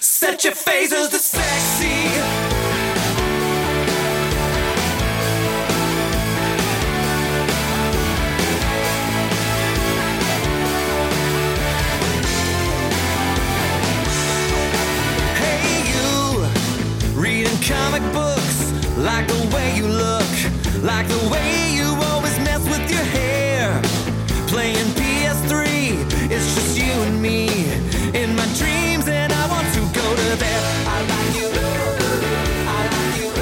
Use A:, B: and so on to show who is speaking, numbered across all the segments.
A: Set your phasers to sexy. Hey, you reading comic books. Like the way you look. Like the way you always mess with your hair. Playing PS3. It's just you and me in my dreams, and I want to go to there. I like you. I like you.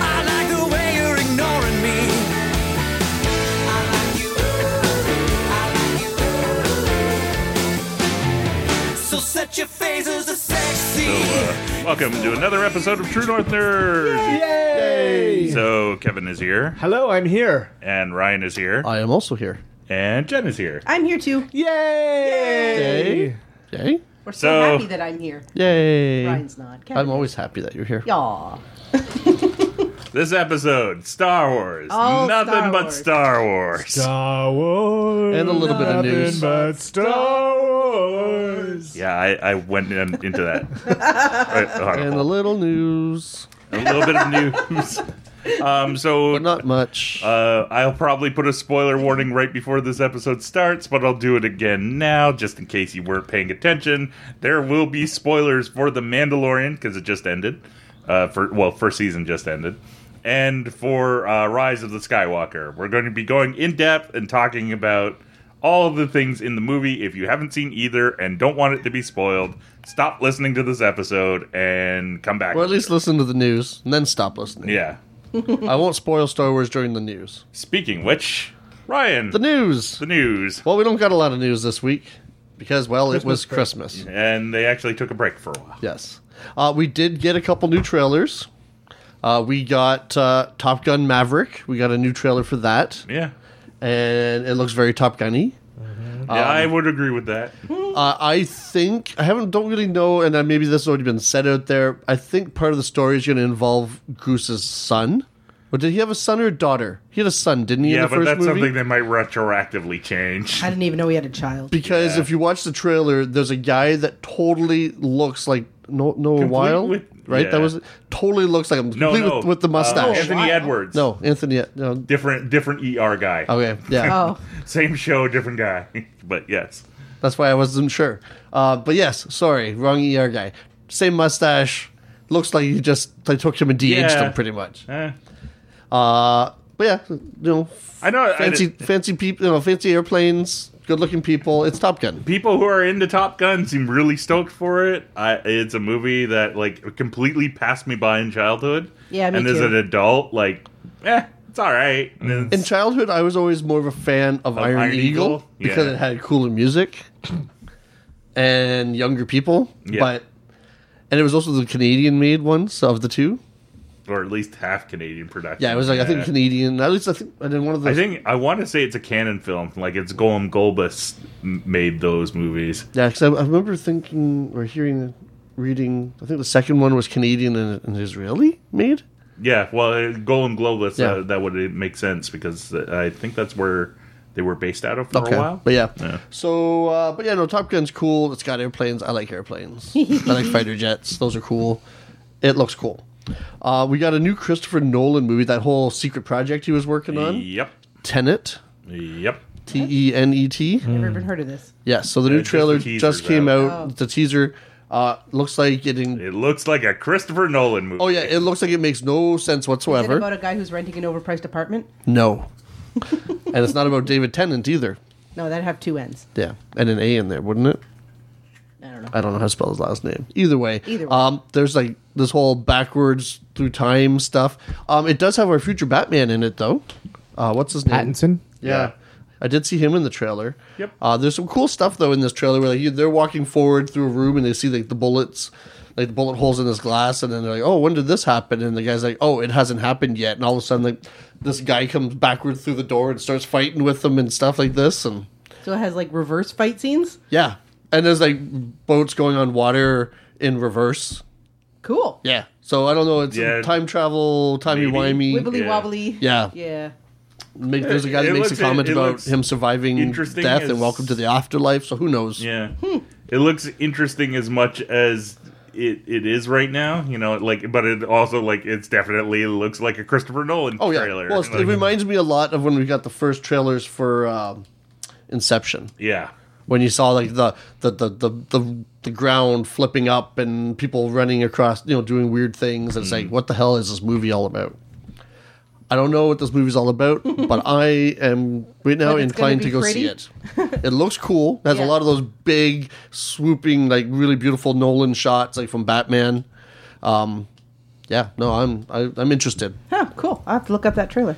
A: I like the way you're ignoring me. I like you. I like you. So set your phasers to sexy.
B: Welcome to another episode of True North Nerds.
C: Yay!
B: So Kevin is here,
C: Hello, I'm here.
B: and Ryan is here,
D: I am also here.
B: and Jen is here.
E: I'm here too.
C: Yay!
D: Yay.
E: We're so,
B: So-
E: happy that I'm here.
D: Yay.
E: Ryan's not. Kevin.
D: I'm always happy that you're here.
E: Aw.
B: This episode, Star Wars,
E: All
B: nothing
E: Star
B: but
E: Wars.
B: Star Wars.
C: Star Wars.
D: And a little bit of
C: nothing
D: news.
C: But Star Wars.
B: Yeah, I, I went in, into that. Uh, hard.
D: And a little news,
B: a little bit of news. Um, so
D: but not much.
B: uh, I'll probably put a spoiler warning right before this episode starts, but I'll do it again now, just in case you weren't paying attention. There will be spoilers for The Mandalorian because it just ended. Uh, for well, first season just ended, and for uh, Rise of the Skywalker, we're going to be going in depth and talking about all the things in the movie. If you haven't seen either and don't want it to be spoiled, stop listening to this episode and come back.
D: or at least listen to the news and then stop listening.
B: yeah.
D: I won't spoil Star Wars during the news.
B: Speaking which, Ryan,
D: The news.
B: the news.
D: Well, we don't got a lot of news this week because, well, it was Christmas.
B: and they actually took a break for a while.
D: Yes. Uh, we did get a couple new trailers. Uh, we got uh, Top Gun Maverick. We got a new trailer for that,
B: Yeah,
D: and it looks very Top Gunny.
B: yeah I would agree with that.
D: Uh, I think I haven't don't really know, and uh, maybe this has already been said out there. I think part of the story is going to involve Goose's son. Or did he have a son or a daughter? He had a son, didn't he? in
B: Yeah,
D: the
B: but
D: first
B: that's
D: movie?
B: something they might retroactively change.
E: I didn't even know he had a child.
D: because
B: Yeah.
D: if you watch the trailer, there's a guy that totally looks like no Noah Weil,
B: with-
D: right? That
B: yeah.
D: was totally looks like him,
B: No,
D: complete
B: no,
D: with, with the
B: uh,
D: mustache.
B: Anthony Edwards.
D: no, Anthony. No,
B: different, different ER guy.
D: okay, yeah,
E: Oh,
B: Same show, different guy. but yes,
D: that's why I wasn't sure. Uh, but yes, sorry, wrong ER guy. Same mustache. Looks like you just they took him and de-aged
B: Yeah.
D: him pretty much.
B: Eh,
D: Uh, but yeah, you know,
B: I know I
D: fancy
B: did-
D: fancy people, you know, fancy airplanes, good-looking people. It's Top Gun.
B: people who are into Top Gun seem really stoked for it. I, it's a movie that like completely passed me by in childhood.
E: Yeah, me
B: and as
E: too.
B: an adult, like, eh, it's all right. And it's-
D: In childhood, I was always more of a fan of Iron,
B: Iron
D: Eagle,
B: Eagle?
D: because
B: Yeah.
D: it had cooler music and younger people.
B: Yeah.
D: But and it was also the Canadian-made ones of the two.
B: or at least half Canadian production.
D: Yeah, it was like I think
B: Yeah.
D: Canadian. At least I think I did one of those.
B: I think I want to say it's a canon film. Like it's Golem Golbus m- made those movies.
D: yeah, because I, I remember thinking or hearing, reading. I think the second one was Canadian and, and Israeli made.
B: Yeah, well, uh, Golem Globus, uh,
D: Yeah.
B: that would uh, make sense because uh, I think that's where they were based out of for
D: Okay.
B: a while.
D: But yeah.
B: Yeah.
D: So, uh, but yeah, no, Top Gun's cool. It's got airplanes. I like airplanes. I like fighter jets. Those are cool. It looks cool. Uh, we got a new Christopher Nolan movie, that whole secret project he was working on.
B: Yep.
D: Tenet.
B: Yep.
D: T E N E T.
E: never even heard of this.
D: Yes. So the
B: Yeah,
D: new
B: just
D: trailer
B: the teaser's
D: just came
B: out.
D: out. The teaser uh, looks like getting.
B: It looks like a Christopher Nolan movie.
D: Oh, yeah. It looks like it makes no sense
E: Is it
D: whatsoever.
E: about a guy who's renting an overpriced apartment?
D: no. and it's not about David Tennant either.
E: No, that'd have two ends.
D: Yeah. And an A in there, wouldn't it?
E: I don't know.
D: I don't know how to spell his last name. Either way,
E: Either way.
D: Um, there's like this whole backwards through time stuff. Um, it does have our future Batman in it, though. Uh, what's his name?
C: Pattinson.
D: Yeah. I did see him in the trailer.
B: Yep.
D: Uh, there's some cool stuff though in this trailer where like you, they're walking forward through a room and they see like the bullets, like the bullet holes in this glass, and then they're like, "Oh, when did this happen?" And the guy's like, "Oh, it hasn't happened yet." And all of a sudden, like this guy comes backward through the door and starts fighting with them and stuff like this. And
E: So it has like reverse fight scenes.
D: yeah, and there's like boats going on water in reverse.
E: Cool.
D: Yeah. So I don't know. It's
B: Yeah.
D: time travel, timey
B: Maybe.
D: wimey.
E: Wibbly
B: Yeah.
E: wobbly.
D: Yeah.
E: Yeah.
D: Make, there's a guy
B: It
D: that makes a
B: looks-
D: comment
B: it
D: about
B: looks
D: him surviving
B: interesting
D: death
B: as-
D: and welcome to the afterlife. So who knows?
B: Yeah. It looks interesting as much as it, it is right now. You know, like, but it also like it's definitely looks like a Christopher Nolan
D: Oh yeah.
B: trailer.
D: Well, it's- it
B: Like,
D: reminds me a lot of when we got the first trailers for um, Inception,
B: yeah,
D: when you saw like the the, the the the the ground flipping up and people running across, you know, doing weird things. And it's like, what the hell is this movie all about? I don't know what this movie's all about, but I am right now
E: But it's gonna
D: inclined to
E: be
D: go see it. It looks cool. It has
E: Yeah.
D: a lot of those big, swooping, like really beautiful Nolan shots, like from Batman. Um, yeah, no, I'm I, I'm interested.
E: Huh, cool. I'll have to look up that trailer.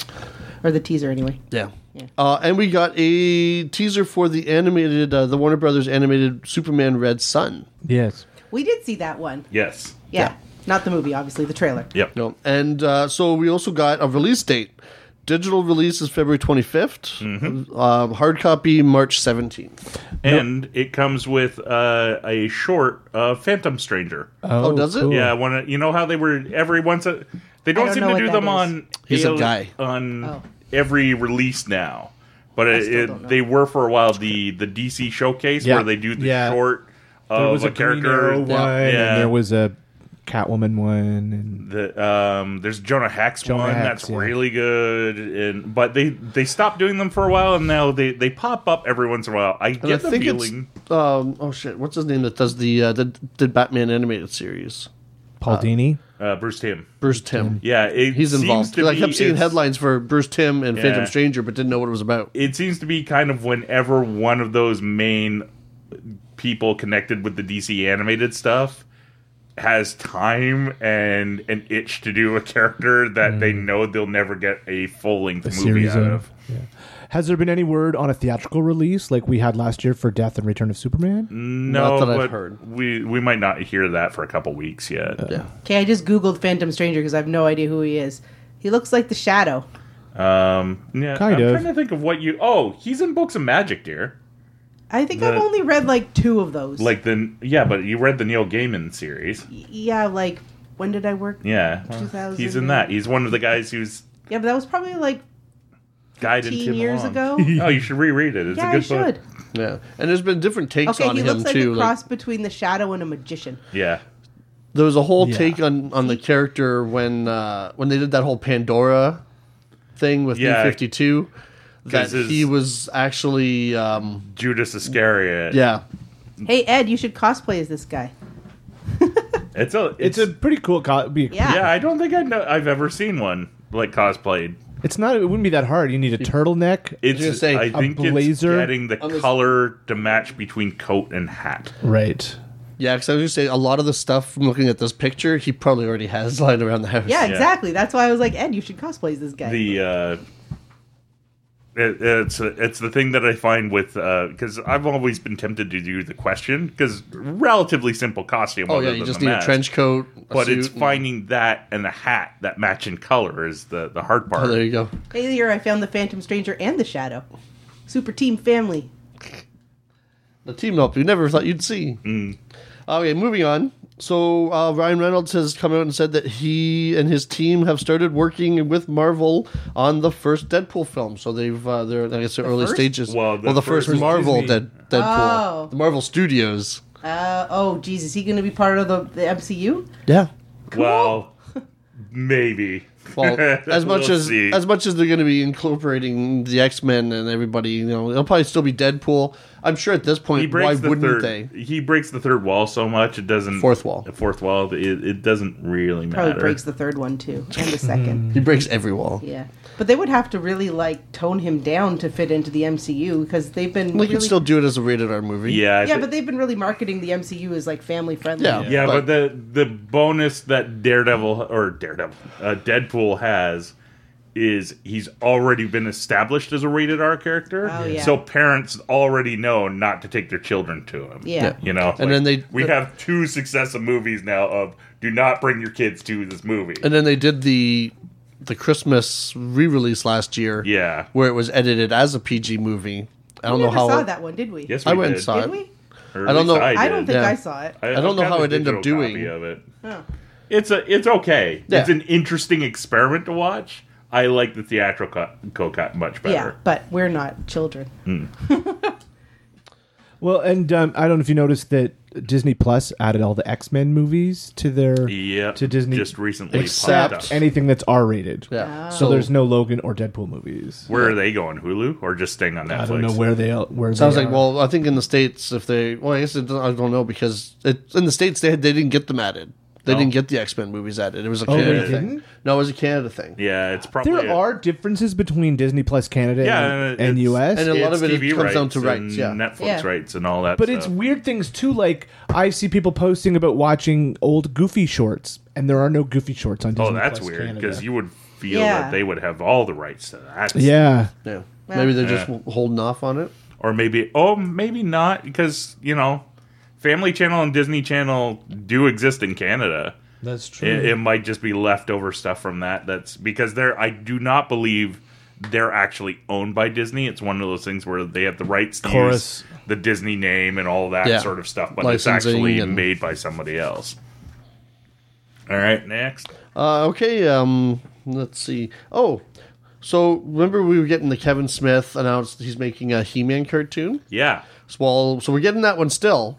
E: Or the teaser, anyway.
D: Yeah. Uh, and we got a teaser for the animated, uh, the Warner Brothers animated Superman Red Sun.
F: Yes.
E: We did see that one.
B: yes,
E: Yeah.
D: Yeah.
E: Not the movie, obviously, the trailer.
B: yep,
D: No, and uh, so we also got a release date. Digital release is February 25th.
B: Mm-hmm.
D: Um, hard copy March 17th.
B: and it comes with uh, a short uh, Phantom Stranger.
D: Oh, does it?
B: Yeah, when you know how they were every once a they don't,
E: don't
B: seem
E: know
B: to
E: what
B: do
E: that
B: them
E: is.
B: on
D: He's a
B: AO
D: guy.
B: on
E: Oh.
B: every release now, but it,
E: still
B: it-
E: don't know.
B: they were for a while the the DC showcase
F: Yeah.
B: where they do the
C: Yeah.
B: short of
C: There was a, Green
B: Oh, character.
C: Arrow
D: Yeah.
C: one.
B: Yeah.
F: And there was a Catwoman one, and
B: The, um, there's Jonah Hex
F: Jonah
B: one
F: Hex,
B: that's
F: yeah.
B: really good, and but they they stopped doing them for a while, and now they they pop up every once in a while. I
D: And
B: get
D: I
B: the
D: think
B: feeling
D: it's um, oh shit, what's his name that does the uh, that did Batman animated series?
F: Paul Dini.
B: uh, Bruce Tim.
D: Bruce Tim.
B: Yeah, it
D: He's
B: seems
D: involved.
B: To
D: Like, I
B: be
D: kept seeing
B: it's-
D: headlines for Bruce Tim and Phantom
B: Yeah.
D: Stranger, but didn't know what it was about.
B: it seems to be kind of whenever one of those main people connected with the DC animated stuff has time and an itch to do a character that they
D: Hmm.
B: know they'll never get a full length
F: The
B: movie
F: series
B: out
F: of.
B: of.
F: Yeah. Has there been any word on a theatrical release like we had last year for Death and Return of Superman?
B: No,
D: Not that I've
B: but
D: heard.
B: we we might not hear that for a couple weeks yet.
D: Yeah.
E: Okay, I just Googled Phantom Stranger because I have no idea who he is. He looks like the shadow.
B: Um, yeah,
F: Kind
B: I'm
F: of.
B: trying to think of what you. Oh, he's in books of magic, dear.
E: I think I've
B: The-
E: only read like two of those.
B: Like the yeah, but you read the Neil Gaiman series.
E: yeah, like when did I work?
B: Yeah,
E: 2000
B: he's in that. He's one of the guys who's
E: Yeah, but that was probably like
B: guided
E: 15
B: Tim
E: years
B: along.
E: ago.
B: Oh, you should reread it. It's
E: yeah,
B: a
E: I
B: good book.
E: should.
D: Yeah. And there's been different takes
E: Okay,
D: on
E: he
D: him
E: looks like
D: too.
E: a cross between the shadow and a magician.
B: Yeah.
D: There was a whole
F: Yeah.
D: take on, on the character when uh, when they did that whole Pandora thing with
B: Yeah.
D: New Fifty Two. That
B: 'Cause his-
D: he was actually um,
B: Judas Iscariot.
D: yeah
E: Hey Ed, you should cosplay as this guy.
B: It's a it's,
F: It's, a pretty cool. Co- be-
E: Yeah.
B: yeah, I don't think I know I've ever seen one like cosplayed.
F: It's not. It wouldn't be that hard. You need a turtleneck.
B: It's
D: gonna say,
B: I
D: a
B: think it's
F: blazer
B: getting the
D: on this-
B: color to match between coat and hat.
F: right.
D: yeah. Because I was gonna say a lot of the stuff from looking at this picture, he probably already has lying around the house.
E: Yeah, exactly. That's why I was like, Ed, you should cosplay as this guy.
B: The uh it, it's it's the thing that I find with because I've always been tempted to do the question because relatively simple costume.
D: Oh
B: other
D: yeah, you
B: than
D: just
B: the
D: need a
B: mask.
D: trench coat. a
B: but it's
D: suit, and-
B: finding that and the hat that match in color is the the hard part.
D: Oh, there you go.
E: Failure, I found the Phantom Stranger and the Shadow. Super team family.
D: The team up you never thought you'd see.
B: Mm.
D: Okay, moving on. So uh, Ryan Reynolds has come out and said that he and his team have started working with Marvel on the first Deadpool film. So they've uh, they're I guess the early
E: first?
D: stages.
B: Well, the
D: the
B: first
D: first, Marvel
F: Disney.
D: Dead, Deadpool,
E: Oh.
D: the Marvel Studios.
E: Uh, oh, geez, is he going to be part of the, the MCU?
D: Yeah.
B: Well, maybe.
D: Well, as much
B: We'll
D: as
B: see.
D: as much as they're going to be incorporating the X Men and everybody, you know, it'll probably still be Deadpool. I'm sure at this
B: he
D: point,
B: breaks
D: why
B: the third,
D: wouldn't they?
B: He breaks the third wall so much it doesn't
D: Fourth wall.
B: The fourth wall. It, it doesn't really
E: Probably
B: matter.
E: breaks the third one, too, and the second.
D: He breaks every wall.
E: yeah. But they would have to really, like, tone him down to fit into the MCU because they've been.
D: We
E: really,
D: could still do it as a rated R movie.
B: yeah, I
E: yeah,
B: thi-
E: but they've been really marketing the MCU as, like, family friendly.
D: Yeah.
B: yeah, but,
D: but-
B: the the bonus that Daredevil or Daredevil uh, Deadpool has is he's already been established as a rated R character.
E: Oh, yeah.
B: So parents already know not to take their children to him.
E: Yeah.
B: You know,
D: And then they-
B: we have two successive movies now of do not bring your kids to this movie.
D: And then they did the the Christmas re-release last year,
B: yeah,
D: where it was edited as a PG movie. I don't
E: We
D: know
E: never
D: how.
E: saw
D: it-
E: that one, did we?
B: yes, we
D: I went
B: did.
D: and saw
E: Did
D: it.
E: we?
B: Or
D: I
B: at least
D: don't know.
E: I don't
B: did.
E: think
D: Yeah.
E: I saw it.
D: I don't know
B: got
D: how
B: the
D: it ended up
B: digital
D: doing.
B: copy Of it. It's a it's okay.
D: Yeah.
B: It's an interesting experiment to watch. I like the theatrical co- co- cut much
E: Yeah,
D: Mm.
B: better.
E: but we're not children.
F: Well, and um, I don't know if you noticed that Disney Plus added all the X Men movies to their
B: Yep,
F: to Disney
B: just recently
D: Except-
B: popped up.
F: anything that's R rated.
D: Yeah.
F: So there's no Logan or Deadpool movies.
B: Where are they going? Hulu or just staying on Netflix?
F: I don't know where they where
D: Sounds
F: they
D: like
F: are.
D: well, I think in the states if they well, I guess it, doesn't- I don't know because it, in the states they they didn't get them added. They
B: No.
D: didn't get the X Men movies added. It was a
F: they
D: Canada thing.
F: didn't?
D: No, it was a Canada thing.
B: Oh, Yeah, it's probably
F: there
B: a-
F: are differences between Disney Plus Canada
B: Yeah,
F: and,
B: it's-
F: and US.
D: And a lot
B: it's
D: of it
B: TV
D: comes down to
B: rights and
D: rights. Yeah.
B: Netflix
E: Yeah.
B: rights and all that.
F: But it's
B: stuff.
F: weird things too. Like I see people posting about watching old Goofy shorts, and there are no Goofy shorts on Disney.
B: oh, that's
F: Plus
B: weird
F: Canada.
B: because you would feel
E: Yeah.
B: that they would have all the rights to that.
F: Yeah,
D: Yeah.
E: Well.
D: Maybe they're just holding off on it.
B: or maybe oh maybe not because you know, Family Channel and Disney Channel do exist in Canada.
F: that's
D: Hmm.
B: It, it might just be leftover stuff from that. That's because they're. I do not believe they're actually owned by Disney. It's one of those things where they have the rights to
F: Chorus.
B: use the Disney name and all that
D: Yeah.
B: sort of stuff, but it's
D: Licensing
B: actually
D: and-
B: made by somebody else. All right, next.
D: Uh, okay, um, let's see. Oh, so remember we were getting the Kevin Smith announced he's making a He Man cartoon?
B: Yeah,
D: So, while, so we're getting that one still.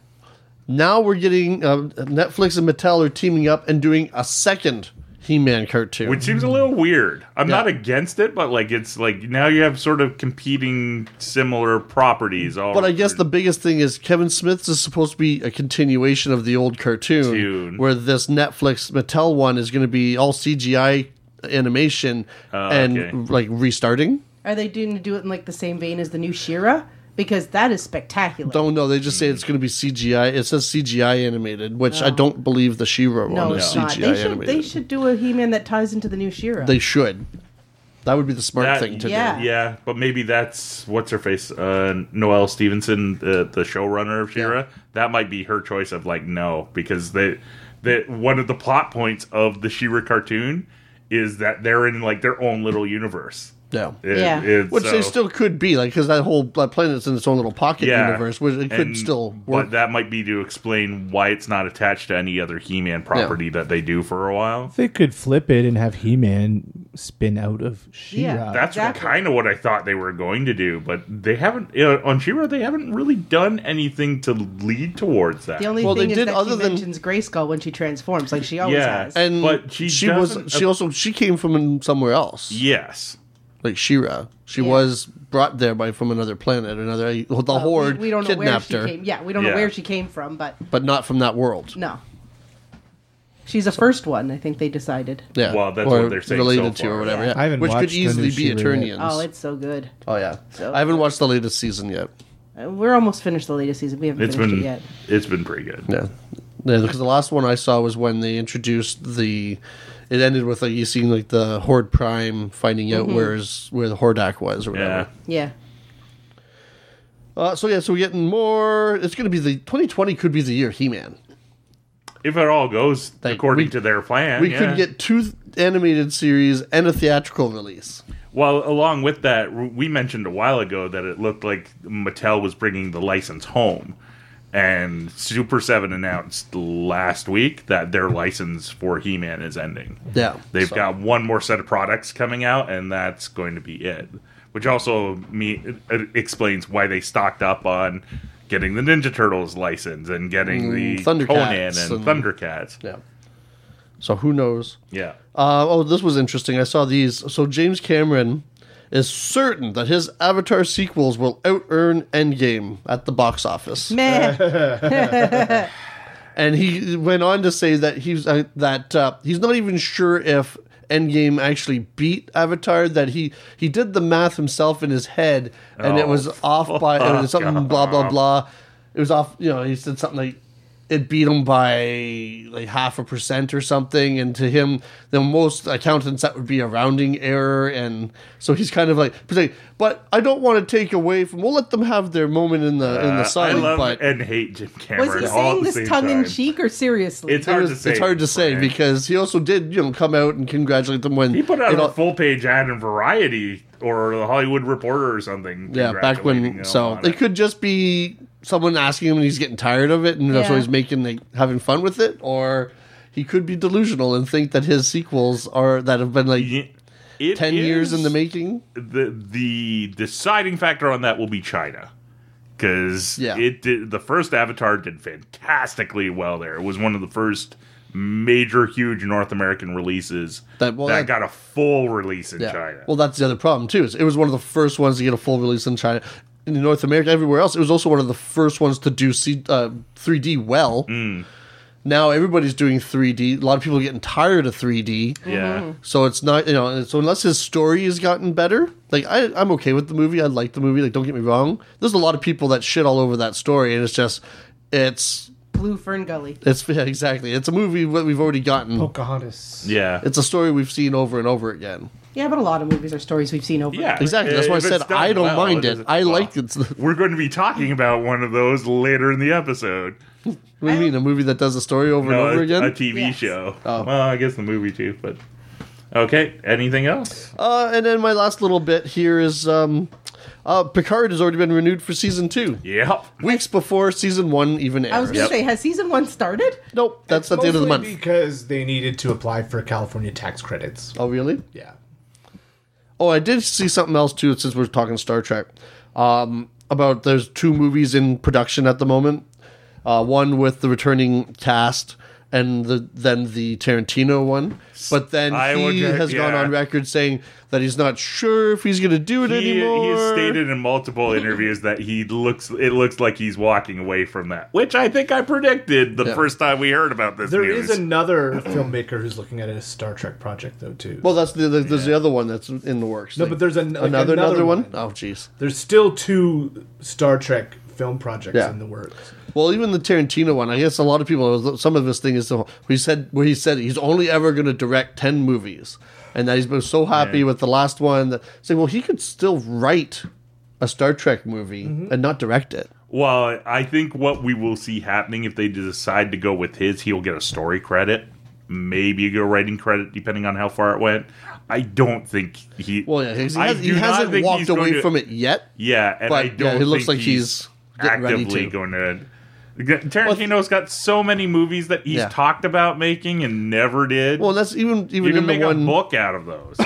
D: Now we're getting uh, Netflix and Mattel are teaming up and doing a second He Man cartoon.
B: which seems a little weird. I'm
D: Yeah.
B: not against it, but like it's like now you have sort of competing similar properties. All
D: but I guess the biggest thing is Kevin Smith's is supposed to be a continuation of the old cartoon,
B: Tune.
D: where this Netflix Mattel one is going to be all CGI animation and
B: Oh, okay.
D: like restarting.
E: Are they going to do it in like the same vein as the new Shira? Because that is spectacular.
D: Don't know. They just say
B: Hmm.
D: it's going to be CGI. It says CGI animated, which I don't believe the She-Ra
E: no,
D: one is CGI
E: it's not. They should,
D: animated.
E: they should do a He-Man that ties into the new Shira.
D: They should. That would be the smart
B: That-
D: thing to
E: Yeah.
D: do.
B: Yeah, but maybe that's what's her face, uh, Noelle Stevenson, the the showrunner of Shira. That might be her choice of like no, because they that one of the plot points of the Shira cartoon is that they're in like their own little universe.
D: Yeah.
B: It-
E: Yeah.
B: it's,
D: Which they
B: so-
D: still could be, like, because that whole that planet's in its own little pocket universe, which it could
B: and-
D: still
B: But
D: work.
B: that might be to explain why it's not attached to any other He-Man property that they do for a while.
F: they could flip it and have He Man spin out of She-Ra.
E: Yeah.
B: That's
E: Exactly.
B: kind of what I thought they were going to do, but they haven't you know, on Shira. They haven't really done anything to lead towards that.
E: the only
D: Well, they
E: thing is
D: did
E: that
D: other
E: she
D: than-
E: mentions Grayskull when she transforms, like she always
B: Yeah.
E: has.
D: and
B: but she
D: she, was
B: doesn't-
D: she also she came from somewhere else,
B: yes,
D: like Shira. She
E: Yeah.
D: was brought there by from another planet, another the horde
E: we, we don't know where
D: kidnapped
E: she
D: her,
E: came. Yeah, we don't
B: Yeah.
E: know where she came from, but
D: but not from that world.
E: no. She's a first one, I think they decided.
D: Yeah.
B: Well, that's
D: or
B: what they're saying
D: Related
B: so
D: to
B: far.
D: or whatever.
E: Yeah.
D: Yeah.
F: I haven't
D: Which
F: watched
D: could
F: the new
D: easily be
F: She-Ra yet.
D: Eternians.
E: Oh, it's so good.
D: Oh, yeah.
E: So-
D: I haven't watched the latest season yet.
E: Uh, We're almost finished the latest season. We haven't
B: it's
E: finished
B: been
E: it yet.
B: it's been pretty good.
D: Yeah. No, because the last one I saw was when they introduced the. It ended with like you seeing like the Horde Prime finding
B: Mm-hmm.
D: out where's where the Hordak was or
B: Yeah,
D: whatever.
E: Yeah.
D: Uh, so yeah, so we're getting more. It's going to be the 2020 could be the year He Man.
B: if it all goes
D: Like,
B: according
D: we-
B: to their plan,
D: We
B: yeah.
D: could get two th- animated series and a theatrical release.
B: Well, along with that, we mentioned a while ago that it looked like Mattel was bringing the license home. And Super 7 announced last week that their license for He Man is ending.
D: Yeah,
B: They've
D: so-
B: got one more set of products coming out, and that's going to be it. Which also me it explains why they stocked up on getting the Ninja Turtles license and getting the
D: Mm, Thundercats
B: Conan and,
D: and-
B: Thundercats.
D: Yeah. So who knows?
B: Yeah.
D: Uh, oh, this was interesting. I saw these. So James Cameron is certain that his Avatar sequels will out earn Endgame at the box office.
E: Meh.
D: and he went on to say that he's uh, that uh, he's not even sure if Endgame actually beat Avatar. That he he did the math himself in his head, and it
B: Oh,
D: was off by it was something blah blah blah. It was off. You know, he said something like it beat him by like half a percent or something. And to him, the most accountants that would be a rounding error. And so he's kind of like, he's like, but I don't want to take away from. We'll let them have their moment in the in
B: Uh,
D: the
B: I
D: sun.
B: love
D: but
B: and hate Jim Cameron.
E: Was
B: all
E: he
B: at
E: saying
B: the
E: this
B: same
E: tongue in
B: time.
E: cheek or seriously?
B: It's hard
D: It
B: to
D: was-
B: say.
D: It's hard to say
B: Frank.
D: because he also did, you know, come out and congratulate them when
B: He put out
D: it
B: a
D: all-
B: full page ad in Variety or the Hollywood Reporter or something.
D: yeah, back
B: congratulating
D: when.
B: him
D: So
B: on
D: it
B: it.
D: could just be someone asking him, and he's getting tired of it, and that's why
E: Yeah.
D: he's making like having fun with it, or he could be delusional and think that his sequels are that have been like
B: Yeah, it
D: ten years
B: is-
D: in the making.
B: The the deciding factor on that will be China. because
D: Yeah.
B: it did, the first Avatar did fantastically well there. It was one of the first major, huge North American releases
D: That- well, that-
B: got a full release in China.
D: Well, that's the other problem too. Is it was one of the first ones to get a full release in China, in North America, everywhere else. It was also one of the first ones to do C, uh, 3D well.
B: Mm.
D: Now everybody's doing 3D. A lot of people are getting tired of 3D.
B: yeah,
D: So it's not you know. So unless his story has gotten better, like I, I'm okay with the movie. I like the movie. Like don't get me wrong. There's a lot of people that shit all over that story, and it's just, it's
E: Blue Fern Gully.
D: it's yeah, exactly. It's a movie that we've already gotten.
F: Pocahontas.
B: yeah.
D: It's a story we've seen over and over again.
E: Yeah, but a lot of movies are stories we've seen over.
B: Yeah.
D: Exactly. That's why I
B: If it's
D: said
B: done
D: I don't
B: well,
D: mind
B: it
D: it.
B: isn't-
D: I
B: well.
D: like it's. The,
B: We're going to be talking about one of those later in the episode.
D: what do you mean a movie that does the story over
B: No,
D: and over
B: a,
D: again? Oh.
B: a TV
E: Yes.
B: show. Well, I guess the movie too, but okay. Anything else?
D: uh, and then my last little bit here is um, uh, Picard has already been renewed for season two.
B: Yep.
D: Weeks before season one even airs.
E: I was gonna
B: Yep.
E: say, has season one started?
D: nope, that's at the end of the month.
F: Mostly because they needed to apply for California tax credits.
D: oh really?
F: Yeah.
D: Oh, I did see something else too. Since we're talking Star Trek, um, about there's two movies in production at the moment. Uh, one with the returning cast, and the, then the Tarantino one. But then
B: I
D: he
B: would get-
D: has gone
B: yeah.
D: on record saying that he's not sure if he's going to do it
B: He,
D: anymore.
B: he has stated in multiple interviews that he looks. It looks like he's walking away from that, which I think I predicted the
D: Yeah.
B: first time we heard about this
F: There is
B: news.
F: another filmmaker who's looking at a Star Trek project though too.
D: Well, that's the, the there's the other one that's in the works.
F: No, but there's an- like
D: another another,
F: another
D: one.
F: one.
D: Oh, jeez.
F: There's still two Star Trek film projects
D: Yeah.
F: in the works.
D: Well, even the Tarantino one. I guess a lot of people. Some of his thing is the he said where he said he's only ever going to direct ten movies, and that he's been so happy with the last one that say, well, he could still write a Star Trek movie
B: Mm-hmm.
D: and not direct it.
B: well, I think what we will see happening if they decide to go with his, he'll get a story credit, maybe a writing credit, depending on how far it went. I don't think he.
D: Well, yeah, he's, he,
B: I
D: has, he
B: do not
D: hasn't
B: think
D: walked
B: he's going
D: away
B: to-
D: from it yet.
B: Yeah, and
D: But,
B: I
D: yeah,
B: don't.
D: it looks
B: think
D: like he's getting ready
B: actively
D: to.
B: going to. Tarantino's got so many movies that he's
D: Yeah.
B: talked about making and never did.
D: Well, that's even even
B: you
D: in
B: can
D: the
B: make
D: one
B: a book out of those.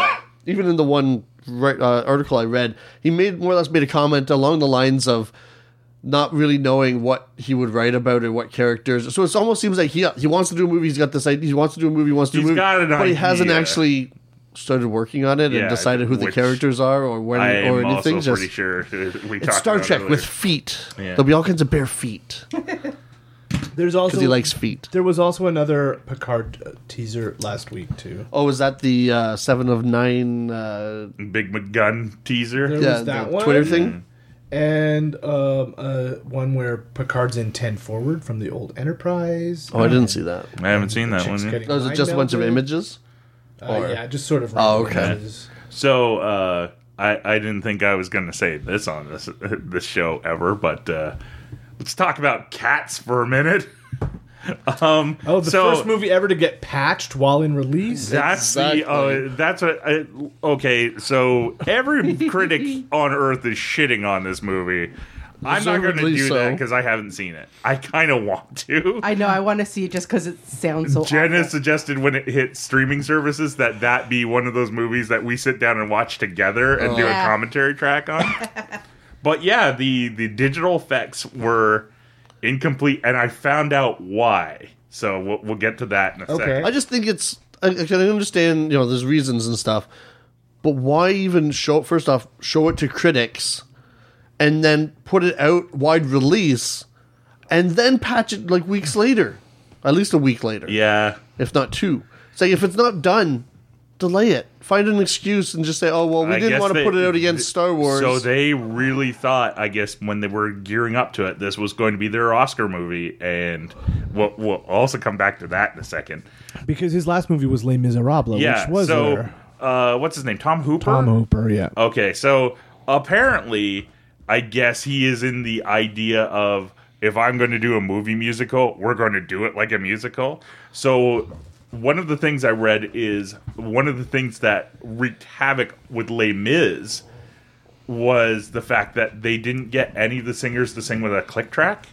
D: even in the one right, uh, article I read, he made more or less made a comment along the lines of not really knowing what he would write about or what characters. So it almost seems like he he wants to do a movie. He's got this idea. He wants to do a movie. He wants to do
B: He's
D: a movie,
B: got an
D: but he hasn't
B: idea.
D: actually started working on it
B: Yeah,
D: and decided who the
B: which
D: characters are or when
B: I
D: or
B: am
D: anything.
B: also
D: Just
B: pretty sure we
D: it's
B: talked
D: Star
B: about it
D: Trek
B: earlier.
D: with feet.
B: Yeah.
D: There'll be all kinds of bare feet
F: There's also
D: because he likes feet.
F: There was also another Picard uh, teaser last week too.
D: Oh, is that the uh, seven of nine? Uh,
B: Big McGun teaser.
F: There
D: yeah,
F: was that
D: the
F: one.
D: Twitter thing.
B: Mm-hmm.
F: and um, uh, one where Picard's in ten forward from the old Enterprise.
D: Oh, I didn't see that.
B: I haven't seen that one. yet.
D: Oh, is it just a bunch of images?
F: Uh, yeah, just sort of.
D: Oh,
F: random
D: okay.
F: images.
B: So uh, I I didn't think I was going to say this on this this show ever, but uh, let's talk about cats for a minute. um,
F: Oh, the
B: so-
F: first movie ever to get patched while in release.
B: That's the
D: Exactly.
B: uh, that's what I, okay. So every critic on earth is shitting on this movie. I'm not going to
D: Deservedly
B: do that
D: so.
B: because I haven't seen it. I kind of want to.
E: I know. I want to see it just because it sounds so.
B: Jenna
E: awful.
B: suggested when it hit streaming services that that be one of those movies that we sit down and watch together and do a
E: Yeah.
B: commentary track on. but yeah, the the digital effects were incomplete, and I found out why. So we'll, we'll get to that in a
F: Okay.
B: second.
D: I just think it's. I, I can understand, you know, there's reasons and stuff, but why even show? First off, show it to critics, and then put it out wide release, and then patch it like weeks later, at least a week later,
B: Yeah.
D: if not two. Say if it's not done, delay it. Find an excuse and just say, "Oh well, we
B: I
D: didn't
B: guess
D: want to
B: they-
D: put it out against Star Wars."
B: So they really thought, I guess, when they were gearing up to it, this was going to be their Oscar movie, and we'll, we'll also come back to that in a second.
F: Because his last movie was Les Miserables,
B: Yeah.
F: which was
B: so,
F: there.
B: uh, what's his name? Tom Hooper.
F: Tom Hooper, yeah.
B: Okay, so apparently, I guess he is in the idea of if I'm going to do a movie musical, we're going to do it like a musical. So, one of the things I read is one of the things that wreaked havoc with Les Mis was the fact that they didn't get any of the singers to sing with a click track,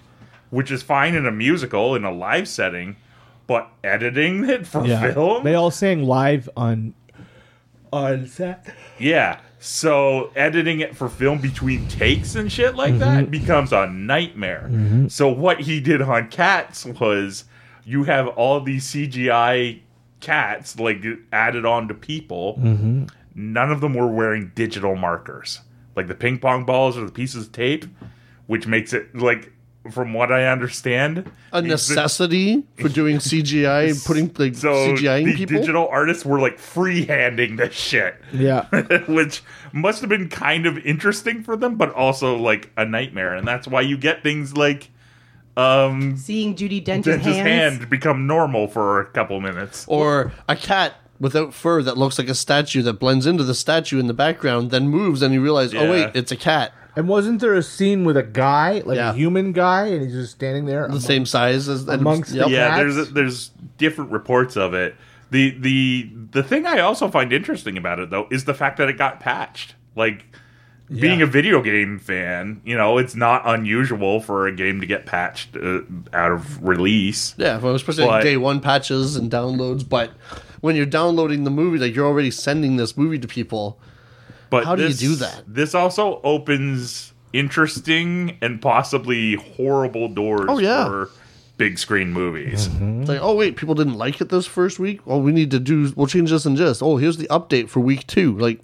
B: which is fine in a musical in a live setting, but editing it for
F: yeah.
B: film,
F: They all sang live on on set.
B: yeah. So editing it for film between takes and shit like that becomes a nightmare. So what he did on Cats was you have all these CGI cats like added on to people. None of them were wearing digital markers, like the ping pong balls or the pieces of tape, which makes it like from what I understand,
D: A
B: means that-
D: necessity for doing CGI and putting like
B: so
D: CGIing
B: the
D: people.
B: digital artists were like freehanding this shit.
F: Yeah.
B: which must have been kind of interesting for them, but also like a nightmare. And that's why you get things like um
E: Seeing Judy Dench's,
B: Dench's
E: hands.
B: hand become normal for a couple minutes.
D: or a cat without fur that looks like a statue that blends into the statue in the background, then moves, and you realize,
B: Yeah.
D: oh wait, it's a cat,
F: And wasn't there a scene with a guy, like
D: Yeah.
F: a human guy, and he's just standing there?
D: the same size as and-
F: Amongst the-
B: yeah,
F: cats?
B: there's there's different reports of it. The the the thing I also find interesting about it though is the fact that it got patched. Like being a video game fan, you know, it's not unusual for a game to get patched uh, out of release.
D: Yeah, well, especially
B: But-
D: like day one patches and downloads. But when you're downloading the movie, like you're already sending this movie to people.
B: But
D: How do you
B: this-
D: do that?
B: This also opens interesting and possibly horrible doors
D: Oh, yeah.
B: for big screen movies.
D: It's like, oh wait, people didn't like it this first week. Well, we need to do. We'll change this and just. Oh, here's the update for week two. Like,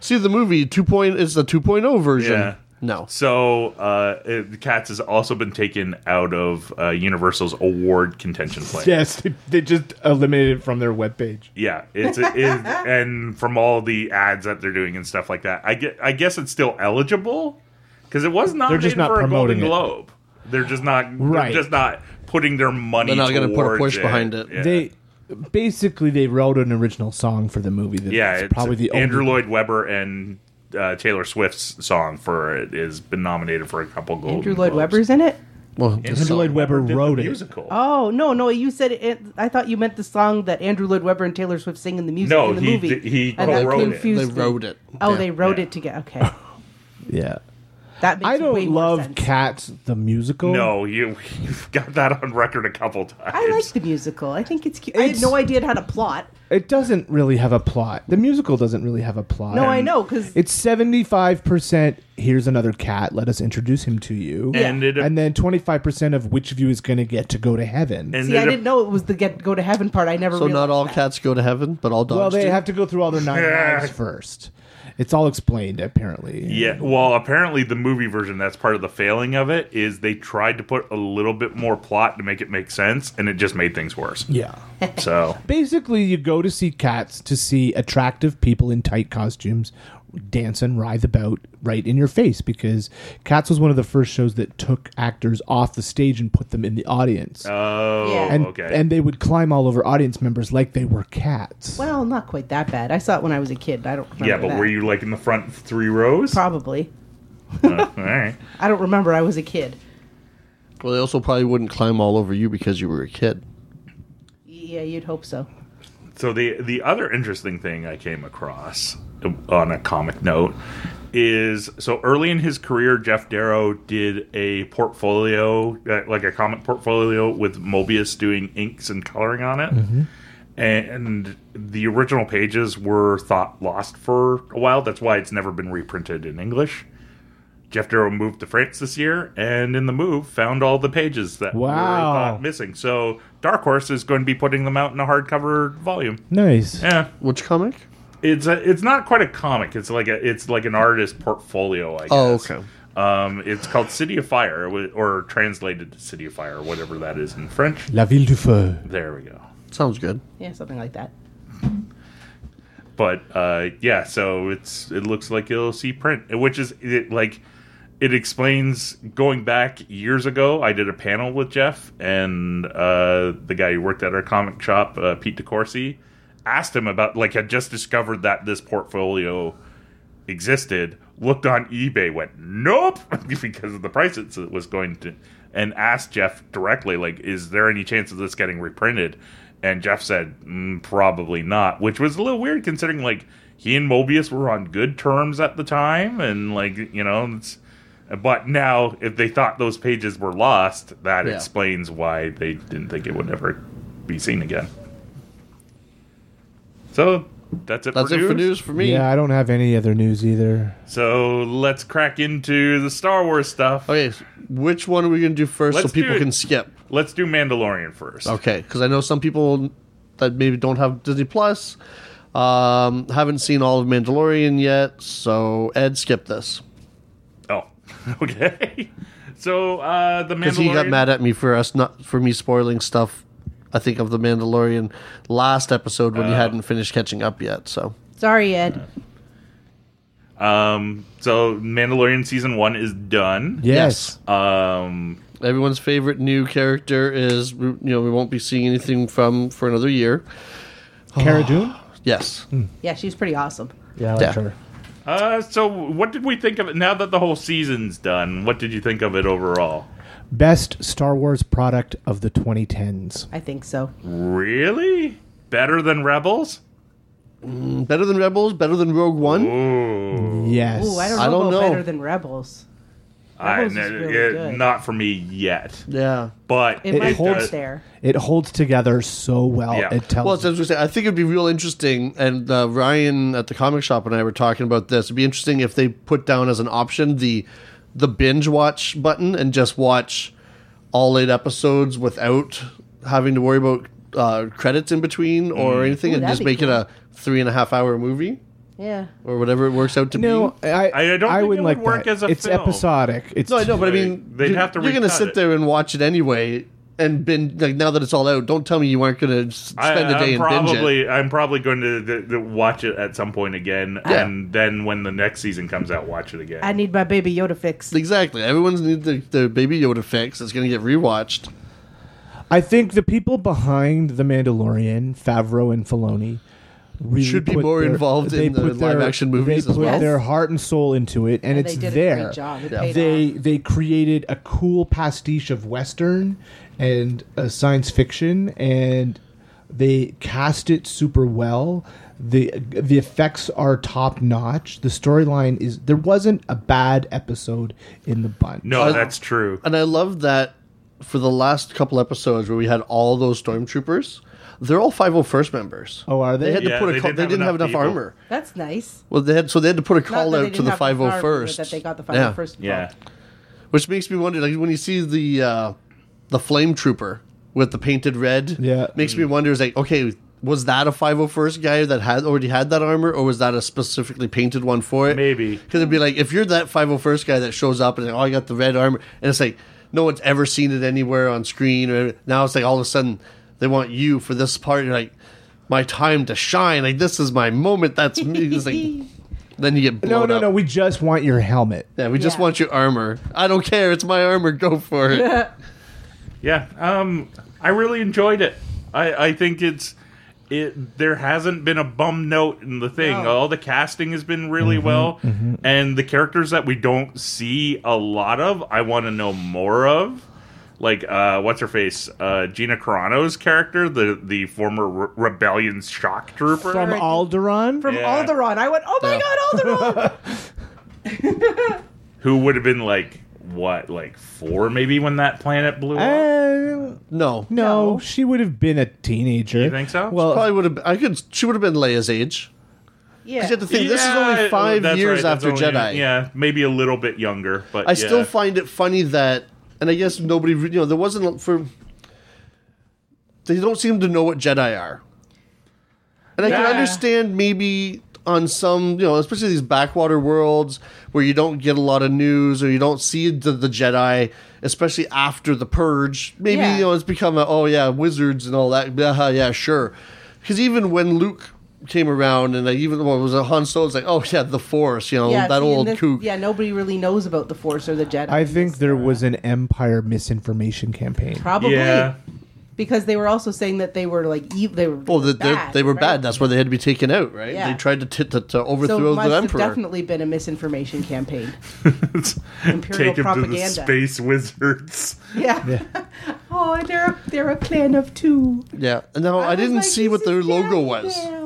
D: see the movie two point. It's the 2.0 version.
B: Yeah.
D: No.
B: So, uh, it- Cats has also been taken out of uh, Universal's award contention plan.
F: Yes, they, they just eliminated it from their webpage.
B: Yeah, it's it, and from all the ads that they're doing and stuff like that, I get I guess it's still eligible because it was nominated
F: just not
B: for a Golden
F: promoting it.
B: Globe. They're just not
F: Right.
B: They're just not putting their money.
D: They're not gonna
B: going
D: put
B: to
D: a push behind it.
B: Yeah.
F: They basically they wrote an original song for the movie. That
B: Yeah,
F: it's,
B: it's
F: probably the
B: Andrew
F: only.
B: Lloyd Webber and uh, Taylor Swift's song for it has been nominated for a couple Golden
E: Andrew Lloyd
B: Globes.
E: Webber's in it.
D: Well,
F: Andrew Lloyd Webber
B: Did the
F: wrote it.
B: musical.
E: Oh no, no, you said it. I thought you meant the song that Andrew Lloyd Webber and Taylor Swift sing in the music
B: No,
E: in the
B: he-
E: movie.
B: he
E: and that
B: co-wrote it.
D: they
E: confused me.
D: wrote it.
E: Oh,
D: Yeah.
E: they wrote
B: Yeah.
E: it together. Okay,
F: Yeah,
E: that makes
F: I
E: way
F: don't
E: more
F: love
E: sense.
F: Cats the musical.
B: No, you you've got that on record a couple times.
E: I like the musical. I think it's cute. I had
F: It's-
E: no idea it had a plot.
F: it doesn't really have a plot. The musical doesn't really have a plot.
E: No, I know because
F: It's seventy five percent. Here's another cat. Let us introduce him to you.
B: and it uh,
F: And
B: and,
F: then twenty five percent of which of you is going to get to go to heaven.
E: see,
B: it-
E: I didn't know it was the get go to heaven part. I never.
D: So
E: realized
D: not all
E: that.
D: cats go to heaven, but all dogs.
F: well, they
D: do.
F: have to go through all their nine lives first. It's all explained apparently.
B: Yeah, well, apparently the movie version that's part of the failing of it is they tried to put a little bit more plot to make it make sense and it just made things worse.
F: Yeah.
B: So,
F: Basically, you go to see cats to see attractive people in tight costumes dance and writhe about right in your face because Cats was one of the first shows that took actors off the stage and put them in the audience.
B: oh,
E: Yeah.
F: and,
B: okay.
F: and they would climb all over audience members like they were cats.
E: Well, not quite that bad. I saw it when I was a kid. I don't. Remember
B: yeah, but
E: that.
B: were you like in the front three rows?
E: probably?
B: All right.
E: I don't remember. I was a kid.
D: Well, they also probably wouldn't climb all over you because you were a kid.
E: Yeah, you'd hope so.
B: So the the other interesting thing I came across on a comic note is so early in his career, Jeff Darrow did a portfolio uh, like a comic portfolio with Mobius doing inks and coloring on it. And the original pages were thought lost for a while. That's why it's never been reprinted in English. Jeff Darrow moved to France this year, and in the move, found all the pages that were
F: Wow.
B: thought missing. So Dark Horse is going to be putting them out in a hardcover volume.
F: nice.
B: Yeah,
D: Which comic?
B: it's a, it's not quite a comic. It's like a it's like an artist portfolio. I guess.
D: Oh, okay.
B: Um, it's called City of Fire, wi- or translated to City of Fire, whatever that is in French.
F: La Ville du Feu.
B: There we go.
D: Sounds good.
E: Yeah, something like that.
B: But uh, yeah, so it's it looks like you'll see print, which is it, like it explains going back years ago. I did a panel with Jeff and uh, the guy who worked at our comic shop, uh, Pete DeCourcy, asked him about like had just discovered that this portfolio existed, looked on eBay, went nope because of the price it was going to, and asked Jeff directly, like, is there any chance of this getting reprinted? And Jeff said, mm, probably not, which was a little weird considering like he and Mobius were on good terms at the time, and like you know, it's, but now if they thought those pages were lost, that
D: Yeah.
B: explains why they didn't think it would ever be seen again. So That's it.
D: That's
B: for
D: it for
B: news?
D: news for me.
F: Yeah, I don't have any other news either.
B: So let's crack into the Star Wars stuff.
D: Okay, s- which one are we gonna do 1st so
B: Let's do
D: people
B: it.
D: can skip?
B: Let's do Mandalorian first.
D: Okay, because I know some people that maybe don't have Disney Plus um, haven't seen all of Mandalorian yet. So Ed, skip this
B: Oh, okay. So uh, the Mandalorian.
D: because he got mad at me for us not for me spoiling stuff. I think of the Mandalorian last episode when you
B: Uh.
D: hadn't finished catching up yet. So
E: Sorry, Ed.
B: Um, so Mandalorian season one is done.
F: Yes.
B: Um,
D: everyone's favorite new character is you know we won't be seeing anything from for another year.
F: Cara Dune?
D: Yes,
E: Yeah, she's pretty awesome.
F: Yeah, I like
D: Yeah.
F: her.
B: uh, so what did we think of it now that the whole season's done? What did you think of it overall?
F: Best Star Wars product of the 2010s.
E: I think so.
B: Really? Better than Rebels?
D: better than Rebels, better than Rogue One.
B: Oh. Ooh,
F: Yes.
E: Ooh, I don't know,
D: I don't
E: about
D: know.
E: better than Rebels.
B: I-
E: Rebels is really
B: it-
E: good.
B: not for me yet,
D: Yeah.
B: but
E: It, might
F: holds-
E: get there.
F: It holds together so well.
B: Yeah.
F: It tells.
D: Well, as I was gonna say, I think it'd be real interesting, and uh, Ryan at the comic shop and I were talking about this. It'd be interesting if they put down as an option the the binge watch button and just watch all eight episodes without having to worry about uh, credits in between or anything,
E: Ooh,
D: and
E: that'd
D: just
E: be
D: make
E: cool.
D: it a three and a half hour movie
E: Yeah.
D: or whatever it works out to
F: no,
D: be.
F: I,
B: I don't think it
F: wouldn't
B: would
F: like
B: work
F: that.
B: as a
F: It's
B: film.
F: episodic. It's
D: No, I know, but I
B: They-
D: mean,
B: they'd
D: you're,
B: have to
D: you're gonna
B: recut
D: sit
B: it.
D: there and watch it anyway. And bin like now that it's all out, don't tell me you aren't going to spend a
B: I,
D: day
B: am
D: and binge it.
B: probably I'm probably going to th- th- watch it at some point again,
D: Yeah.
B: and then when the next season comes out, watch it again.
E: I need my baby Yoda fix.
D: Exactly. Everyone's need their, their baby Yoda fix. It's going to get rewatched.
F: I think the people behind The Mandalorian, Favreau and Filoni, really
D: Should be
F: put
D: more
F: their-
D: involved
F: they
D: in the
F: put their-
D: live-action movies
F: They
D: as
F: put
D: well.
F: their heart and soul into it, and,
E: And they
F: it's
E: did a
F: there.
E: great job. It paid
F: They they created a cool pastiche of Western and uh, science fiction, and they cast it super well. the The effects are top notch. The storyline is there wasn't a bad episode in the bunch.
B: no,
D: Uh,
B: that's true.
D: And I love that for the last couple episodes where we had all those stormtroopers, they're all 501st members.
F: Oh, are
D: They
F: they?
D: had
B: Yeah,
D: to put
B: they
D: a call,
B: didn't
D: they
B: have
D: didn't have enough
B: enough people.
D: armor.
E: That's nice.
D: Well, they had so they had to put a
E: Not
D: call
E: that they
D: out to
E: didn't
D: the
E: have the farm, but
D: 501st.
E: that they got the
D: Yeah.
E: 501st.
B: Yeah,
D: Which makes me wonder, like when you see the uh, the flame trooper with the painted red,
F: Yeah.
D: makes me wonder, is like, okay, was that a 501st guy that had already had that armor, or was that a specifically painted one for it?
B: Maybe.
D: because it'd be like if you're that 501st guy that shows up and like, oh, I got the red armor, and it's like no one's ever seen it anywhere on screen, or now it's like all of a sudden they want you for this part, and you're like my time to shine, like this is my moment. That's me. It's like, then you get blown
F: No, no,
D: up.
F: no. We just want your helmet.
D: Yeah, we just
E: Yeah.
D: want your armor. I don't care. It's my armor. Go for it.
B: yeah. Um, I really enjoyed it. I I think it's it. There hasn't been a bum note in the thing.
E: No.
B: All the casting has been really
D: Mm-hmm.
B: well, and the characters that we don't see a lot of, I want to know more of. Like uh, what's her face? Uh, Gina Carano's character, the the former Re- rebellion shock trooper.
F: From
E: Alright.
F: Alderaan?
E: From
B: Yeah.
E: Alderaan. I went, oh my
D: Yeah.
E: god, Alderaan!
B: who would have been like what like four maybe when that planet blew up
F: Uh,
D: No,
F: Eh, no,
E: No.
F: she would have been a teenager.
B: You think so?
F: Well,
D: probably would have. I could. She would have been Leia's age. 'Cause
E: yeah.
D: You have to think this is
B: Yeah,
D: only five
B: that's
D: years
B: right, that's
D: after
B: only-
D: Jedi.
B: yeah maybe a little bit younger but
D: I still
B: yeah.
D: find it funny that, and I guess nobody, re- you know, there wasn't for. They don't seem to know what Jedi are, and I
B: Yeah.
D: can understand maybe on some, you know, especially these backwater worlds where you don't get a lot of news or you don't see the, the Jedi, especially after the purge. Maybe
E: Yeah.
D: you know it's become a oh yeah wizards and all that. Yeah, yeah, sure. Because even when Luke came around and I even what was it Han Solo? It's like oh yeah, the Force. You know
E: Yeah,
D: that
E: see, in
D: old
E: this-
D: kook.
E: Yeah, nobody really knows about the Force or the Jedi.
F: I think there was an Empire misinformation campaign.
E: Probably.
B: yeah
E: Because they were also saying that they were like, e- they were
D: Well, that
E: bad,
D: bad, they were
E: right?
D: bad. That's why they had to be taken out, right?
E: Yeah.
D: They tried to, t- to, to
E: so
D: overthrow
E: it must
D: the
E: have
D: emperor.
E: definitely been a misinformation campaign. Imperial
B: take him to the
E: propaganda.
B: space wizards
E: Yeah. oh, they're a, they're a clan of two.
D: Yeah. And now I,
E: was
D: didn't
E: like,
D: see
E: this
D: what their
E: is
D: logo
E: Jedi
D: was.
E: now.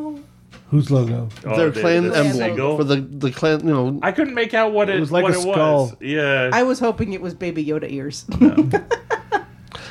F: Whose logo?
B: Oh,
D: Their
B: the-
D: clan
B: the
D: emblem
B: single.
D: for the the clan. You know,
B: i couldn't make out what it,
F: was like
B: what
F: a
B: it
F: skull.
B: was yeah
E: I was hoping it was Baby Yoda ears.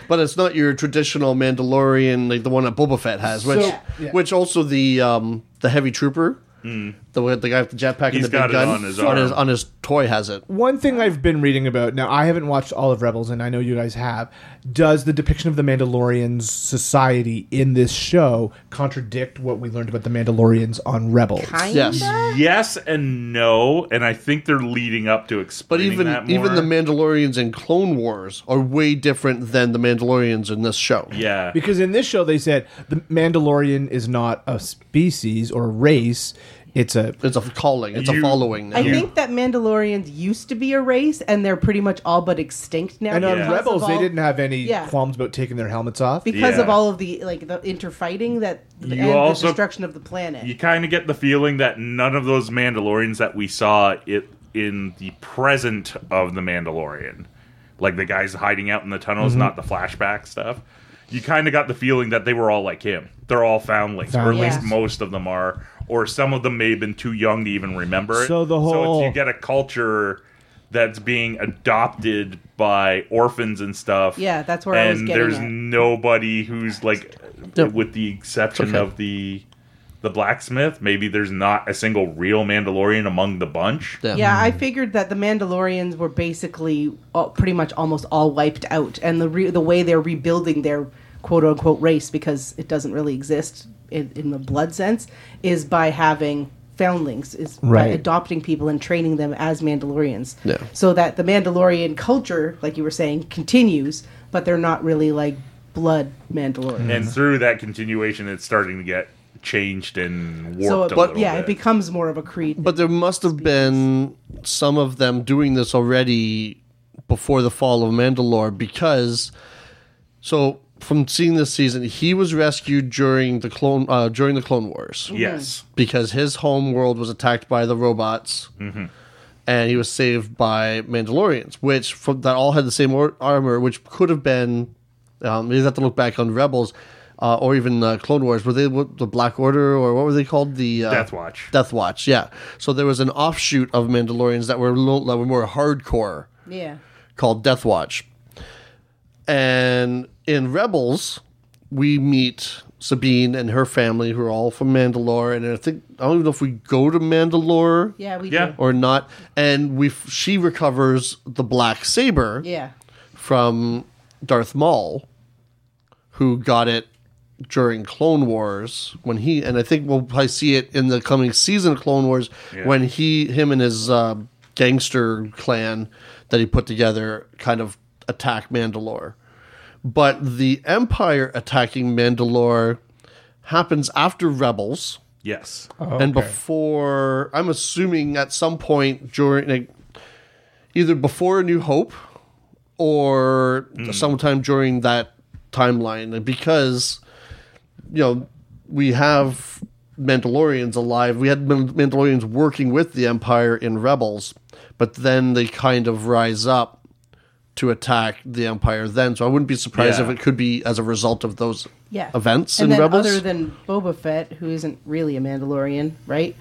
D: but it's not your traditional Mandalorian like the one that Boba Fett has, which
F: So- Yeah.
D: which also the um the heavy trooper, the one- the guy with the jetpack and
B: Hmm. He's
D: the big
B: got it
D: gun
B: on his
D: on his
B: arm.
D: on his toy has it.
F: One thing I've been reading about now, I haven't watched all of Rebels, and I know you guys have. Does the depiction of the Mandalorians' society in this show contradict what we learned about the Mandalorians on Rebels?
E: Kinda?
D: Yes.
B: Yes and no, and I think they're leading up to
D: But
B: explaining
D: even
B: that more.
D: even the Mandalorians in Clone Wars are way different than the Mandalorians in this show.
B: yeah,
F: Because in this show, they said the Mandalorian is not a species or a race; it's a
D: It's a calling. It's
B: You-
D: a following.
E: I
D: now.
E: think that Mandalorians used to be a race, and they're pretty much all but extinct now.
F: and on
E: because
F: Rebels
E: of
F: they
E: all-
F: didn't have any
E: Yeah.
F: qualms about taking their helmets off.
E: because of
B: Yeah.
E: all of the like the interfighting that
B: You
E: and
B: also-
E: the destruction of the planet.
B: you kind of get the feeling that none of those Mandalorians that we saw it in the present of the Mandalorian, like the guys hiding out in the tunnels,
F: Mm-hmm.
B: not the flashback stuff. You kind of got the feeling that they were all like him. They're all foundlings, or at
F: Foundlings.
B: least most of them are, or some of them may have been too young to even remember it.
F: So the
B: it's-
F: whole-
B: you get a culture that's being adopted by orphans and stuff.
E: Yeah, that's where I was
B: and
E: getting
B: there's
E: at.
B: nobody who's like,
D: Yep.
B: with the exception
D: Okay.
B: of the the blacksmith. Maybe there's not a single real Mandalorian among the bunch.
D: Yeah.
E: Yeah, I figured that the Mandalorians were basically all, pretty much almost all wiped out, and the re- the way they're rebuilding their quote unquote race because it doesn't really exist in, in the blood sense is by having foundlings, is by
F: Right.
E: adopting people and training them as Mandalorians,
D: Yeah.
E: so that the Mandalorian culture, like you were saying, continues, but they're not really like blood Mandalorians.
B: And through that continuation, it's starting to get changed and warped.
E: So,
B: a
E: it,
B: little
E: yeah,
B: bit.
E: it becomes more of a creed.
D: But there must have been some of them doing this already before the fall of Mandalore because so from seeing this season, he was rescued during the clone uh, during the Clone Wars
B: yes,
D: because his home world was attacked by the robots,
B: Mm-hmm.
D: and he was saved by Mandalorians, which from, that all had the same or- armor, which could have been. Um, you have to look back on Rebels, uh, or even uh, Clone Wars. Were they what, the Black Order, or what were they called? The uh,
B: Death Watch.
D: Death Watch, yeah. So there was an offshoot of Mandalorians that were lo- that were more hardcore,
E: yeah,
D: called Death Watch. And in Rebels, we meet Sabine and her family, who are all from Mandalore. And I think I don't even know if we go to Mandalore
E: yeah, we
B: Yeah.
E: do.
D: or not. And we f- she recovers the black saber
E: yeah,
D: from Darth Maul, who got it during Clone Wars when he and I think we'll probably see it in the coming season of Clone Wars
B: Yeah.
D: when he him and his uh, gangster clan that he put together kind of attack Mandalore. But the Empire attacking Mandalore happens after Rebels
B: yes.
D: and before I'm assuming at some point during like, either before A New Hope or sometime during that timeline and because you know we have Mandalorians alive we had Man- Mandalorians working with the Empire in Rebels but then they kind of rise up to attack the Empire then so I wouldn't be surprised
B: Yeah.
D: if it could be as a result of those
E: yeah.
D: events
E: and
D: in
E: then
D: Rebels
E: Other than Boba Fett, who isn't really a Mandalorian, right?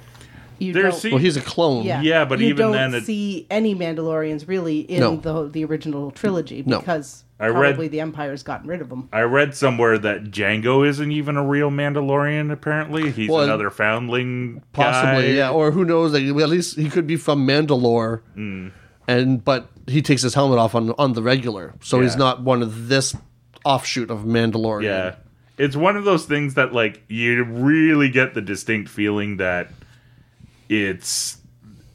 E: You
B: There
E: don't-
B: see-
D: well he's a clone
B: Yeah, but
E: you
B: even
E: don't
B: then it-
E: see any Mandalorians really in
D: No.
E: the the original trilogy
D: No.
E: because
B: I read-
E: probably the Empire's gotten rid of them.
B: I read somewhere that Django isn't even a real Mandalorian. Apparently, he's
D: Well,
B: another foundling.
D: possibly
B: guy.
D: yeah or who knows like, well, at least he could be from mandalore
B: Hmm.
D: and but he takes his helmet off on on the regular so he's
B: Yeah.
D: not one of this offshoot of mandalore
B: Yeah. It's one of those things that like you really get the distinct feeling that it's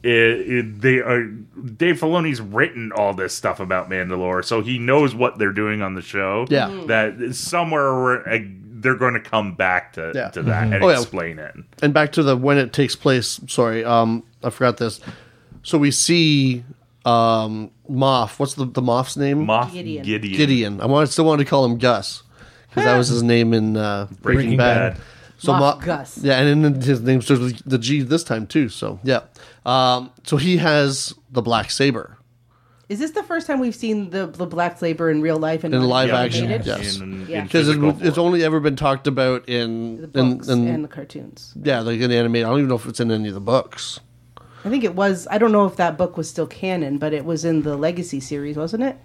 B: it, it, they are Dave Filoni's written all this stuff about Mandalore, so he knows what they're doing on the show.
D: Yeah.
E: Mm-hmm.
D: Mhm.
B: that somewhere where, uh, they're going to come back to
D: Yeah.
B: to that and
D: Oh, yeah.
B: explain it.
D: and back to the when it takes place sorry um i forgot this so we see um moff what's the the moff's name
B: Moff Gideon. Eh.
E: Gideon.
D: gideon i want, still wanted to call him gus because that was his name in uh, breaking,
B: Breaking
D: bad,
B: Bad.
D: So
E: Moff
D: Mo-
E: Gus.
D: Yeah, and then his name starts with the G this time too. So yeah, um, so he has the black saber.
E: Is this the first time we've seen the the black saber in real life and
D: In
E: not
D: live
E: animated?
D: action,
B: in-
D: yes.
B: in
E: Yeah.
D: 'Cause it,
B: physical
D: it's
B: form.
D: only ever been talked about
E: The
D: in in,
E: books
D: in
E: and the cartoons.
D: yeah, like in anime. I don't even know if it's in any of the books.
E: I think it was. I don't know if that book was still canon, but it was in the Legacy series, wasn't it?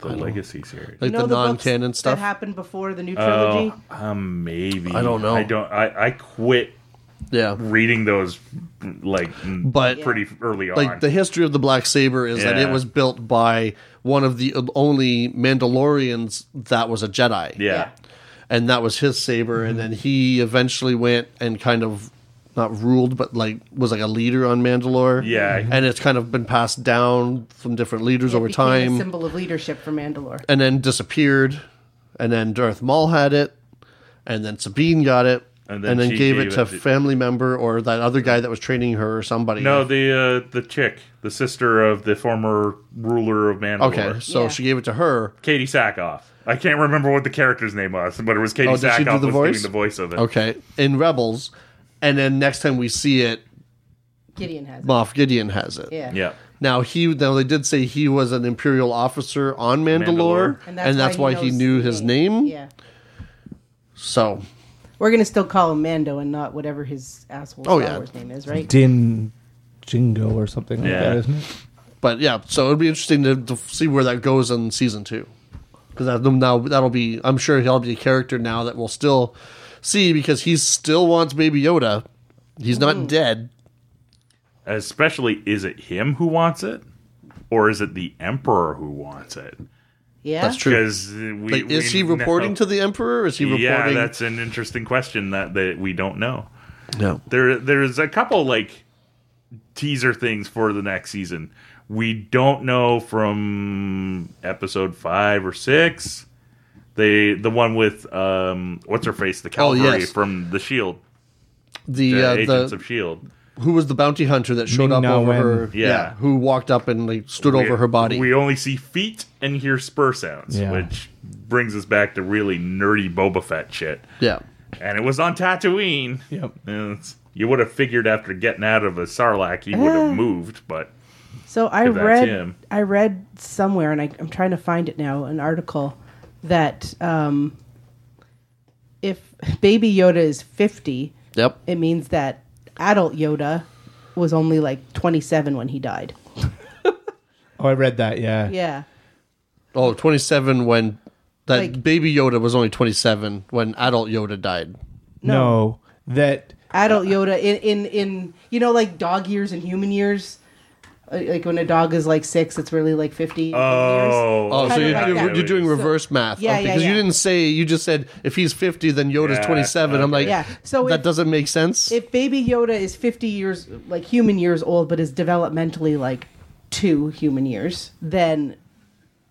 B: the Legacy series.
D: Like the
E: the books
D: non-canon stuff.
E: that happened before the new
B: Oh,
E: trilogy.
B: um, maybe
D: I don't know.
B: I don't. I, I quit
D: yeah.
B: reading those like
D: But-
B: pretty early on.
D: like the history of the black saber is that
B: Yeah.
D: it was built by one of the only mandalorians that was a jedi
B: yeah.
D: and that was his saber and then he eventually went and kind of not ruled but like was like a leader on mandalore
B: Yeah.
D: and it's kind of been passed down from different leaders
E: It
D: over
E: became a
D: time
E: symbol of leadership for Mandalore.
D: and then disappeared and then darth maul had it and then sabine got it
B: And then
D: and then,
B: she
D: gave,
B: gave
D: it to
B: it
D: a
B: to-
D: family member or that other guy that was training her or somebody
B: No, the uh, the chick, the sister of the former ruler of Mandalore,
D: okay so
E: Yeah.
D: she gave it to her
B: Katie Sackhoff. I can't remember what the character's name was, but it was Katie
D: Oh, did
B: Sackhoff
D: she do the
B: was
D: voice?
B: doing the voice of it.
D: Okay, in Rebels, and then next time we see it,
E: Gideon has it.
D: Moff Gideon has it.
E: Yeah.
B: Yeah.
D: Now he, now they did say he was an Imperial officer on Mandalore,
B: Mandalore.
D: and that's, why, he,
E: knows
D: knew
E: the
D: his name.
E: Yeah.
D: So
E: We're gonna still call him Mando and not whatever his asshole
D: Oh,
E: Star
D: yeah.
E: Wars name is, right?
F: Din Jingo or something like
B: Yeah.
F: that, isn't it?
D: but yeah, so it'd be interesting to, to see where that goes in season two, because that, now that'll be, I'm sure he'll be a character now that we'll still see because he still wants Baby Yoda. He's not dead.
B: Especially, is it him who wants it, or is it the Emperor who wants it?
E: Yeah.
D: That's true.
B: Because we
D: Like, is
B: we
D: he reporting
B: know-
D: to the Emperor? Is he reporting?
B: Yeah, that's an interesting question that that we don't know.
D: no.
B: there there's a couple like teaser things for the next season. We don't know from episode five or six. They the one with um what's her face the
D: Oh,
B: Calvary
D: yes.
B: from the Shield the
D: The, uh,
B: Agents
D: the
B: of Shield
D: who was the bounty hunter that showed
F: Ming
D: up
F: Na
D: over
F: Wen.
D: her?
B: Yeah.
D: who walked up and like stood over
B: We-
D: her body.
B: We only see feet and hear spur sounds,
F: Yeah.
B: which brings us back to really nerdy Boba Fett shit.
D: yeah,
B: And it was on Tatooine.
F: Yep.
B: And it's- You would have figured after getting out of a Sarlacc, he would have
D: Eh.
B: moved, but
E: So I
B: If that's
E: read
B: him.
E: I read somewhere, and I, I'm trying to find it now, an article that um, if Baby Yoda is 50,
D: yep.
E: it means that adult Yoda was only like 27 when he died.
F: Oh, I read that. Yeah.
E: Yeah.
D: Oh, 27 when that
E: Like-
D: baby Yoda was only 27 when adult Yoda died.
F: No. that
E: Adult
B: Uh-huh.
E: Yoda in, in, in you know, like dog years and human years. Uh, Like when a dog is like six, it's really like 50. years.
B: Oh,
D: Oh, so
E: Kinda
D: you're,
E: like
D: doing-
E: that.
D: you're doing reverse math
E: Yeah,
D: Oh,
E: yeah,
D: because you
E: yeah.
D: didn't say you just said if he's 50 then Yoda's
B: Yeah,
D: 27. I'm like,
E: Yeah, so
D: that
E: if-
D: doesn't make sense.
E: if baby yoda is 50 years like human years old but is developmentally like two human years then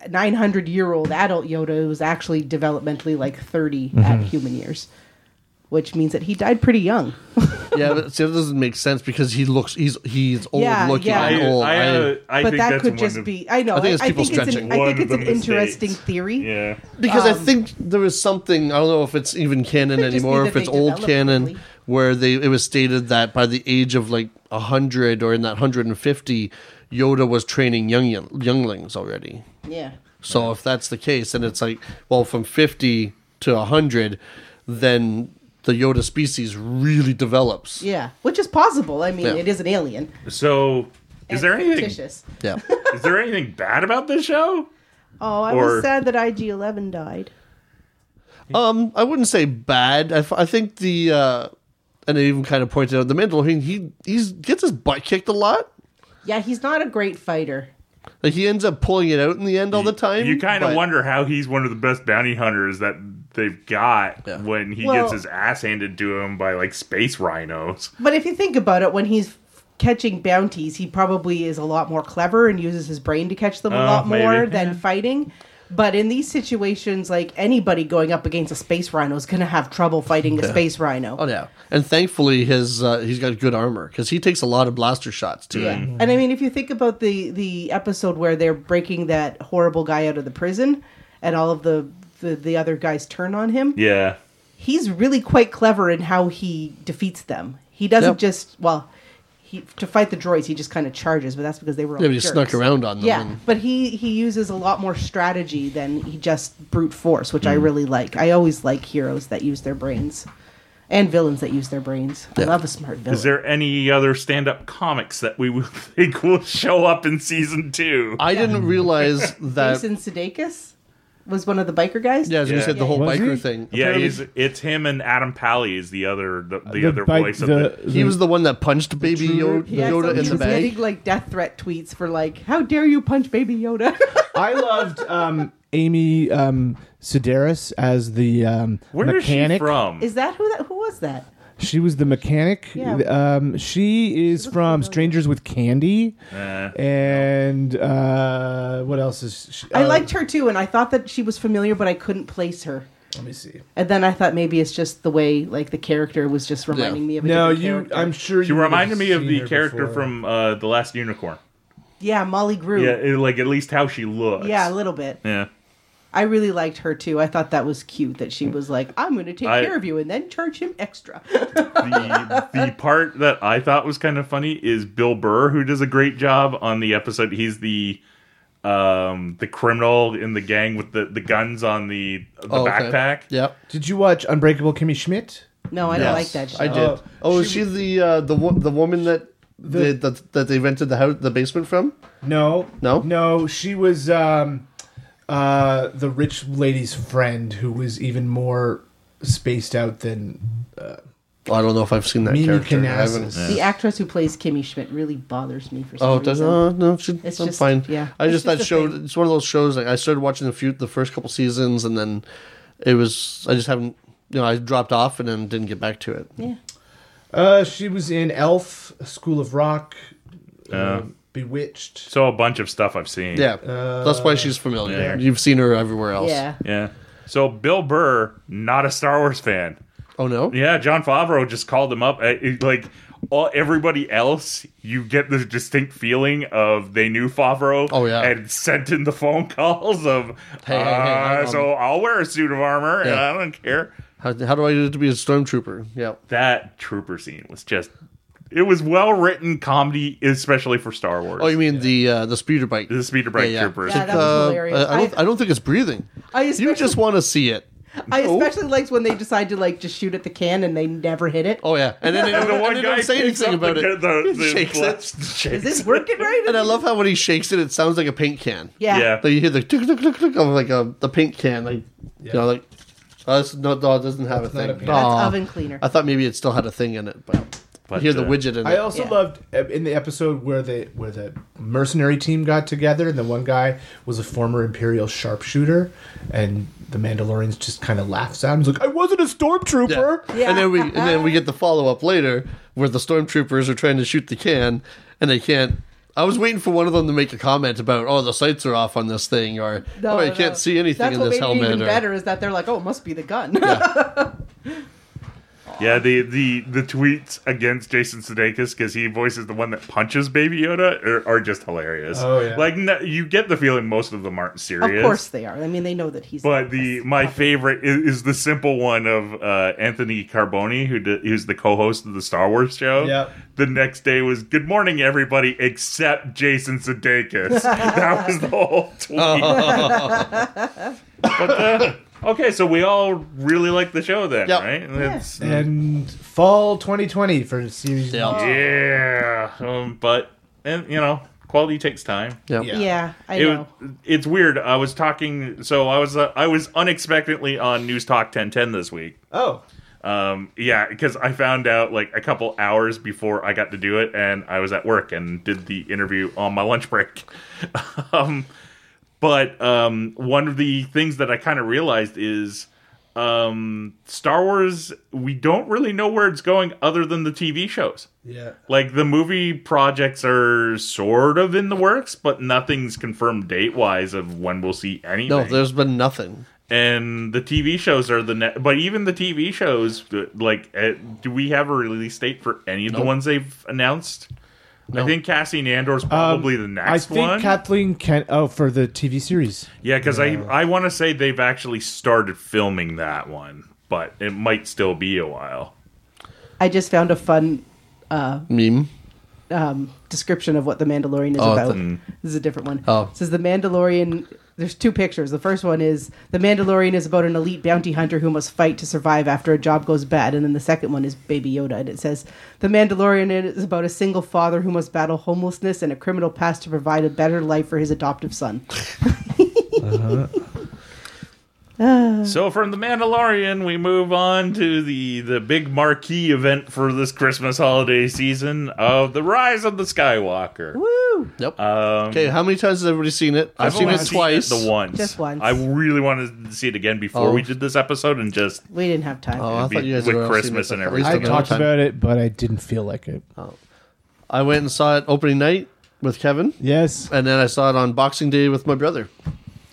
E: 900 year old adult yoda was actually developmentally like 30 at
B: Mm-hmm.
E: human years which means that he died pretty young
D: yeah, but see, that doesn't make sense because he looks he's he's old
E: Yeah,
D: looking
E: yeah.
D: and old.
B: I,
D: I-
B: uh, I
E: but
B: think
E: that
B: that's
E: could
B: one
E: just
B: of-
E: be i know
D: I think it's people
E: an-
D: stretching.
E: I
B: One
E: think
B: of
E: it's
B: the
E: an interesting
B: mistakes.
E: theory
B: Yeah.
D: because I think there was something I don't know if it's even canon
E: Um, could just be
D: anymore,
E: that
D: if it's
E: they
D: old
E: developed
D: canon,
E: quickly.
D: where they it was stated that by the age of like hundred or in that hundred and fifty, Yoda was training young younglings already.
E: yeah
D: So if that's the case, and it's like well from fifty to hundred, then the Yoda species really develops.
E: yeah which is possible i mean
D: Yeah.
E: it is an alien
B: So, is
E: and
B: there anything
E: fictitious.
D: Yeah,
B: is there anything bad about this show?
E: oh i
B: Or-
E: was sad that ig-11 died
D: Um, I wouldn't say bad. I, f- I think the uh, and they even kind of pointed out the Mandalorian. He he's gets his butt kicked a lot.
E: yeah he's not a great fighter
D: Like he ends up pulling it out in the end all the time.
B: You kind of
D: but-
B: wonder how he's one of the best bounty hunters that they've got
D: Yeah.
B: when he
E: Well-
B: gets his ass handed to him by like space rhinos.
E: But if you think about it, when he's catching bounties, he probably is a lot more clever and uses his brain to catch them a
B: Oh,
E: lot more
B: maybe.
E: than fighting. But in these situations, like anybody going up against a space rhino is going to have trouble fighting a space rhino.
D: Oh yeah, and thankfully his uh, he's got good armor because he takes a lot of blaster shots too.
E: Yeah. And I mean, if you think about the the episode where they're breaking that horrible guy out of the prison, and all of the the, the other guys turn on him,
B: Yeah.
E: he's really quite clever in how he defeats them. He doesn't
D: Yep.
E: just well. He, to fight the droids, he just kind of charges, but that's because they were all
D: Yeah, but he
E: jerks.
D: snuck around on them.
E: Yeah,
D: and-
E: but he he uses a lot more strategy
D: Mm.
E: than he just brute force, which I really like. I always like heroes that use their brains. and villains that use their brains. I love a smart villain.
B: Is there any other stand-up comics that we would think will show up in season two?
D: I didn't realize
B: uh,
D: that.
E: Jason Sudeikis was one of the biker guys.
D: yeah, as you
B: Yeah.
D: said, the whole
F: Was
D: biker
F: he?
D: thing.
B: yeah,
D: Apparently,
B: he's, it's him and Adam Pally is the other the, the, other
F: bike-
B: voice of the.
F: the-
D: he was the one that punched Baby Yo-
F: true-
E: He had some-
D: Yoda in
E: he
D: the
E: was
D: bag.
E: Getting like death threat tweets for like, "How dare you punch Baby Yoda?"
F: I loved um, Amy um, Sedaris as the um,
B: Where is
F: mechanic.
B: she from?
E: Is that who that? Who was that?
F: She was the mechanic.
E: Yeah.
F: Um, she is from Strangers with Candy.
B: Eh.
F: And uh, what else is she?
E: I
D: Oh.
F: uh,
E: liked her too, and I thought that she was familiar, but I couldn't place her.
F: Let me see.
E: And then I thought maybe it's just the way like the character was just reminding me of a
F: No,
E: different
F: you.
E: character.
F: I'm sure
B: She
F: you would have
B: reminded me of
F: seen
B: the
F: her
B: character
F: before.
B: from uh, the Last Unicorn.
E: yeah, Molly Grew.
B: Yeah,
E: Yeah,
B: it- like at least how she looks.
E: a little bit.
B: Yeah.
E: I really liked her too. I thought that was cute that she was like, "I'm going to take
B: I-
E: care of you," and then charge him extra.
B: the the part that I thought was kind of funny is Bill Burr, who does a great job on the episode. He's the um the criminal in the gang with the the guns on the the
D: Oh, okay.
B: backpack.
D: Yeah.
F: Did you watch Unbreakable Kimmy Schmidt?
E: no, I don't like that. Show.
D: I did.
F: Oh,
D: oh, is she the uh, the wo- the woman that they, that that they rented the house the basement from?
F: No.
D: No?
F: No, she was um, uh, the rich lady's friend who was even more spaced out than
D: Oh, I don't know if I've seen that
F: Mimi
D: character. I haven't-
F: Canassus.
E: The actress who plays Kimmy Schmidt really bothers me for some
D: Oh, it
E: reason.
D: doesn't. Oh, no, she,
E: It's
D: I'm
E: just-
D: fine.
E: yeah.
D: I
E: It's
D: just
E: just
D: that
E: a
D: show.
E: thing.
D: It's one of those shows. Like I started watching the few the first couple seasons, and then it was I just haven't. You know, I dropped off and then didn't get back to it.
E: Yeah.
F: Uh, she was in Elf, School of Rock, uh,
B: Uh,
F: Bewitched.
B: so a bunch of stuff I've seen.
D: Yeah, that's why she's familiar.
B: Yeah.
D: You've seen her everywhere else.
E: Yeah.
B: Yeah. So Bill Burr, not a Star Wars fan.
D: Oh no.
B: Yeah, John Favreau just called him up. Uh, it- Like all everybody else, you get this distinct feeling of they knew Favreau.
D: Oh, yeah.
B: and sent in the phone calls of,
D: Hey, hey, hey,
B: uh,
D: I'm-
B: so I'll wear a suit of armor and
D: Yeah.
B: I don't care.
D: How, how do I do to be a stormtrooper? Yeah.
B: That trooper scene was just. It was well written comedy, especially for Star Wars.
D: Oh, you mean the uh, the speeder bike?
B: the speeder brake
D: yeah.
B: troopers.
E: Yeah, that was
D: Uh,
E: hilarious.
D: I, I don't,
E: I-
D: I don't think it's breathing.
E: I
D: You
E: especially,
D: just want to see it.
E: I especially liked when they decide to like just shoot at the can and they never hit it. Is
D: Oh yeah, and then they
B: And the
D: don't,
B: one
D: and they
B: guy
D: don't say
B: picks
D: anything
B: up
D: about
B: the,
D: it.
B: The,
D: He
B: the
D: shakes it,
B: blast- shakes
E: this working right?
D: and I love how when he shakes it, it sounds like a paint can.
E: yeah.
B: Yeah.
D: Like you hear the click click click click of like a the paint can, like you know, like oh, this, no, no, it doesn't have a
F: not
D: thing.
F: a paint.
E: That's
D: Aw.
E: oven cleaner.
D: I thought maybe it still had a thing in it, but,
B: But,
D: you hear the
B: uh,
D: widget in
F: I
D: it.
F: also
E: Yeah.
F: loved uh, in the episode where the where the mercenary team got together, and the one guy was a former Imperial sharpshooter, and the Mandalorians just kind of laughs at him. He's like, "I wasn't a
D: yeah.
F: stormtrooper."
E: Yeah.
D: And then we and then we get the follow up later where the stormtroopers are trying to shoot the can and they can't. I was waiting for one of them to make a comment about oh the sights are off on this thing or
E: No,
D: oh you
E: no.
D: can't see anything
E: That's
D: in
E: what
D: this
E: made it
D: helmet
E: even
D: or
E: better is that they're like, oh, it must be the gun.
B: Yeah, the, the, the tweets against Jason Sudeikis because he voices the one that punches Baby Yoda are, are just hilarious.
F: Oh, yeah.
B: like no, you get the feeling most of them aren't
E: of
B: serious.
E: course they are. I mean, they know that he's.
B: But the my favorite is, is the simple one of uh, Anthony Carboni, who d- who's the co-host of the Star Wars show.
F: Yep.
B: The next day was "Good morning, everybody, except Jason Sudeikis." that was the whole tweet. But, uh, okay, so we all really like the show then,
D: Yep.
B: right? It's-
F: And fall 2020 for series.
D: Yeah.
B: yeah. Um, but and you know, quality takes time.
D: Yep.
F: Yeah.
E: yeah, I
B: It-
E: know.
B: it's weird. I was talking, so I was uh, I was unexpectedly on News Talk 1010 this week.
F: Oh,
B: Um, yeah, because I found out like a couple hours before I got to do it, and I was at work and did the interview on my lunch break. um, but um, one of the things that I kind of realized is um, Star Wars. We don't really know where it's going other than the TV shows.
F: yeah.
B: Like the movie projects are sort of in the works, but nothing's confirmed date wise of when we'll see anything
D: No, there's been nothing.
B: and the TV shows are the net. But even the TV shows, like, uh, do we have a release date for any of the ones they've announced? I think Cassie Nandor's probably the
F: I
B: next
F: think
B: one.
F: Kathleen Ken. Oh, for the TV series.
B: yeah, because I I want to say they've actually started filming that one, but it might still be a while.
E: I just found a fun
D: Meme.
E: um, description of what the Mandalorian is
D: Oh,
E: about.
D: the-
E: This is a different one.
D: Oh.
E: It says the Mandalorian. There's two pictures. The first one is the Mandalorian is about an elite bounty hunter who must fight to survive after a job goes bad, and then the second one is Baby Yoda, and it says the Mandalorian is about a single father who must battle homelessness and a criminal past to provide a better life for his adoptive son.
B: So from the Mandalorian, we move on to the the big marquee event for this Christmas holiday season of the Rise of the Skywalker.
D: Yep. okay, how many times has everybody seen it? I've, seen
B: only
D: it twice.
B: the once.
E: Just once.
B: I really wanted to see it again before
D: Oh.
B: we did this episode, and just
E: We didn't have time.
D: Oh, I
B: Be-
D: thought you guys
B: with
D: were all seeing
B: Christmas
D: it
B: and
D: at
B: everything.
D: least
F: I
D: another
F: talked
D: time.
F: about it, but I didn't feel like it.
D: I went and saw it opening night with Kevin,
F: Yes.
D: and then I saw it on Boxing Day with my brother.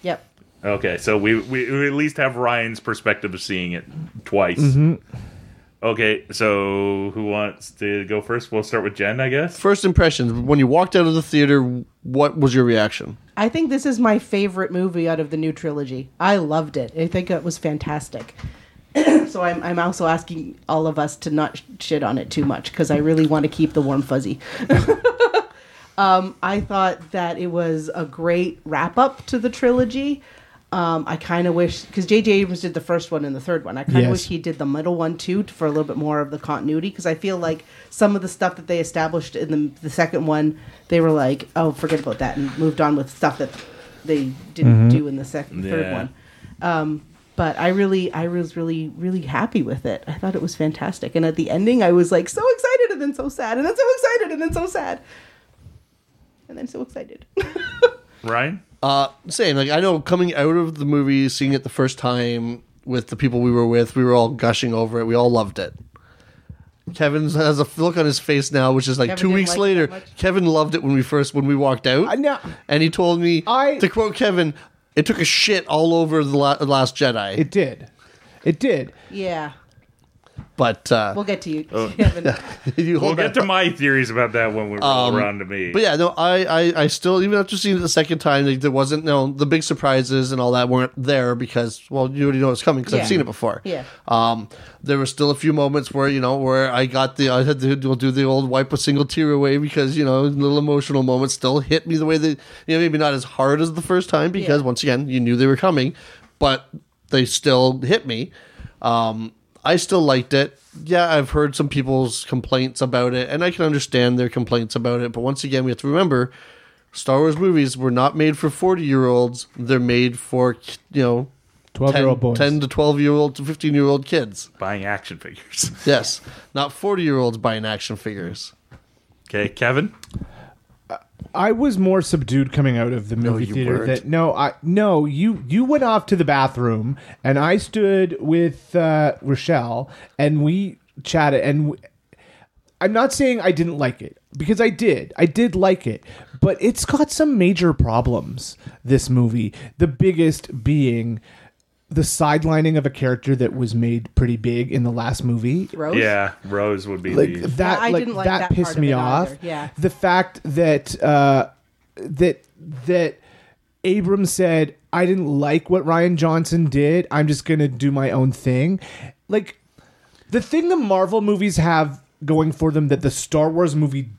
E: Yep.
B: okay. So we, we we at least have Ryan's perspective of seeing it twice.
D: Mm-hmm.
B: Okay, so who wants to go first? We'll start with Jen, I guess.
D: First impressions when you walked out of the theater, what was your reaction?
E: I think this is my favorite movie out of the new trilogy. I loved it. I think it was fantastic. so I'm, I'm also asking all of us to not sh- shit on it too much because I really want to keep the warm fuzzy. um, I thought that it was a great wrap up to the trilogy. Um, I kind of wish because J.J. Abrams did the first one and the third one. I kind of
F: Yes.
E: wish he did the middle one too t- for a little bit more of the continuity because I feel like some of the stuff that they established in the, the second one, they were like, oh, forget about that and moved on with stuff that they didn't do in the second third
B: Yeah.
E: one Um, but I really, I was really, really happy with it. I thought it was fantastic. And at the ending, I was like so excited and then so sad and then so excited and then so sad. And then so excited.
B: Ryan.
D: Uh, same. Like I know coming out of the movie, seeing it the first time with the people we were with, we were all gushing over it. We all loved it. Kevin has a look on his face now, which is like
E: Kevin
D: two
E: didn't
D: weeks
E: like it
D: later.
E: that much?
D: Kevin loved it when we first when we walked out.
F: I know.
D: and he told me
F: I-
D: to quote Kevin, "It took a shit all over the La- Last Jedi."
F: It did. It did.
E: yeah.
D: but uh,
E: We'll get to you,
B: Oh.
E: Kevin.
D: you
B: We'll
D: hold
B: get
D: that
B: to my theories about that when we roll around to me.
D: Um, But yeah, no, I, I, I still even after seeing it the second time, like, there wasn't no the big surprises and all that weren't there because well you already know it's coming because
E: Yeah.
D: I've seen it before.
E: Yeah.
D: Um, there were still a few moments where you know where I got the I had to do do the old wipe a single tear away because you know little emotional moments still hit me the way they you know maybe not as hard as the first time because
E: Yeah.
D: once again you knew they were coming, but they still hit me. Um, I still liked it. Yeah, I've heard some people's complaints about it, and I can understand their complaints about it. But once again, we have to remember, Star Wars movies were not made for forty-year-olds. They're made for you know
F: 12 year
D: 10,
F: old boys.
D: 10 to 12 year old to 15 year old kids.
B: Buying action figures.
D: Yes. Not 40 year olds buying action figures.
B: Okay, Kevin.
F: I was more subdued coming out of the movie
D: you
F: theater.
D: weren't.
F: That no, I no you you went off to the bathroom and I stood with uh, Rochelle and we chatted and w- I'm not saying I didn't like it because I did. I did like it, but it's got some major problems. This movie, the biggest being the sidelining of a character that was made pretty big in the last movie
E: Rose?
B: Yeah, Rose would be
F: like
B: the
F: that
E: I
F: like,
E: didn't like
F: that,
E: that part
F: pissed
E: of
F: me
E: it
F: off
E: either, yeah.
F: the fact that uh that that abrams said i didn't like what ryan johnson did i'm just gonna do my own thing like the thing the marvel movies have going for them that the star wars movie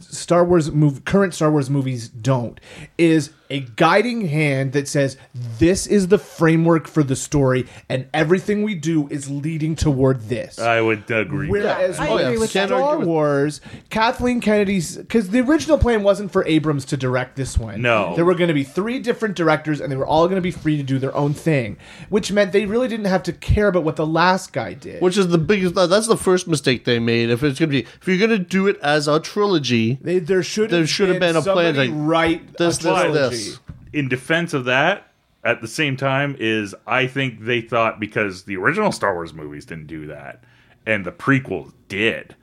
F: star wars move current star wars movies don't is a guiding hand that says this is the framework for the story and everything we do is leading toward this
B: I would agree. with that.
F: Whereas
E: I
F: with
E: agree with
F: Star
E: that.
D: Can't argue with-
F: Wars, Kathleen Kennedy's because the original plan wasn't for Abrams to direct this one.
B: No.
F: there were going to be three different directors, and they were all going to be free to do their own thing, which meant they really didn't have to care about what the last guy did.
D: Which is the biggest, that's the first mistake they made. If it's going to be, if you're going to do it as a trilogy,
F: they, there should
D: There should have been a plan,
F: somebody
D: like,
F: right
D: this,
F: a
D: this,
F: trilogy.
D: this.
B: in defense of that, at the same time, is I think they thought because the original Star Wars movies didn't do that, and the prequels did.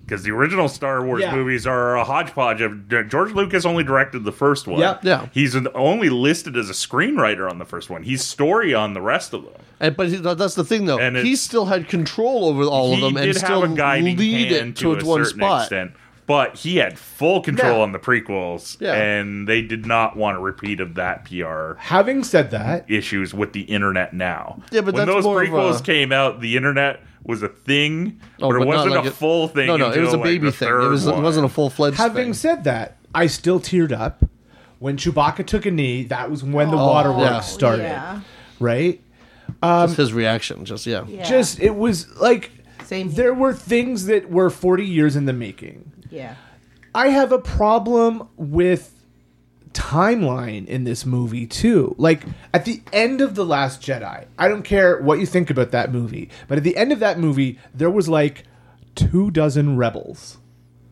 B: Because the original Star Wars
F: Yeah.
B: movies are a hodgepodge of George Lucas only directed the first one.
F: Yep.
D: Yeah.
B: He's an- only listed as a screenwriter on the first one. He's story on the rest of them.
D: And, but he, that's the thing though.
B: And
D: he
B: it's-
D: still had control over all of
B: he
D: them
B: did
D: and still
B: have a guiding
D: lead
B: hand
D: it
B: to,
D: to,
B: a
D: one
B: certain
D: spot.
B: extent. but he had full control
D: Yeah.
B: on the prequels,
D: Yeah.
B: and they did not want a repeat of that PR
F: Having said that,
B: issues with the internet now.
D: Yeah, but
B: when
D: that's
B: those
D: more of
B: prequels
D: a- Oh,
B: came out, the internet was a thing, but it
D: not
B: wasn't
D: like
B: a full thing.
D: No, no, it
B: until,
D: was a
B: like,
D: baby
B: the
D: thing.
B: third
D: It, was, it
B: one.
D: wasn't a full fledged
F: having
D: thing.
F: said that, I still teared up when Chewbacca took a knee. That was when the waterworks
D: yeah.
F: started,
E: Oh, Yeah.
F: right?
D: Just his reaction, just yeah.
E: Yeah.
F: Just it was like
E: Same here.
F: there were things that were 40 years in the making.
E: yeah.
F: I have a problem with timeline in this movie too. Like at the end of The Last Jedi, I don't care what you think about that movie, but at the end of that movie, there was like two dozen rebels.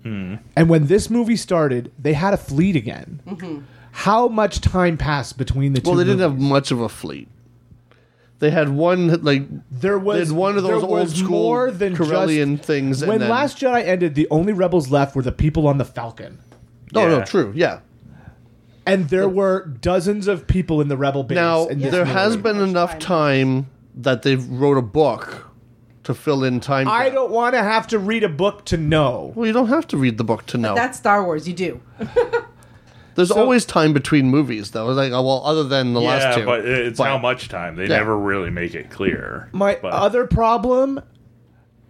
D: Hmm.
F: And when this movie started, they had a fleet again.
E: Mm-hmm.
F: How much time passed between the two?
D: Well, they didn't have
F: movies?
D: much of a fleet. They had one like
F: There
D: they
F: was
D: had one of
F: there
D: those old
F: was
D: school
F: more than
D: Corellian
F: just,
D: things, and
F: When
D: then-
F: Last Jedi ended, the only rebels left were the people on the Falcon.
D: no,
B: Yeah.
D: no, true, yeah.
F: and there were dozens of people in the rebel base.
D: Now
F: in this
D: there
F: movie.
D: has been enough time that they wrote a book to fill in time.
F: I
D: gap.
F: don't want to have to read a book to know.
D: Well, you don't have to read the book to know.
E: That's Star Wars. You do.
D: There's always time between movies, though. Like, oh, well, other than the
B: Yeah,
D: last two,
B: but it's how much time. They
D: Yeah.
B: never really make it clear.
F: My
B: But-
F: other problem,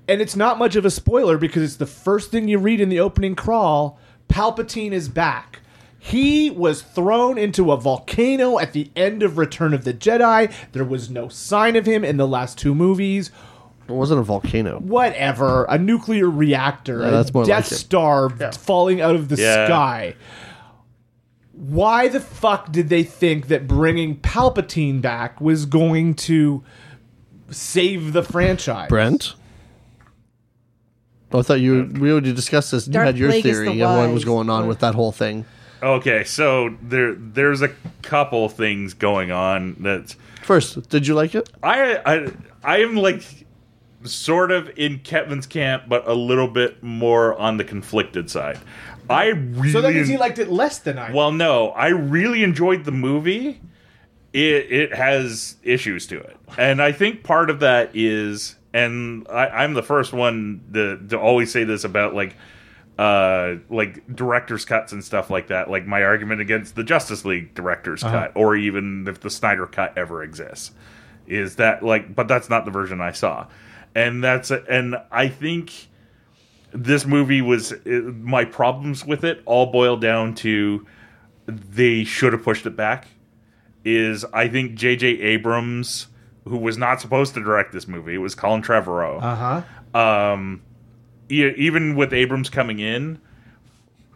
F: and it's not much of a spoiler because it's the first thing you read in the opening crawl. Palpatine is back. He was thrown into a volcano at the end of Return of the Jedi. There was no sign of him in the last two movies.
D: it wasn't a volcano.
F: whatever, a nuclear reactor,
D: Yeah,
F: a
D: that's more
F: Death
D: like it.
F: Star falling out of the
B: Yeah.
F: sky. Why the fuck did they think that bringing Palpatine back was going to save the franchise?
D: Brent. Oh, I thought you we already discussed this. You
E: Darth
D: had your
E: Plagueis the
D: theory and what was
E: Wise.
D: going on with that whole thing.
B: Okay, so there there's a couple things going on that's
D: First, did you like it?
B: I I I am like sort of in Kevin's camp, but a little bit more on the conflicted side. I really
F: So that means he liked it less than I.
B: well, no, I really enjoyed the movie. It it has issues to it, and I think part of that is, and I, I'm the first one to to always say this about like uh like director's cuts and stuff like that like my argument against the justice league director's cut or even if the snyder cut ever exists is that like but that's not the version i saw and that's and i think this movie was it, my problems with it all boil down to they should have pushed it back is i think jj abrams who was not supposed to direct this movie it was colin trevorrow
F: uh huh.
B: e- even with Abrams coming in,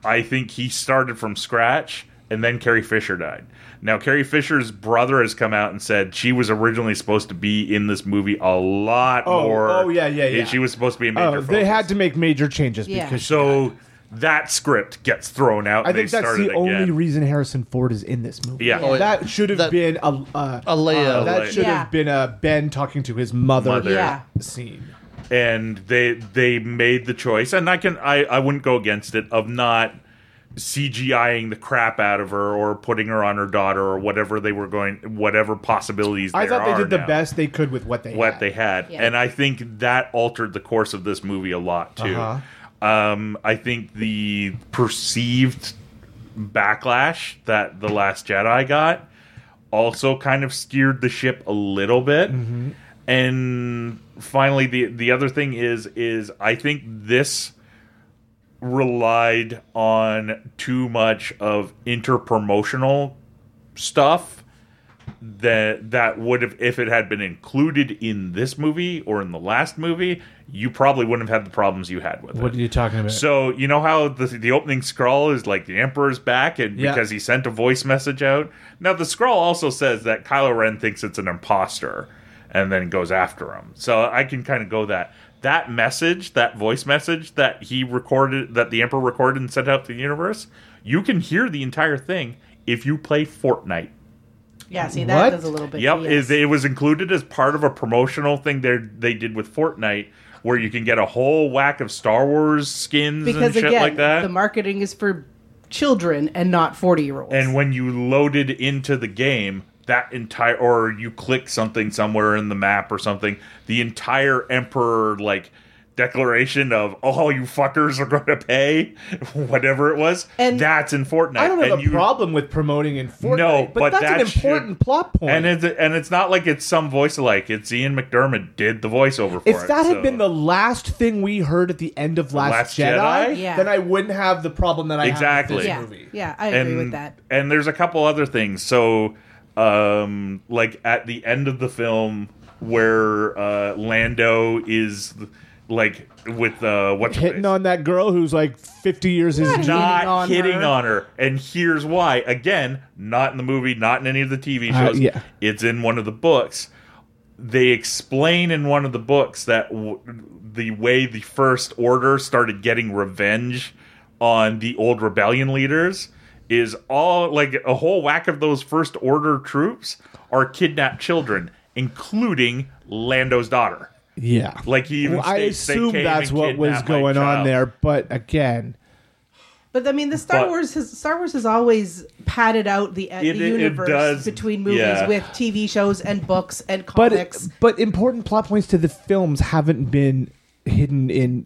B: I think he started from scratch, and then Carrie Fisher died. Now Carrie Fisher's brother has come out and said she was originally supposed to be in this movie a lot
F: Oh,
B: more.
F: oh, yeah, yeah,
B: and
F: yeah.
B: She was supposed to be a major.
F: Oh, they
B: focus.
F: had to make major changes
E: Yeah.
F: because
B: So that script gets thrown out.
F: I
B: and
F: think
B: they
F: that's
B: started
F: the only
B: again.
F: reason Harrison Ford is in this movie.
B: Yeah. Oh,
D: yeah.
F: that should have
D: That-
F: been a uh,
D: A layout.
F: that
B: Like-
F: should
E: Yeah.
F: have been a Ben talking to his mother,
B: Mother.
E: Yeah.
F: scene.
B: and they they made the choice and i can i i wouldn't go against it of not cgiing the crap out of her or putting her on her daughter or whatever they were going whatever possibilities
F: I
B: there
F: thought they
B: are
F: did the
B: now,
F: best they could with what they
B: what
F: had.
B: they had
E: Yeah.
B: and i think that altered the course of this movie a lot too
F: Uh-huh.
B: um i think the perceived backlash that the last jedi got also kind of steered the ship a little bit
F: Mm-hmm.
B: and finally the the other thing is is i think this relied on too much of interpromotional stuff that that would have if it had been included in this movie or in the last movie you probably wouldn't have had the problems you had with it
F: What are you talking about?
B: so you know how the the opening scroll is like the Emperor's back, and
F: Yeah.
B: because he sent a voice message out. Now the scroll also says that Kylo Ren thinks it's an imposter, and then goes after him. So I can kind of go that that message, that voice message that he recorded, that the Emperor recorded and sent out to the universe. You can hear the entire thing if you play Fortnite.
E: Yeah. See, that
F: What?
E: does a little bit.
B: Yep,
E: BS.
B: is it was included as part of a promotional thing they they did with Fortnite, where you can get a whole whack of Star Wars skins and
E: because
B: shit
E: again,
B: like that.
E: the marketing is for children and not forty year olds.
B: and when you loaded into the game that entire or you click something somewhere in the map or something the entire emperor like declaration of all you fuckers are going to pay whatever it was
E: And
B: that's in Fortnite.
F: I don't have
B: and
F: a
B: you-
F: problem with promoting in Fortnite,
B: No, but
F: but, that's an
B: that should-
F: important plot point.
B: And it's and it's not like it's some voice alike. It's Ian McDermott did the voiceover for it.
F: if that had
B: so-
F: been the last thing we heard at the end of Last,
B: Last
F: Jedi,
B: Jedi?
E: Yeah.
F: then I wouldn't have the problem that I
B: Exactly.
F: have with this
E: yeah,
F: movie.
E: yeah, I
B: and,
E: agree with that.
B: And there's a couple other things. So, um, like at the end of the film, where uh, Lando is like with uh, what's
F: Hitting on that girl who's like 50 years his
E: Not-
F: junior.
B: not hitting,
E: Hitting on
B: on, her.
E: her.
B: and here's why. Again, not in the movie, not in any of the TV
F: Uh,
B: shows.
F: yeah.
B: it's in one of the books. They explain in one of the books that w- the way the First Order started getting revenge on the old rebellion leaders is all like a whole whack of those First Order troops are kidnapped children, including Lando's daughter.
F: Yeah.
B: Like he even
F: Well, I
B: states, "They
F: assume
B: came
F: that's
B: and
F: what was
B: kidnapped my
F: going on
B: child."
F: there, but again,
E: But I mean, the Star
B: But-
E: Wars has Star Wars has always padded out the, uh,
B: It-
E: the
B: it- it
E: universe
B: does,
E: between movies
B: yeah.
E: with TV shows and books and
F: but
E: comics.
F: but important plot points to the films haven't been hidden in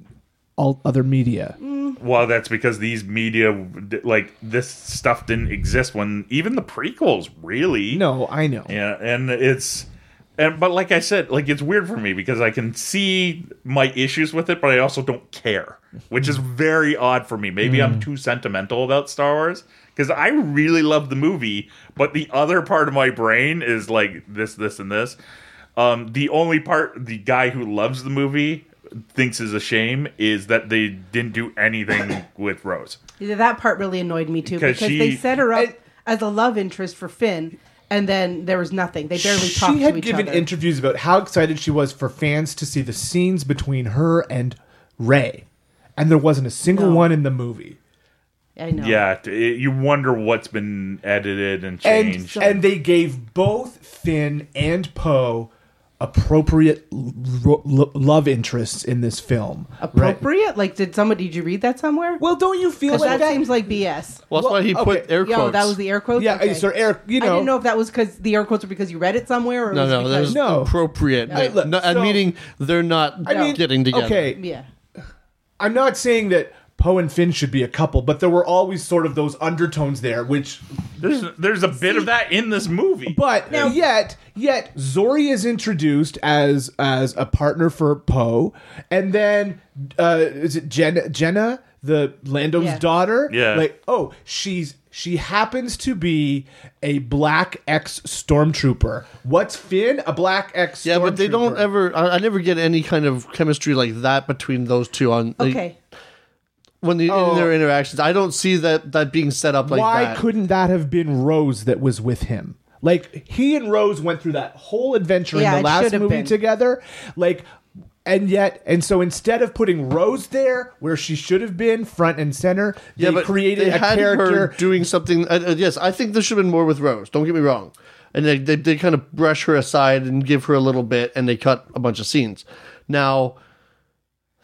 F: all other media.
B: Well, that's because these media, like this stuff, didn't exist when even the prequels really.
F: No, I know.
B: Yeah, and it's, and but like I said, like it's weird for me because I can see my issues with it, but I also don't care, which is very odd for me. Maybe I'm too sentimental about Star Wars because I really love the movie, but the other part of my brain is like this, this, and this. Um, the only part the guy who loves the movie thinks is a shame is that they didn't do anything with Rose.
E: Yeah, that part really annoyed me too
B: Because
E: because
B: she-
E: they set her up as a love interest for Finn, and then there was nothing. They barely talked
F: she had
E: to each
F: given
E: other.
F: interviews about how excited she was for fans to see the scenes between her and Ray, and there wasn't a single
E: No.
F: one in the movie.
E: I know.
B: Yeah, t- it, you wonder what's been edited and
F: And
B: changed.
F: and they gave both Finn and Poe appropriate l- ro- lo- love interests in this film. right?
E: Appropriate? Like, did somebody? Did you read that somewhere?
F: Well, don't you feel
E: 'Cause
F: like
E: that, seems like BS.
D: Well, that's why he
F: Well,
D: put
F: okay.
D: air quotes.
E: Yo, that was the air quotes.
F: Yeah,
E: Okay.
F: so Eric, you
E: I
F: know-
E: didn't know if that was because the air quotes were because you read it somewhere. Or it
D: no,
E: was
D: no, that
E: because-
D: was
F: No.
D: appropriate. Like,
F: look,
D: no, and
F: so-
D: meaning they're not
F: I mean,
D: getting together.
F: Okay,
E: Yeah,
F: I'm not saying that Poe and Finn should be a couple, but there were always sort of those undertones there, which
B: There's there's a bit of that in this movie.
F: but yet yet Zori is introduced as as a partner for Poe, and then uh is it Jenna Jenna, the Lando's
E: Yeah.
F: daughter?
B: Yeah.
F: Like, oh, she's she happens to be a black ex stormtrooper. What's Finn? A black ex
D: Yeah, but they don't
F: stormtrooper.
D: ever. I, I never get any kind of chemistry like that between those two on. like,
E: okay.
D: when the,
F: Oh.
D: in their interactions, I don't see that that being set up like
F: why
D: that.
F: couldn't that have been Rose that was with him? Like he and Rose went through that whole adventure
E: Yeah,
F: in
E: it
F: the last
E: should have
F: movie
E: been.
F: together. Like and yet and so instead of putting Rose there where she should have been front and center, they
D: yeah, but
F: created
D: they
F: a
D: had
F: character
D: her doing something. Uh, uh, yes, I think there should have been more with Rose. Don't get me wrong. And they, they they kind of brush her aside and give her a little bit, and they cut a bunch of scenes. Now,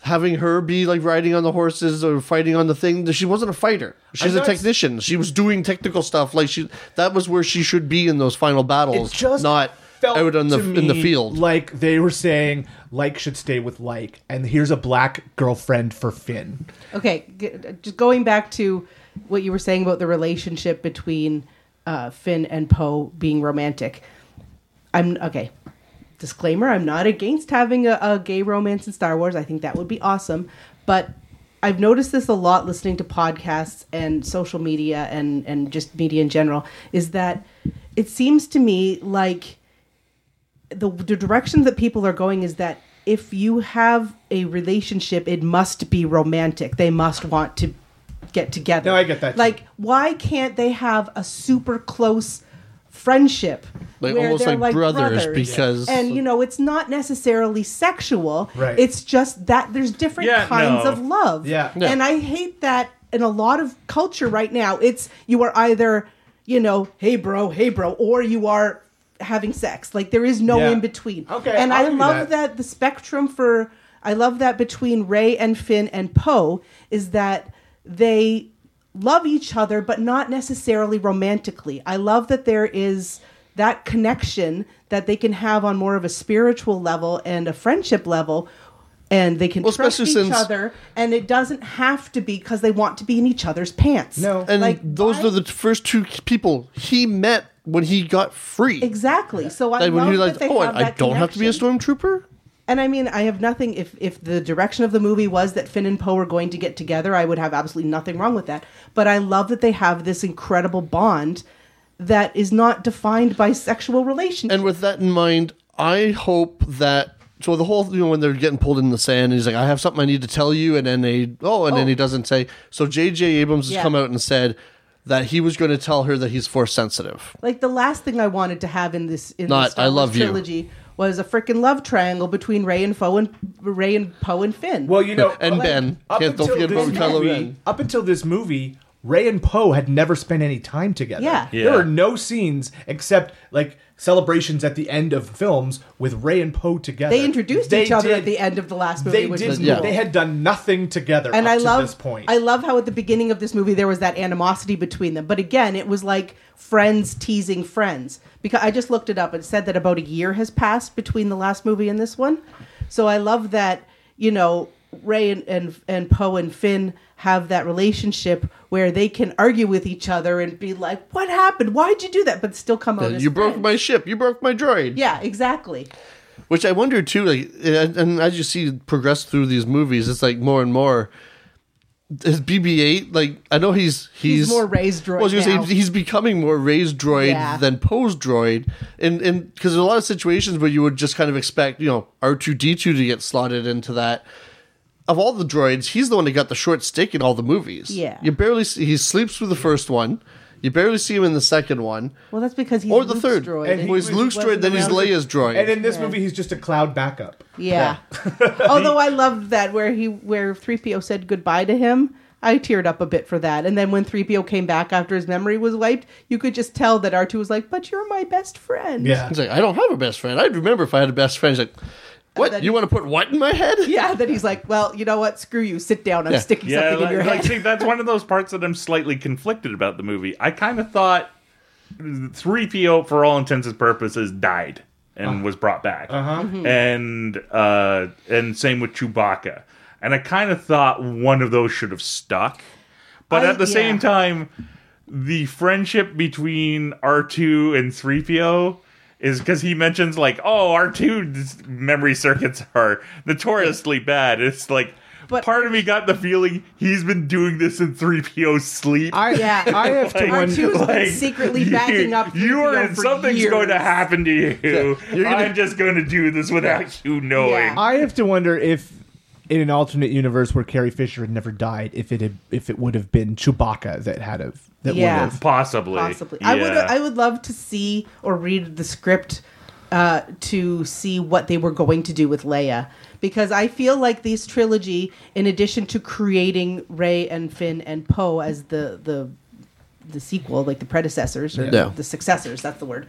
D: having her be like riding on the horses or fighting on the thing, she wasn't a fighter. She's
F: I'm
D: a
F: not-
D: technician. She was doing technical stuff. Like she, that was where she should be in those final battles,
F: It just
D: not
F: felt
D: out on the
F: to
D: in the
F: me
D: field.
F: Like they were saying, like should stay with like, and here's a black girlfriend for Finn.
E: Okay, g- uh, just going back to what you were saying about the relationship between uh, Finn and Poe being romantic. I'm okay. Disclaimer: I'm not against having a, a gay romance in Star Wars. I think that would be awesome, but I've noticed this a lot listening to podcasts and social media and and just media in general. Is that it seems to me like the, the direction that people are going is that if you have a relationship, it must be romantic. They must want to get together.
F: No, I get that too.
E: Like, why can't they have a super close friendship?
D: Like,
E: where
D: almost
E: they're
D: like brothers, because-
E: and you know it's not necessarily sexual.
F: Right.
E: It's just that there's different
B: Yeah,
E: kinds
B: no.
E: of love.
F: Yeah.
D: Yeah.
E: And I hate that in a lot of culture right now. It's you are either, you know, hey bro, hey bro, or you are having sex. Like there is no
F: Yeah.
E: in between.
F: Okay,
E: And
F: I'll
E: I
F: give you
E: love
F: that.
E: that the spectrum for I love that between Ray and Finn and Poe is that they love each other but not necessarily romantically. I love that there is that connection that they can have on more of a spiritual level and a friendship level and they can
D: Well,
E: trust each
D: especially since-
E: other, and it doesn't have to be because they want to be in each other's pants.
F: No.
D: And
E: Like,
D: those
E: why-
D: are the t- first two people he met when he got free.
E: exactly. So I
D: Like when
E: love
D: he realized,
E: that they
D: oh,
E: have
D: I, I
E: that
D: don't have to be a
E: connection.
D: stormtrooper.
E: And I mean, I have nothing. If if the direction of the movie was that Finn and Poe were going to get together, I would have absolutely nothing wrong with that. But I love that they have this incredible bond that is not defined by sexual relationship.
D: And with that in mind, I hope that. So the whole, you know, when they're getting pulled in the sand, he's like, "I have something I need to tell you," and then they, oh, and then
E: Oh.
D: he doesn't say. So J.J. Abrams has
E: Yeah.
D: come out and said that he was going to tell her that he's force sensitive.
E: like the last thing I wanted to have in this in
D: Not,
E: the Star
D: "I
E: Wars
D: love you."
E: trilogy was a freaking love triangle between Ray and Poe and Ray and Poe and Finn.
F: Well, you know,
D: And
F: like,
D: Ben.
F: up
D: Can't- don't
F: until
D: forget
F: this
D: about Kylo
F: movie-
D: Ren.
F: Up until this movie, Ray and Poe had never spent any time together.
E: Yeah.
B: Yeah.
F: there were no scenes except like celebrations at the end of films with Ray and Poe together.
E: they introduced
F: They
E: each other
F: did-
E: at the end of the last movie,
F: They
E: which
F: did.
E: was
D: Yeah.
E: cool.
F: They had done nothing together.
E: and
F: up
E: I
F: to
E: love
F: this point.
E: I love how at the beginning of this movie there was that animosity between them, but again, it was like friends teasing friends because I just looked it up. It said that about a year has passed between the last movie and this one, so I love that you know Ray and and, and Poe and Finn have that relationship where they can argue with each other and be like, "What happened? Why'd you do that?" But still come out. as
D: you broke
E: friends.
D: my ship. You broke my droid.
E: Yeah, exactly.
D: Which I wonder too, like, and, and as you see it progress through these movies, it's like more and more. His BB-8, like I know he's he's,
E: He's more Ray's droid
D: Well, I was gonna
E: now.
D: say he's becoming more Ray's droid
E: Yeah.
D: than Poe's droid, and and because there's a lot of situations where you would just kind of expect you know R two D two to get slotted into that. Of all the droids, he's the one that got the short stick in all the movies.
E: Yeah.
D: you barely see, he sleeps through the first one. You barely see him in the second one
E: Well, that's because he's
D: or the
E: Luke's
D: third.
E: droid,
D: And
E: and
D: he was Luke's droid,
E: wasn't
D: then he's
E: around to
D: Leia's droid.
F: And in this movie, he's just a cloud backup.
E: Yeah. Although I loved that where he where 3PO said goodbye to him. I teared up a bit for that. And then when 3PO came back after his memory was wiped, you could just tell that R2 was like, "But you're my best friend."
F: Yeah.
D: He's like, I don't have a best friend. I'd remember if I had a best friend. He's like, what?
E: then-
D: you want to put what in my head?
E: Yeah, that he's like, "Well, you know what? Screw you. Sit down. I'm
D: Yeah.
E: sticking
B: Yeah,
E: something
B: like,
E: in your
B: like,
E: head."
B: see, that's one of those parts that I'm slightly conflicted about the movie. I kind of thought 3PO, for all intents and purposes, died
E: Uh-huh.
B: and was brought back, and uh, and same with Chewbacca. And I kind of thought one of those should have stuck, but
E: I-
B: at the
E: yeah.
B: same time, the friendship between R2 and 3PO is because he mentions like, oh, R2's memory circuits are notoriously bad. It's like
E: But-
B: part of me got the feeling he's been doing this in 3PO's sleep.
F: I,
E: Yeah.
F: I have to
E: Like,
F: wonder.
E: R2's been secretly backing up
B: You
E: 3PO
B: are in
E: for
B: something's
E: years.
B: going to happen to you.
D: you're gonna-
B: I'm just going to do this without you knowing.
E: Yeah.
F: I have to wonder if in an alternate universe where Carrie Fisher had never died, if it had, if it would have been Chewbacca that had a that
E: Yeah.
F: would have.
B: Possibly.
E: Possibly. I would
B: Yeah.
E: I would love to see or read the script uh, to see what they were going to do with Leia because I feel like these trilogy in addition to creating Ray and Finn and Poe as the the the sequel like the predecessors or
D: Yeah.
E: the successors that's the word.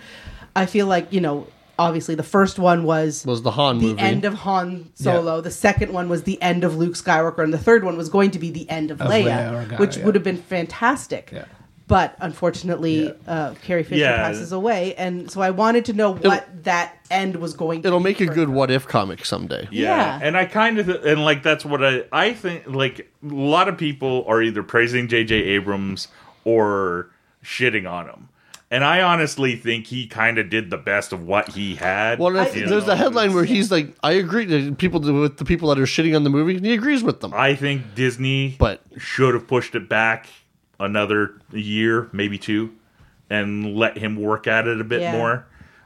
E: I feel like, you know, obviously the first one was
D: Was the Han
E: the
D: movie.
E: end of Han Solo. The second one was the end of Luke Skywalker, and the third one was going to be the end of,
F: Of
E: Leia,
F: Leia Organa,
E: which
F: yeah.
E: would have been fantastic.
F: Yeah.
E: But unfortunately, uh, Carrie Fisher
B: Yeah.
E: passes away, and so I wanted to know what that end was going. to
D: It'll
E: be
D: make a
E: for
D: good
E: her.
D: what if comic someday.
B: Yeah.
E: Yeah.
B: And I kind of, th- and like, that's what I, I think, like, a lot of people are either praising J.J. Abrams or shitting on him. And I honestly think he kind of did the best of what he had.
D: Well, that's,
B: you
D: there's
B: know?
D: the headline where he's like, I agree to people with the people that are shitting on the movie, and he agrees with them.
B: I think Disney
D: But-
B: should have pushed it back another year, maybe two, and let him work at it a bit
E: Yeah.
B: more.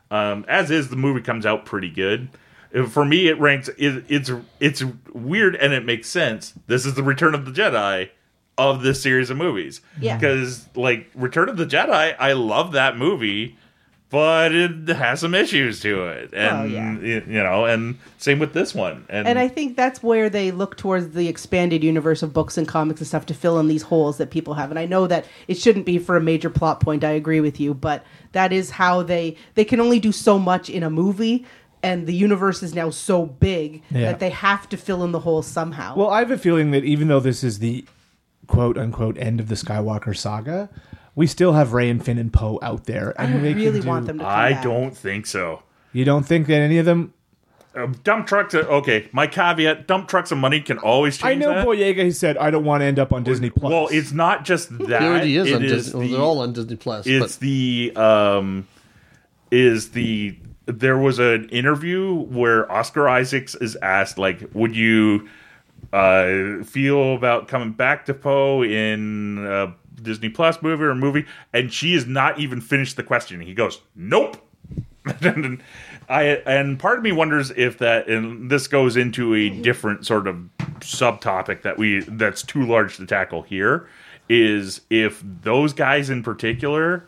B: Um, as is, the movie comes out pretty good. Uh, For me, it ranks. It, it's it's weird and it makes sense. This is the Return of the Jedi of this series of movies.
E: Yeah.
B: Because like Return of the Jedi, I love that movie, but it has some issues to it, and
E: Well, Oh, yeah.
B: y- you know, and same with this one. And,
E: And I think that's where they look towards the expanded universe of books and comics and stuff to fill in these holes that people have. And I know that it shouldn't be for a major plot point. I agree with you, but that is how they they can only do so much in a movie, and the universe is now so big
F: Yeah.
E: that they have to fill in the holes somehow.
F: Well, I have a feeling that even though this is the quote unquote end of the Skywalker saga, we still have Ray and Finn and Poe out there.
E: I
F: and they can
E: really
F: do-
E: want them to. Come
B: I
E: back.
B: don't think so.
F: You don't think that any of them?
B: Uh, dump trucks. Are, okay, my caveat: dump trucks of money can always change.
F: I know
B: that.
F: Boyega. He said, "I don't want to end up on Disney Plus."
B: Well, it's not just that.
D: It already is
B: it
D: on
B: is
D: Disney. well,
B: the-
D: they're all on Disney Plus.
B: it's the um is the there was an interview where Oscar Isaacs is asked like would you uh feel about coming back to Poe in a Disney Plus movie or movie and she has not even finished the question he goes nope and I and part of me wonders if that and this goes into a different sort of subtopic that we that's too large to tackle here is if those guys in particular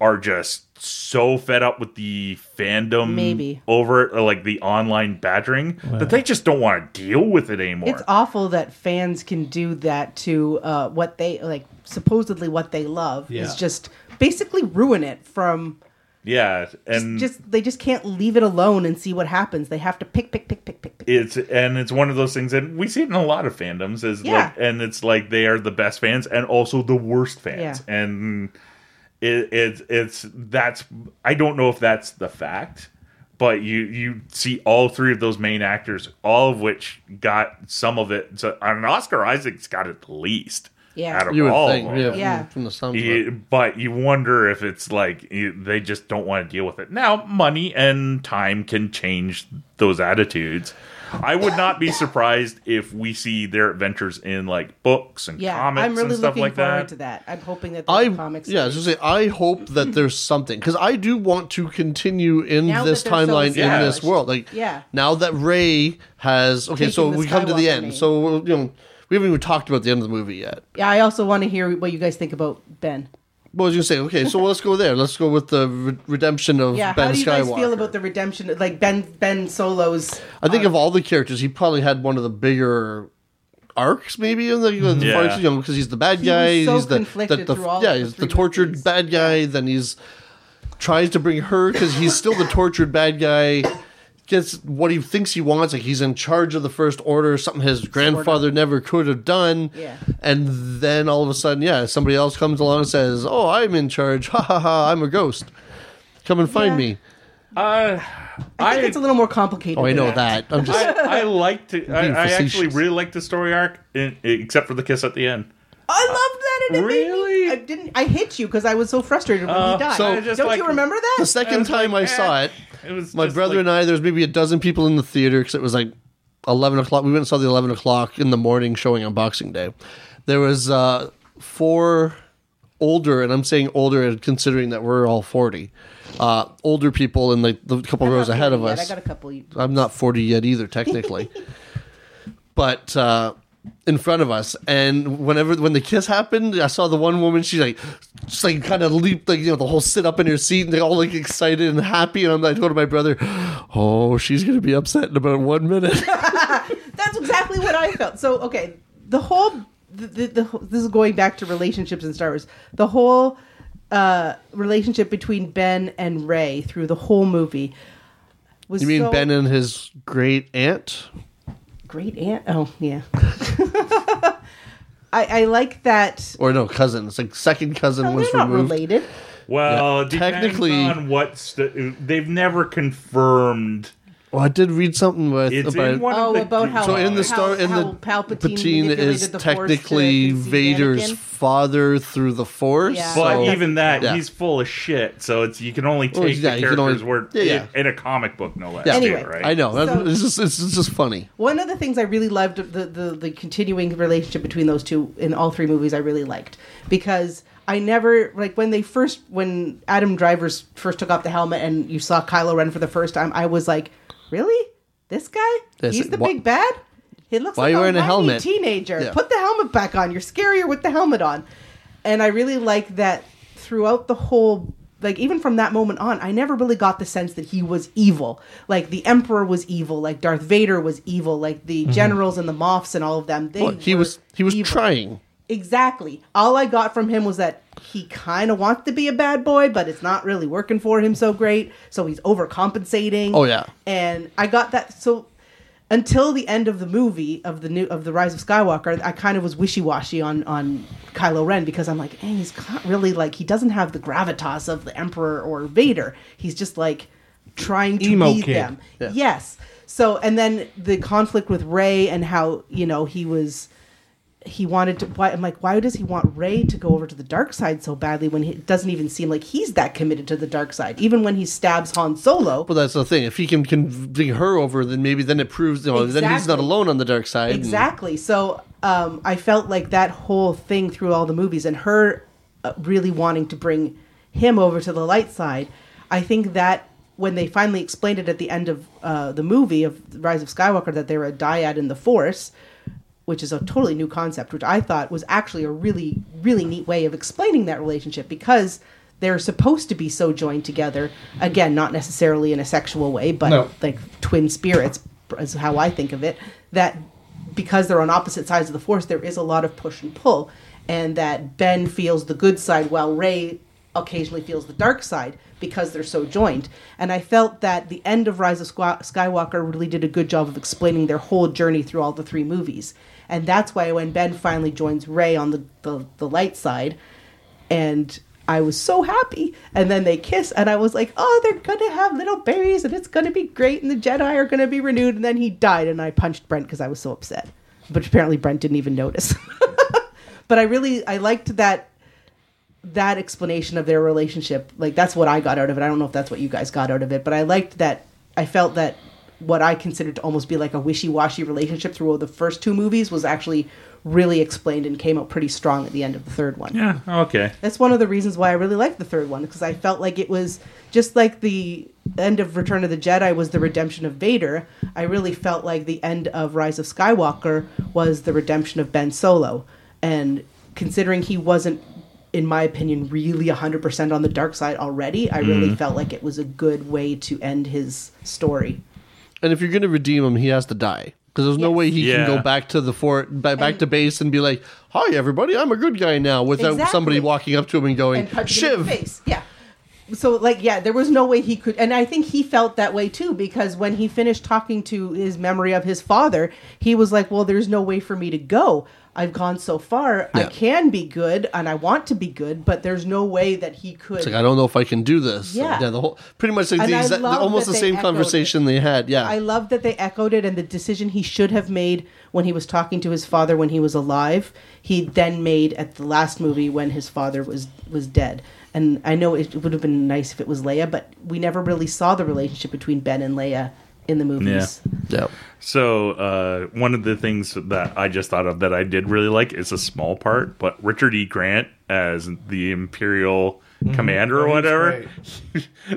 B: are just so fed up with the fandom
E: Maybe.
B: over it, like the online badgering that they just don't want to deal with it anymore.
E: It's awful that fans can do that to uh, what they like, supposedly what they love
F: Yeah.
E: is just basically ruin it from
B: yeah, and
E: just they just can't leave it alone and see what happens. They have to pick, pick, pick, pick, pick, pick.
B: it's and it's one of those things and we see it in a lot of fandoms is
E: Yeah.
B: like and it's like they are the best fans and also the worst fans
E: Yeah.
B: and it, it it's that's i don't know if that's the fact but you you see all three of those main actors all of which got some of it so an oscar isaac's got it the least
E: Yeah.
B: out of
D: you would
B: all
D: think,
B: of them.
D: yeah, from-
E: Yeah.
D: from the sound. of it.
B: You- but you wonder if it's like you, they just don't want to deal with it. Now, money and time can change those attitudes. I would not be surprised if we see their adventures in like books and
E: Yeah,
B: comics
E: I'm really
B: and stuff
E: looking
B: like
E: forward
B: that.
E: to that. I'm hoping that
D: I
E: the comics.
D: yeah, I was just say I hope that there's something because I do want to continue in
E: Now that
D: this
E: they're so
D: timeline in this
E: established.
D: world. Like
E: Yeah.
D: now that Ray has okay, so
E: Taking the
D: we come to the
E: Skywalker
D: end.
E: name.
D: So we're, you know we haven't even talked about the end of the movie yet.
E: yeah, I also want to hear what you guys think about Ben.
D: But I was gonna say okay, so let's go there. Let's go with the re- redemption of
E: Yeah,
D: Ben
E: how do you
D: Skywalker.
E: guys feel about the redemption? Like Ben, Ben Solo's.
D: I think of all the characters, he probably had one of the bigger arcs, maybe in the, in the
B: Yeah.
D: arcs, you know, because he's the bad guy,
E: was so
D: he's the,
E: conflicted
D: the, the-
E: through all
D: yeah,
E: of the
D: he's the
E: three
D: tortured
E: movies.
D: bad guy. Then he's tries to bring her because he's still the tortured bad guy. Gets what he thinks he wants, like he's in charge of the first order, something his grandfather never could have done.
E: Yeah.
D: And then all of a sudden, yeah, somebody else comes along and says, "Oh, I'm in charge. Ha ha ha! I'm a ghost. Come and find
E: Yeah.
D: me."
B: Uh,
E: I think it's a little more complicated.
D: Oh, I
E: than
D: know that. I'm just
B: I, I like to. I,
D: Being
B: I actually
D: facetious.
B: really like the story arc, in, except for the kiss at the end.
E: I loved that. And it made me-
B: Really? Uh,
E: I didn't. I hit you because I was so frustrated when he died.
D: so- I
B: just
E: Don't
B: like-
E: you remember that?
D: the second time I saw
B: eh.
D: it,
B: It was
D: my
B: just
D: brother
B: like-
D: and I. There's maybe a dozen people in the theater because it was like eleven o'clock. We went and saw the eleven o'clock in the morning showing on Boxing Day. There was uh, four older, and I'm saying older, considering that we're all forty. Uh, older people in like the couple
E: I'm not
D: rows ahead of
E: feeling it.
D: us.
E: I got a couple. You-
D: I'm not 40 yet either, technically. but uh, in front of us, and whenever when the kiss happened, I saw the one woman. She like, just like kind of leaped, like you know, the whole sit up in her seat, and they're all like excited and happy. And I'm like, I told my brother, "Oh, she's gonna be upset in about one minute."
E: That's exactly what I felt. So okay, the whole the, the, the this is going back to relationships in Star Wars. The whole uh, relationship between Ben and Ray through the whole movie was
D: you mean
E: so
D: Ben and his great aunt?
E: great aunt. Oh yeah. I, I like that.
D: Or no, cousin. It's like second cousin
E: No,
D: was
E: they're not
D: removed.
E: related.
B: Well, it depends
D: Technically-
B: on what st- they've never confirmed.
D: Well, I did read something with
B: It's
D: about
B: in one
E: Oh,
B: of the
E: about how
D: So in the
E: how-
D: star in the
E: how Palpatine
D: Palpatine
E: manipulated
D: is
E: the Force to
D: technically
E: conceive
D: Vader's
E: Anakin.
D: father through the Force.
E: Yeah.
B: But
D: so-
B: even that,
D: Yeah.
B: he's full of shit. So it's you can only take
D: Well, yeah,
B: the
D: you can
B: character's
D: only-
B: word
D: yeah, yeah.
B: In, in a comic book, no less.
D: Yeah.
B: too,
E: Anyway.
B: right?
D: I know that-
E: So-
D: it's just it's, it's just funny.
E: One of the things I really loved the, the the continuing relationship between those two in all three movies I really liked because I never like when they first when Adam Driver's first took off the helmet and you saw Kylo Ren for the first time I was like really this guy
D: This-
E: he's the
D: wha-
E: big bad he looks
D: Why
E: like
D: you
E: a,
D: wearing a
E: whiny
D: helmet?
E: teenager
D: Yeah.
E: put the helmet back on you're scarier with the helmet on and I really like that throughout the whole like even from that moment on i never really got the sense that he was evil like the emperor was evil like darth vader was evil like the generals and the moffs and all of them they
D: But Mm-hmm. he
E: were
D: was he was
E: evil.
D: trying.
E: exactly all i got from him was that he kind of wants to be a bad boy but it's not really working for him so great so he's overcompensating
D: Oh, yeah.
E: and i got that so until the end of the movie of the new of the rise of skywalker i kind of was wishy-washy on on kylo ren because i'm like eh, he's not really like he doesn't have the gravitas of the emperor or vader he's just like trying to
F: Emo
E: lead
F: kid.
E: them
D: Yeah.
E: yes So and then the conflict with Ray and how you know he was he wanted to why I'm like why does he want Ray to go over to the dark side so badly when he it doesn't even seem like he's that committed to the dark side even when he stabs Han Solo
D: Well, that's the thing. If he can, can bring her over, then maybe then it proves you know, then he's not
E: Exactly.
D: alone on the dark side. and-
E: Exactly. So um, I felt like that whole thing through all the movies and her uh, really wanting to bring him over to the light side. I think that when they finally explained it at the end of uh, the movie of Rise of Skywalker that they were a dyad in the Force, which is a totally new concept, which I thought was actually a really, really neat way of explaining that relationship because they're supposed to be so joined together. Again, not necessarily in a sexual way, but
F: No.
E: like twin spirits, is how I think of it. That because they're on opposite sides of the force, there is a lot of push and pull, and that Ben feels the good side while Ray occasionally feels the dark side because they're so joined. And I felt that the end of Rise of Squa- Skywalker really did a good job of explaining their whole journey through all the three movies. And that's why when Ben finally joins Ray on the, the, the light side, and I was so happy. And then they kiss, and I was like, oh, they're gonna have little babies, and it's gonna be great, and the Jedi are gonna be renewed. And then he died, and I punched Brent because I was so upset. But apparently, Brent didn't even notice. but I really I liked that that explanation of their relationship. Like that's what I got out of it. I don't know if that's what you guys got out of it, but I liked that. I felt that what I considered to almost be like a wishy-washy relationship through all the first two movies was actually really explained and came out pretty strong at the end of the third one.
B: Yeah, okay.
E: That's one of the reasons why I really liked the third one because I felt like it was just like the end of Return of the Jedi was the redemption of Vader. I really felt like the end of Rise of Skywalker was the redemption of Ben Solo. And considering he wasn't, in my opinion, really 100% on the dark side already, I really felt like it was a good way to end his story.
D: And if you're going to redeem him, he has to die. Because there's no way he
B: Yeah.
D: can go back to the fort, ba- back to base, and be like, "Hi, everybody, I'm a good guy now," without
E: Exactly.
D: somebody walking up to him and going,
E: and punching him in
D: "Shiv."
E: the face. Yeah. So like yeah, there was no way he could, and I think he felt that way too because when he finished talking to his memory of his father, he was like, "Well, there's no way for me to go. I've gone so far. I
D: Yeah.
E: can be good, and I want to be good, but there's no way that he could."
D: It's like I don't know if I can do this.
E: Yeah.
D: the whole pretty much like
E: And
D: the
E: I
D: exact,
E: love
D: almost
E: that
D: the
E: they
D: same
E: echoed
D: conversation they had. Yeah,
E: I love that they echoed it and the decision he should have made when he was talking to his father when he was alive. He then made at the last movie when his father was was dead. And I know it would have been nice if it was Leia, but we never really saw the relationship between Ben and Leia in the movies.
D: yeah.
B: So uh, one of the things that I just thought of that I did really like is a small part, but Richard E. Grant as the Imperial commander
F: Oh,
B: or whatever.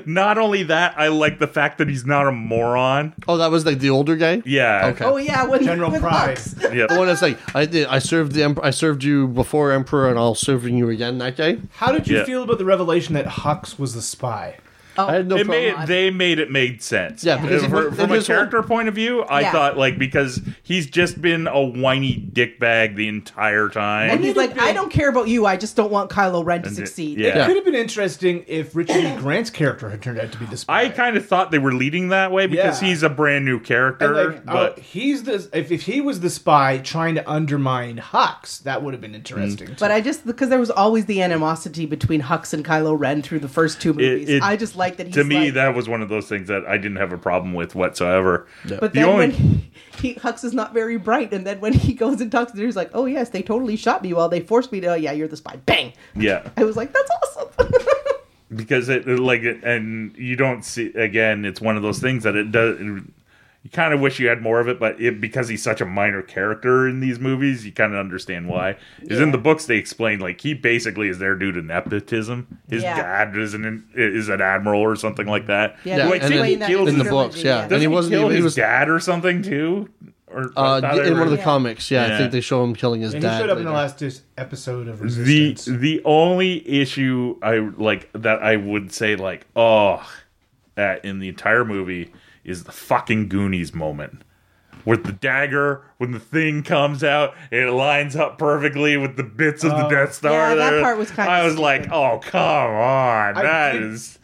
B: not only that, I like the fact that he's not a moron.
D: Oh, that was like the older guy.
B: Yeah.
D: Okay.
E: Oh yeah, when,
C: General
E: with
C: Pride.
E: Lux.
B: Yeah.
D: The one that's like I did, I served the emperor, I served you before emperor, and I'll serve you again. That guy.
F: How did you
B: Yeah.
F: feel about the revelation that Hux was the spy?
E: Oh.
D: I had no
B: it
D: problem.
B: made they made it made sense.
D: Yeah, because
B: Uh,
D: it
B: for-
D: was-
B: from
D: it
B: a
D: was all-
B: character point of view, I
E: Yeah.
B: thought like because he's just been a whiny dickbag the entire time.
E: And he's like, I don't care about you, I just don't want Kylo Ren to
B: And it-
E: succeed.
B: yeah.
F: Could have been interesting if Richard E. Grant's character had turned out to be the spy.
B: I kind of thought they were leading that way because
F: Yeah.
B: he's a brand new character,
F: And, like, oh,
B: but
F: he's the if, if he was the spy trying to undermine Hux, that would have been interesting. too.
E: But I just because there was always the animosity between Hux and Kylo Ren through the first two movies.
B: it-
E: I just like that he's
B: to me
E: like,
B: that was one of those things that I didn't have a problem with whatsoever.
E: But
B: the
E: then
B: only
E: when he, he Hux is not very bright, and then when he goes and talks to her, he's like, "Oh yes, they totally shot me. Well, they forced me to. Oh yeah, you're the spy. Bang."
B: yeah,
E: I was like, "That's awesome."
B: because it like it- and you don't see again. It's one of those things that it does. You kind of wish you had more of it, but it, because he's such a minor character in these movies, you kind of understand why. Is in the books they explain like he basically is there due to nepotism. His
E: Yeah.
B: dad is an is an admiral or something like that.
E: Yeah,
D: Yeah,
B: Like,
D: and
B: didn't
D: then-
B: he
E: that
B: kill
E: in
B: his
D: in the
E: trilogy,
D: books, yeah.
E: yeah.
D: And he
B: Doesn't
D: wasn't
B: kill
D: even.
B: his
D: He was
B: dad or something too, or, or I
D: uh,
B: thought I
D: in one
B: read-
D: of the
E: Yeah.
D: comics. Yeah, I
B: Yeah.
D: think they show him killing his
F: and he
D: dad.
F: showed up in the
D: later.
F: last dis- episode of
B: the
F: Resistance.
B: the only issue I like that I would say like oh that in the entire movie is the fucking Goonies moment with the dagger when the thing comes out it lines up perfectly with the bits of
E: Oh.
B: the Death Star.
E: Yeah, that
B: there.
E: part was kinda
B: I was like,
E: stupid.
B: oh come on,
F: I
B: that
F: think-
B: is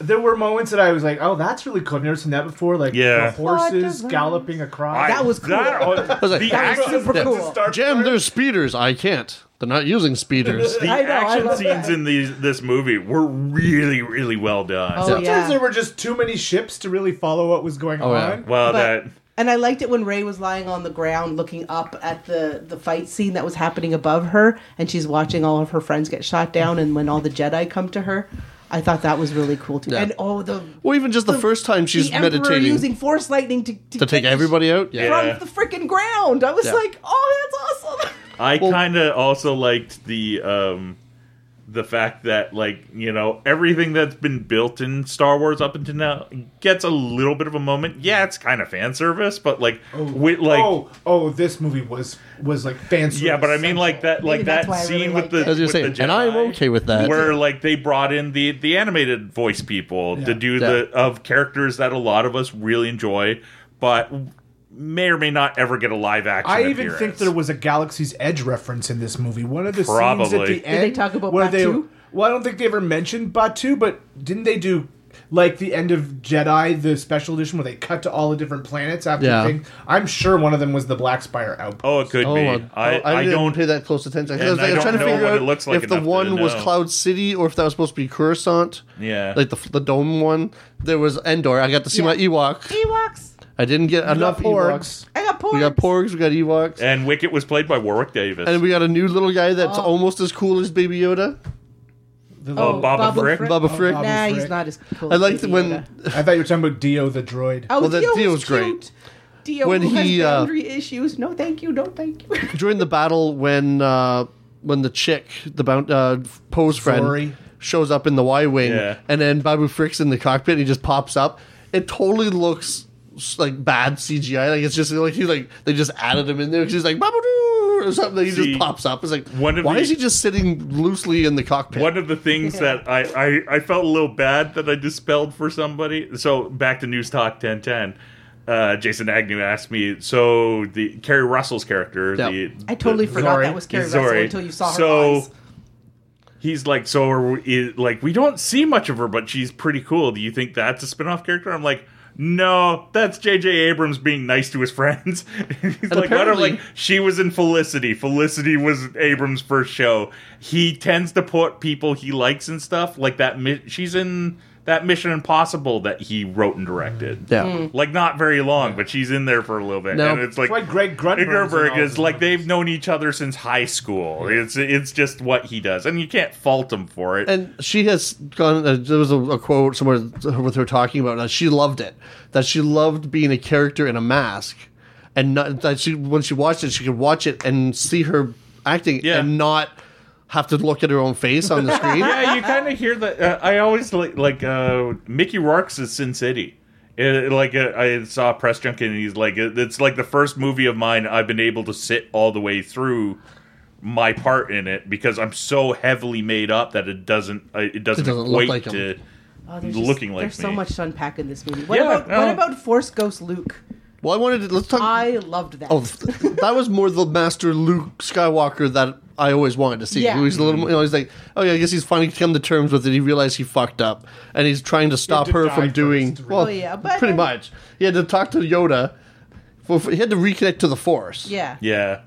F: there were moments that I was like, "Oh, that's really cool. I've never seen that before." Like
B: Yeah.
F: the horses
E: What the-
F: galloping across.
B: I-
E: That was cool.
B: That,
D: was like,
B: the
D: that
E: was
B: action
E: super
B: that-
E: cool.
B: Star
D: Jim, there's speeders. I can't. They're not using speeders.
B: The
E: I know, I
B: action
E: love
B: scenes
E: that.
B: in these, this movie were really, really well done.
E: Oh
C: Sometimes
E: yeah.
C: there were just too many ships to really follow what was going
D: Oh, yeah.
C: on.
B: Well,
E: But-
B: that
E: And I liked it when Ray was lying on the ground looking up at the, the fight scene that was happening above her, and she's watching all of her friends get shot down, and when all the Jedi come to her, I thought that was really cool too.
D: Yeah.
E: And oh, the
D: well, even just the, first time she's
E: the Emperor
D: meditating
E: using Force lightning to
D: to take everybody out. Yeah.
E: from
B: Yeah.
E: the freaking ground. I was
D: Yeah.
E: like, oh, that's awesome.
B: I kind of also liked the um, the fact that like you know everything that's been built in Star Wars up until now gets a little bit of a moment. Yeah, it's kind of fan service, but like with like.
C: oh, oh, this movie was was like fancy.
B: Yeah, but I mean, like that, like
E: that's
B: that
E: why I really
B: scene with
E: liked
B: the
E: it. I
D: was gonna
B: with the
D: say, and I'm
B: Jedi,
D: okay with that.
B: Where like they brought in the the animated voice people
C: Yeah.
B: to do the of characters that a lot of us really enjoy, but may or may not ever get a live action.
C: I even
B: appearance.
C: think there was a Galaxy's Edge reference in this movie. One of the scenes at
B: Probably.
C: the
B: Did
C: end.
E: they talk about
C: where they-
E: Batu?
C: well, I don't think they ever mentioned Batu, but didn't they do like the end of Jedi, the special edition, where they cut to all the different planets after
D: Yeah.
C: things? I'm sure one of them was the Black Spire outpost.
B: Oh, it could be.
D: well,
B: I, I,
D: uh, didn't
B: don't.
D: pay that close attention.
B: And
D: I was, like,
B: I
D: I'm trying
B: don't
D: to
B: know
D: figure
B: what
D: out
B: it looks like
D: if the
B: enough to
D: one was
B: know.
D: Cloud City or if that was supposed to be Coruscant.
B: Yeah.
D: like the the dome one. There was Endor. I got to see my Ewok.
E: Ewoks.
D: I didn't get enough
C: got porgs.
D: Ewoks.
E: I got porgs.
D: We got Porgs. We got Ewoks.
B: and Wicket was played by Warwick Davis.
D: And we got a new little guy that's
E: Oh.
D: almost as cool as Baby Yoda,
C: The-
B: Oh, Baba Frick?
D: Baba Frick.
C: Baba-
E: Nah,
C: Frick.
E: he's not as cool.
D: I
E: as
D: liked
E: Baby
D: when
E: Yoda.
B: Oh.
C: I thought you were talking about Dio the droid.
E: Oh,
D: Well, that
E: Dio
D: Dio's
E: was
D: great.
E: cute. Dio
D: When
E: who
D: he,
E: has
D: uh,
E: boundary issues. No, thank you. No, thank you.
D: during the battle when uh, when the chick, the bound, uh, Poe's friend,
C: Sorry.
D: shows up in the Y wing,
B: Yeah.
D: and then Babu Frick's in the cockpit. and He just pops up. It totally looks s- like bad CGI. Like it's just like he like they just added him in there because he's like Babu or something. He
B: See,
D: just pops up. It's like
B: one of
D: why
B: the-
D: is he just sitting loosely in the cockpit?
B: One of the things that I, I, I felt a little bad that I dispelled for somebody. So back to News Talk 1010. Uh, Jason Agnew asked me, so the Carrie Russell's character,
D: Yeah.
B: the
E: I totally
B: the-
E: forgot
C: Zori.
E: that was Carrie
B: Zori.
E: Russell until you saw her
B: so,
E: eyes.
B: He's like, so are we, i- like we don't see much of her, but she's pretty cool. Do you think that's a spin-off character? I'm like, no, that's J.J. Abrams being nice to his friends. he's like, what? I'm
D: apparently-
B: like, she was in Felicity. Felicity was Abrams' first show. He tends to put people he likes and stuff like that. mi- She's in that Mission Impossible that he wrote and directed.
D: yeah.
B: Like not very long, but she's in there for a little bit,
D: Now-
B: and it's like
C: That's why Greg Grunberg's in
B: Grunberg
C: all
B: is
C: of
B: like
C: those.
B: they've known each other since high school. It's it's just what he does, and you can't fault him for it.
D: and she has gone. Uh, there was a, a quote somewhere with her talking about that she loved it, that she loved being a character in a mask, and not, that she when she watched it, she could watch it and see her acting
B: Yeah.
D: and not have to look at her own face on the screen.
B: yeah, you kind of hear that. Uh, I always like like uh, Mickey Rourke's is Sin City. It, like uh, I saw a press junket, and he's like, it- "It's like the first movie of mine I've been able to sit all the way through my part in it because I'm so heavily made up that it doesn't uh, it doesn't,
D: It doesn't look
B: equate
D: like him.
B: to
E: Oh, there's just-
B: looking like
E: There's
B: me."
E: so much to unpack in this movie. What,
B: Yeah,
E: about,
B: no.
E: what about Force Ghost Luke?
D: well, I wanted to let's talk.
E: I loved that.
D: oh, that was more the Master Luke Skywalker that I always wanted to see.
E: Yeah.
D: He was a little, you know, he's like, oh yeah, I guess he's finally come to terms with it. He realized he fucked up, and he's trying to stop
C: to
D: her
C: die
D: from
C: first,
D: doing.
C: really.
D: Well,
E: Oh, yeah, but-
D: pretty much. He had to talk to Yoda. Well, He had to reconnect to the Force.
E: yeah.
B: yeah.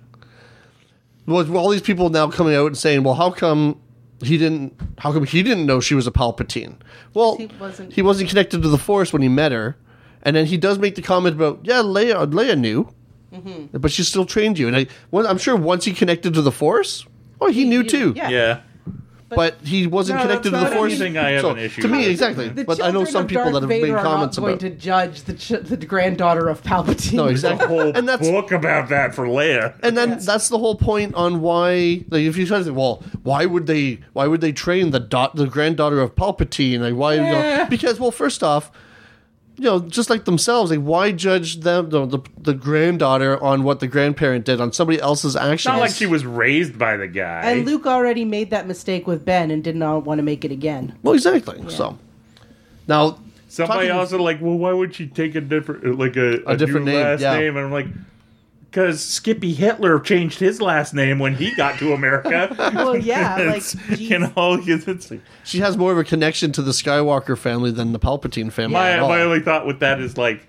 D: With all these people now coming out and saying, well, how come he didn't? How come he didn't know she was a Palpatine? Well,
E: He wasn't-
D: He wasn't connected to the Force when he met her, and then he does make the comment about, yeah, Leia, Leia knew,
E: Mm-hmm.
D: but she still trained you. And I, well, I'm sure once he connected to the Force, oh, he knew
E: you-
D: too.
E: yeah.
B: Yeah.
D: But he wasn't
B: No,
D: connected to
B: that's
D: the
B: not
D: Force.
B: anything I have
D: so,
B: an issue
D: to me,
B: with.
D: exactly.
E: The
D: but I know
E: children
D: some
E: of
D: people
E: Darth
D: that have
E: Vader
D: made
E: are
D: comments
E: not going
D: about.
E: to judge the, ch- the granddaughter of Palpatine.
D: no, exactly.
B: whole
D: and that's
B: book about that for Leia.
D: and then that's the whole point on why like if you try to say, well why would they why would they train the dot the granddaughter of palpatine like why you know, because well first off you know just like themselves like why judge them the, the, the granddaughter on what the grandparent did on somebody else's actions
B: Not like she was raised by the guy.
E: And Luke already made that mistake with Ben and did not want to make it again.
D: well exactly so now
B: Somebody
D: talking-
B: also like, well, why would she take a different, like a, a,
D: different
B: new
D: name,
B: last
D: yeah.
B: name? And I'm like, because Skippy Hitler changed his last name when he got to America.
E: Well, yeah, like
B: It's,
E: geez.
B: you know, it's, it's-
D: she has more of a connection to the skywalker family than the palpatine family
B: my
D: at all.
B: my only thought with that is like,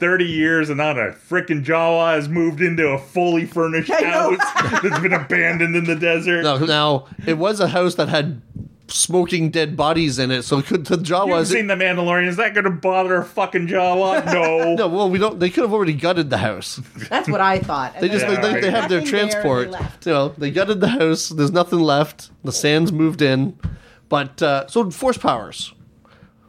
B: 30 years and not a frickin' Jawa has moved into a fully furnished
E: I know.
B: house that's been abandoned in the desert.
D: Now, now it was a house that had smoking dead bodies in it, so could the
B: You've
D: Jawas?
B: seen The Mandalorian. Is that going to bother a fucking Jawa? No.
D: no, well, we don't. They could have already gutted the house.
E: That's what I thought. And
D: They just
E: then-
B: Yeah,
D: they,
B: right.
D: they have their
E: Nothing there, they
D: transport.
E: left.
D: you know, they gutted the house. There's nothing left. The sands moved in, but uh, so force powers.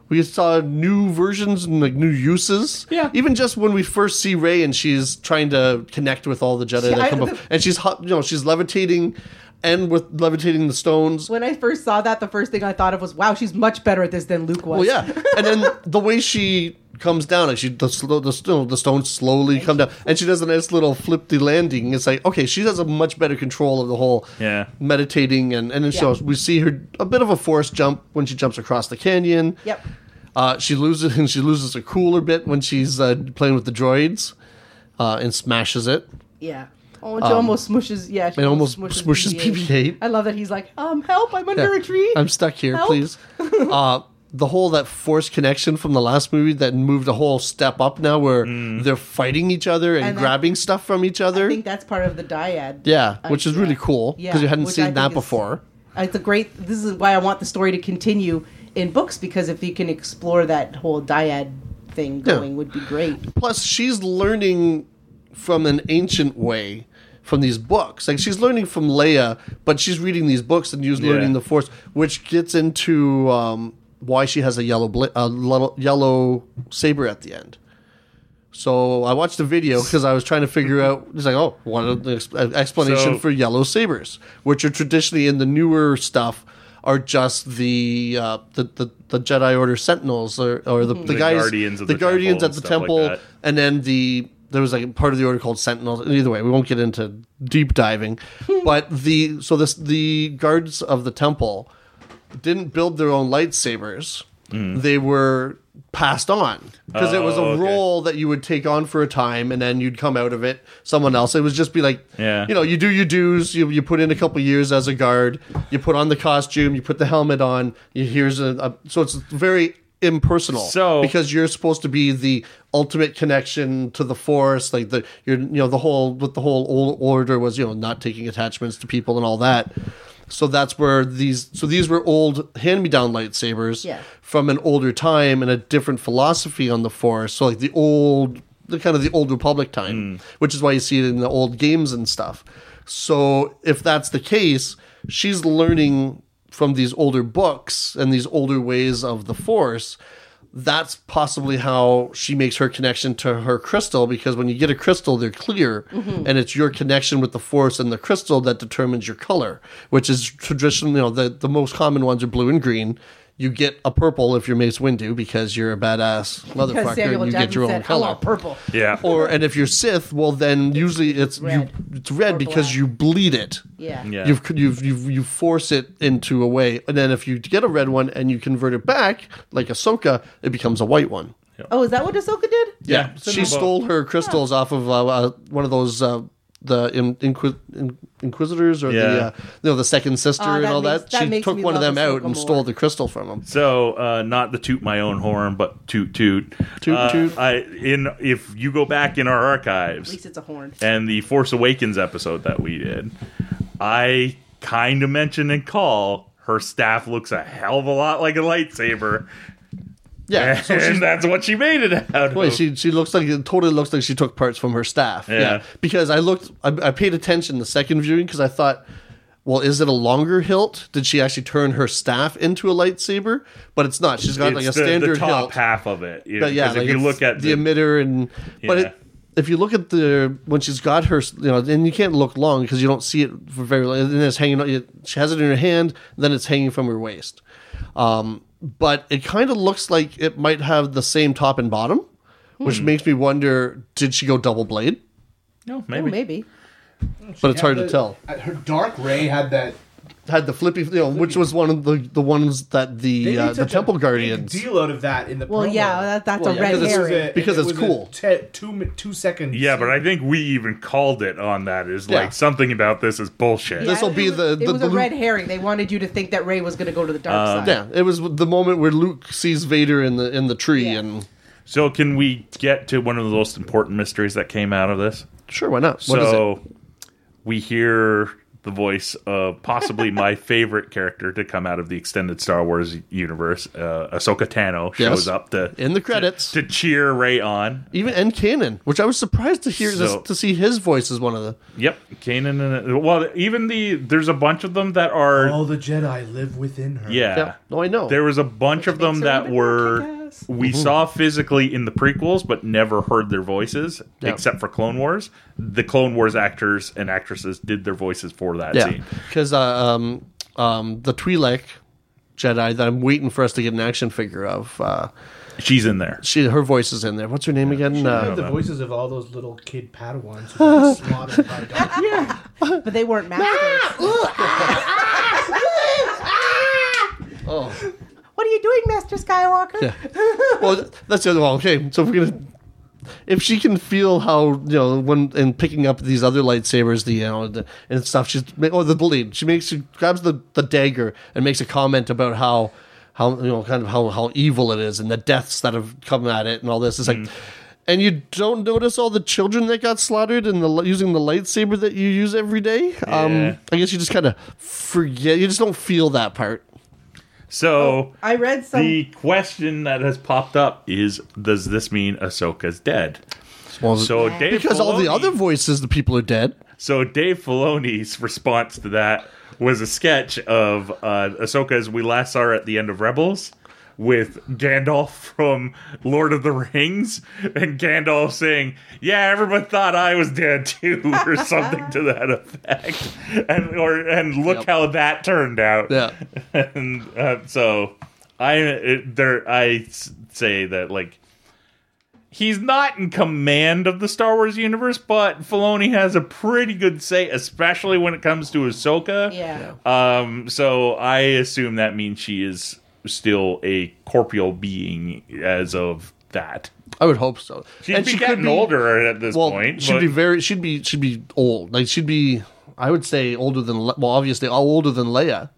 D: We saw new versions and like new uses.
F: Yeah.
D: Even just when we first see Ray and she's trying to connect with all the Jedi that
E: I-
D: come up,
E: the-
D: and she's hot, you know she's levitating, and with levitating the stones.
E: when I first saw that, the first thing I thought of was, "Wow, she's much better at this than Luke was."
D: Well, yeah, and then the way she comes down, like she the slow the, st- the stones slowly come down, and she does a nice little flippy landing. It's like okay, she has a much better control of the whole
B: Yeah.
D: meditating, and and then so
E: Yeah.
D: we see her a bit of a force jump when she jumps across the canyon.
E: Yep.
D: Uh, she loses and she loses a cooler bit when she's uh, playing with the droids, uh, and smashes it.
E: Yeah. Oh, and she almost smushes. Yeah, she
D: Um, it almost smushes BB-8.
E: I love that he's like, um, help! I'm under
D: Yeah.
E: a tree.
D: I'm stuck here,
E: Help.
D: please. uh, the whole that force connection from the last movie that moved a whole step up now, where they're fighting each other and,
E: And that-
D: grabbing stuff from each
E: I
D: other.
E: think that's part of the dyad.
D: yeah,
E: Uh,
D: which is really
E: yeah.
D: cool
E: Yeah,
D: because you hadn't
E: which I
D: seen
E: think
D: that
E: is-
D: before.
E: Uh, It's a great. This is why I want the story to continue in books because if you can explore that whole dyad thing
D: Yeah.
E: going, would be great.
D: Plus, she's learning from an ancient way from these books. Like she's learning from Leia, but she's reading these books and she's
B: Yeah.
D: learning the Force, which gets into um, why she has a yellow bla- a little yellow saber at the end. So I watched the video because I was trying to figure out. It's like, oh, one of the ex- an explanation
B: So-
D: for yellow sabers, which are traditionally in the newer stuff, are just the uh, the, the the Jedi Order Sentinels or, or the, the,
B: The
D: guys,
B: guardians of the temple
D: guardians at
B: and
D: the
B: stuff like
D: temple,
B: that.
D: and then the there was like part of the order called sentinels. And Either way, we won't get into deep diving, but the so this the guards of the temple didn't build their own lightsabers. They were passed on because it was a
B: Mm. Oh, okay.
D: role that you would take on for a time, and then you'd come out of it. Someone else. It was just be like,
B: Yeah.
D: you know, you do your dues. You, you put in a couple years as a guard. You put on the costume. You put the helmet on. You here's a, a so it's very impersonal.
B: So-
D: because because you're supposed to be the ultimate connection to the force like the you're you know the whole with the whole old order was you know not taking attachments to people and all that so that's where these so these were old hand-me-down lightsabers
E: Yeah.
D: from an older time and a different philosophy on the force so like the old the kind of the old republic time which is why you see it in the old games and stuff so if that's the case she's learning from these older books and these older ways of the force that's possibly how she makes her connection to her crystal because when you get a crystal they're clear
E: Mm-hmm.
D: and it's your connection with the force and the crystal that determines your color which is traditionally you know the, the most common ones are blue and green you get a purple if you're Mace Windu because you're a badass
E: Because
D: motherfucker
E: Samuel
D: and you
E: Jackson
D: get your own
E: said, "I
D: color
E: want purple."
B: Yeah.
D: or and if you're Sith well then usually it's
E: red.
D: you it's red
E: Or
D: because
E: black.
D: you bleed it
E: Yeah.
B: Yeah.
D: You've, you've, you've, you force it into a way. And then if you get a red one and you convert it back, like Ahsoka, it becomes a white one.
E: Oh, is that what Ahsoka did?
D: Yeah,
B: Yeah,
D: she
B: cinema ball.
D: stole her crystals off of uh, uh, one of those uh, the in, inqui- in, inquisitors or
B: Yeah.
D: the uh, you know the second sister
E: Aw,
D: and
E: Oh, that
D: all
E: makes-
D: that.
E: that
D: She
E: makes
D: took
E: me
D: one of
E: love
D: them out
E: Ahsoka
D: and
E: more.
D: stole the crystal from him.
B: So, uh, not the toot my own horn, but toot toot.
D: Toot,
B: Uh,
D: toot.
B: I, in, if you go back in our archives,
E: At least it's a horn.
B: and the Force Awakens episode that we did, I kind of mentioned in call her staff looks a hell of a lot like a lightsaber,
D: Yeah,
B: and
D: so she's
B: that's what she made it out
D: Boy,
B: of.
D: she she looks like it totally looks like she took parts from her staff.
B: Yeah.
D: because I looked, I, I paid attention the second viewing because I thought, well, is it a longer hilt? Did she actually turn her staff into a lightsaber? But it's not. She's got
B: It's
D: like a
B: the,
D: standard
B: the top
D: hilt.
B: half of it. you know,
D: But yeah,
B: 'cause
D: like
B: if you
D: it's
B: look at
D: the,
B: the,
D: emitter and but
B: Yeah.
D: it, if you look at the when she's got her, you know, and you can't look long because you don't see it for very long. And then it's hanging. it- She has it in her hand, then it's hanging from her waist. Um, but it kind of looks like it might have the same top and bottom, which
B: Hmm.
D: makes me wonder: Did she go double blade?
B: no,
E: Oh,
B: maybe.
E: maybe.
D: But it's hard to tell.
C: uh, Her dark ray had that.
D: Had the flippy, you know, which was one of the the ones that
C: they
D: the uh,
C: made
D: the
C: such a
D: temple
C: big
D: guardians.
C: Deal out of that in the.
E: Well,
C: promo.
E: yeah, that, that's
D: Well,
E: a
D: yeah,
E: red
D: because it's-
C: It was
E: herring.
C: a-
D: Because
C: it
D: it's
C: was a
D: cool.
C: te- two mi- two seconds.
B: Yeah, but I think we even called it on that. Is
D: Yeah.
B: like something about this is bullshit.
D: This- this'll
E: Yeah,
D: be
E: it was-
D: the-
E: It
D: the-
E: was
D: the
E: a
D: Luke-
E: red herring. They wanted you to think that Ray was going to go to the dark side.
D: Yeah, it was the moment where Luke sees Vader in the in the tree
E: Yeah.
D: and
B: So can we get to one of the most important mysteries that came out of this?
D: Sure, why not? What is it?
B: so we hear the voice of possibly my favorite character to come out of the extended Star Wars universe, uh, Ahsoka Tano, shows
D: Yes.
B: up to
D: in the credits,
B: to cheer Ray on.
D: even Ed Cannon, which I was surprised to hear
B: So-
D: to see his voice as one of the.
B: Yep, Kanan and well, even the there's a bunch of them that are
C: All the Jedi live within her.
B: yeah.
D: Yeah, no, I know.
B: There was a bunch of them
E: makes it
B: that
E: even
B: were
E: more kick-ass.
B: we saw physically in the prequels, but never heard their voices
D: Yeah.
B: except for Clone Wars. The Clone Wars actors and actresses did their voices for that
D: yeah,
B: scene.
D: because uh, um, um, the Twi'lek Jedi that I'm waiting for us to get an action figure of. Uh,
B: She's in there.
D: she her voice is in there. What's her name again?
C: You
D: Uh,
C: have the voices of all those little kid Padawans who were slaughtered by Darth Vader.
E: But they weren't masters.
D: oh,
E: what are you doing, Master Skywalker?
D: yeah. well, that's the other one. Okay, so if we're gonna. If she can feel how you know when and picking up these other lightsabers, the you know the, and stuff, she's ma- oh the bullied. She makes she grabs the, the dagger and makes a comment about how how you know kind of how how evil it is and the deaths that have come at it and all this. It's like,
B: Mm-hmm.
D: and you don't notice all the children that got slaughtered and the li- using the lightsaber that you use every day.
B: Yeah.
D: Um, I guess you just kind of forget. You just don't feel that part.
B: So
E: I read some.
B: the question that has popped up is: Does this mean Ahsoka's dead? So Dave
D: because all the
B: Filoni-
D: other voices, the people are dead.
B: So Dave Filoni's response to that was a sketch of uh, Ahsoka as we last saw her at the end of Rebels with Gandalf from Lord of the Rings and Gandalf saying, "Yeah, everyone thought I was dead too" or something to that effect. And or and look
D: Yep.
B: how that turned out.
D: Yeah.
B: and uh, so I it, there I s- say that like he's not in command of the Star Wars universe, but Filoni has a pretty good say, especially when it comes to Ahsoka.
E: yeah.
B: Um. So I assume that means she is still a corporeal being as of that.
D: I would hope so.
B: She'd be getting older at this
D: Well,
B: point.
D: she'd
B: but-
D: be very. She'd be. She'd be old. Like she'd be. I would say older than. Le- Well, obviously, all older than Leia.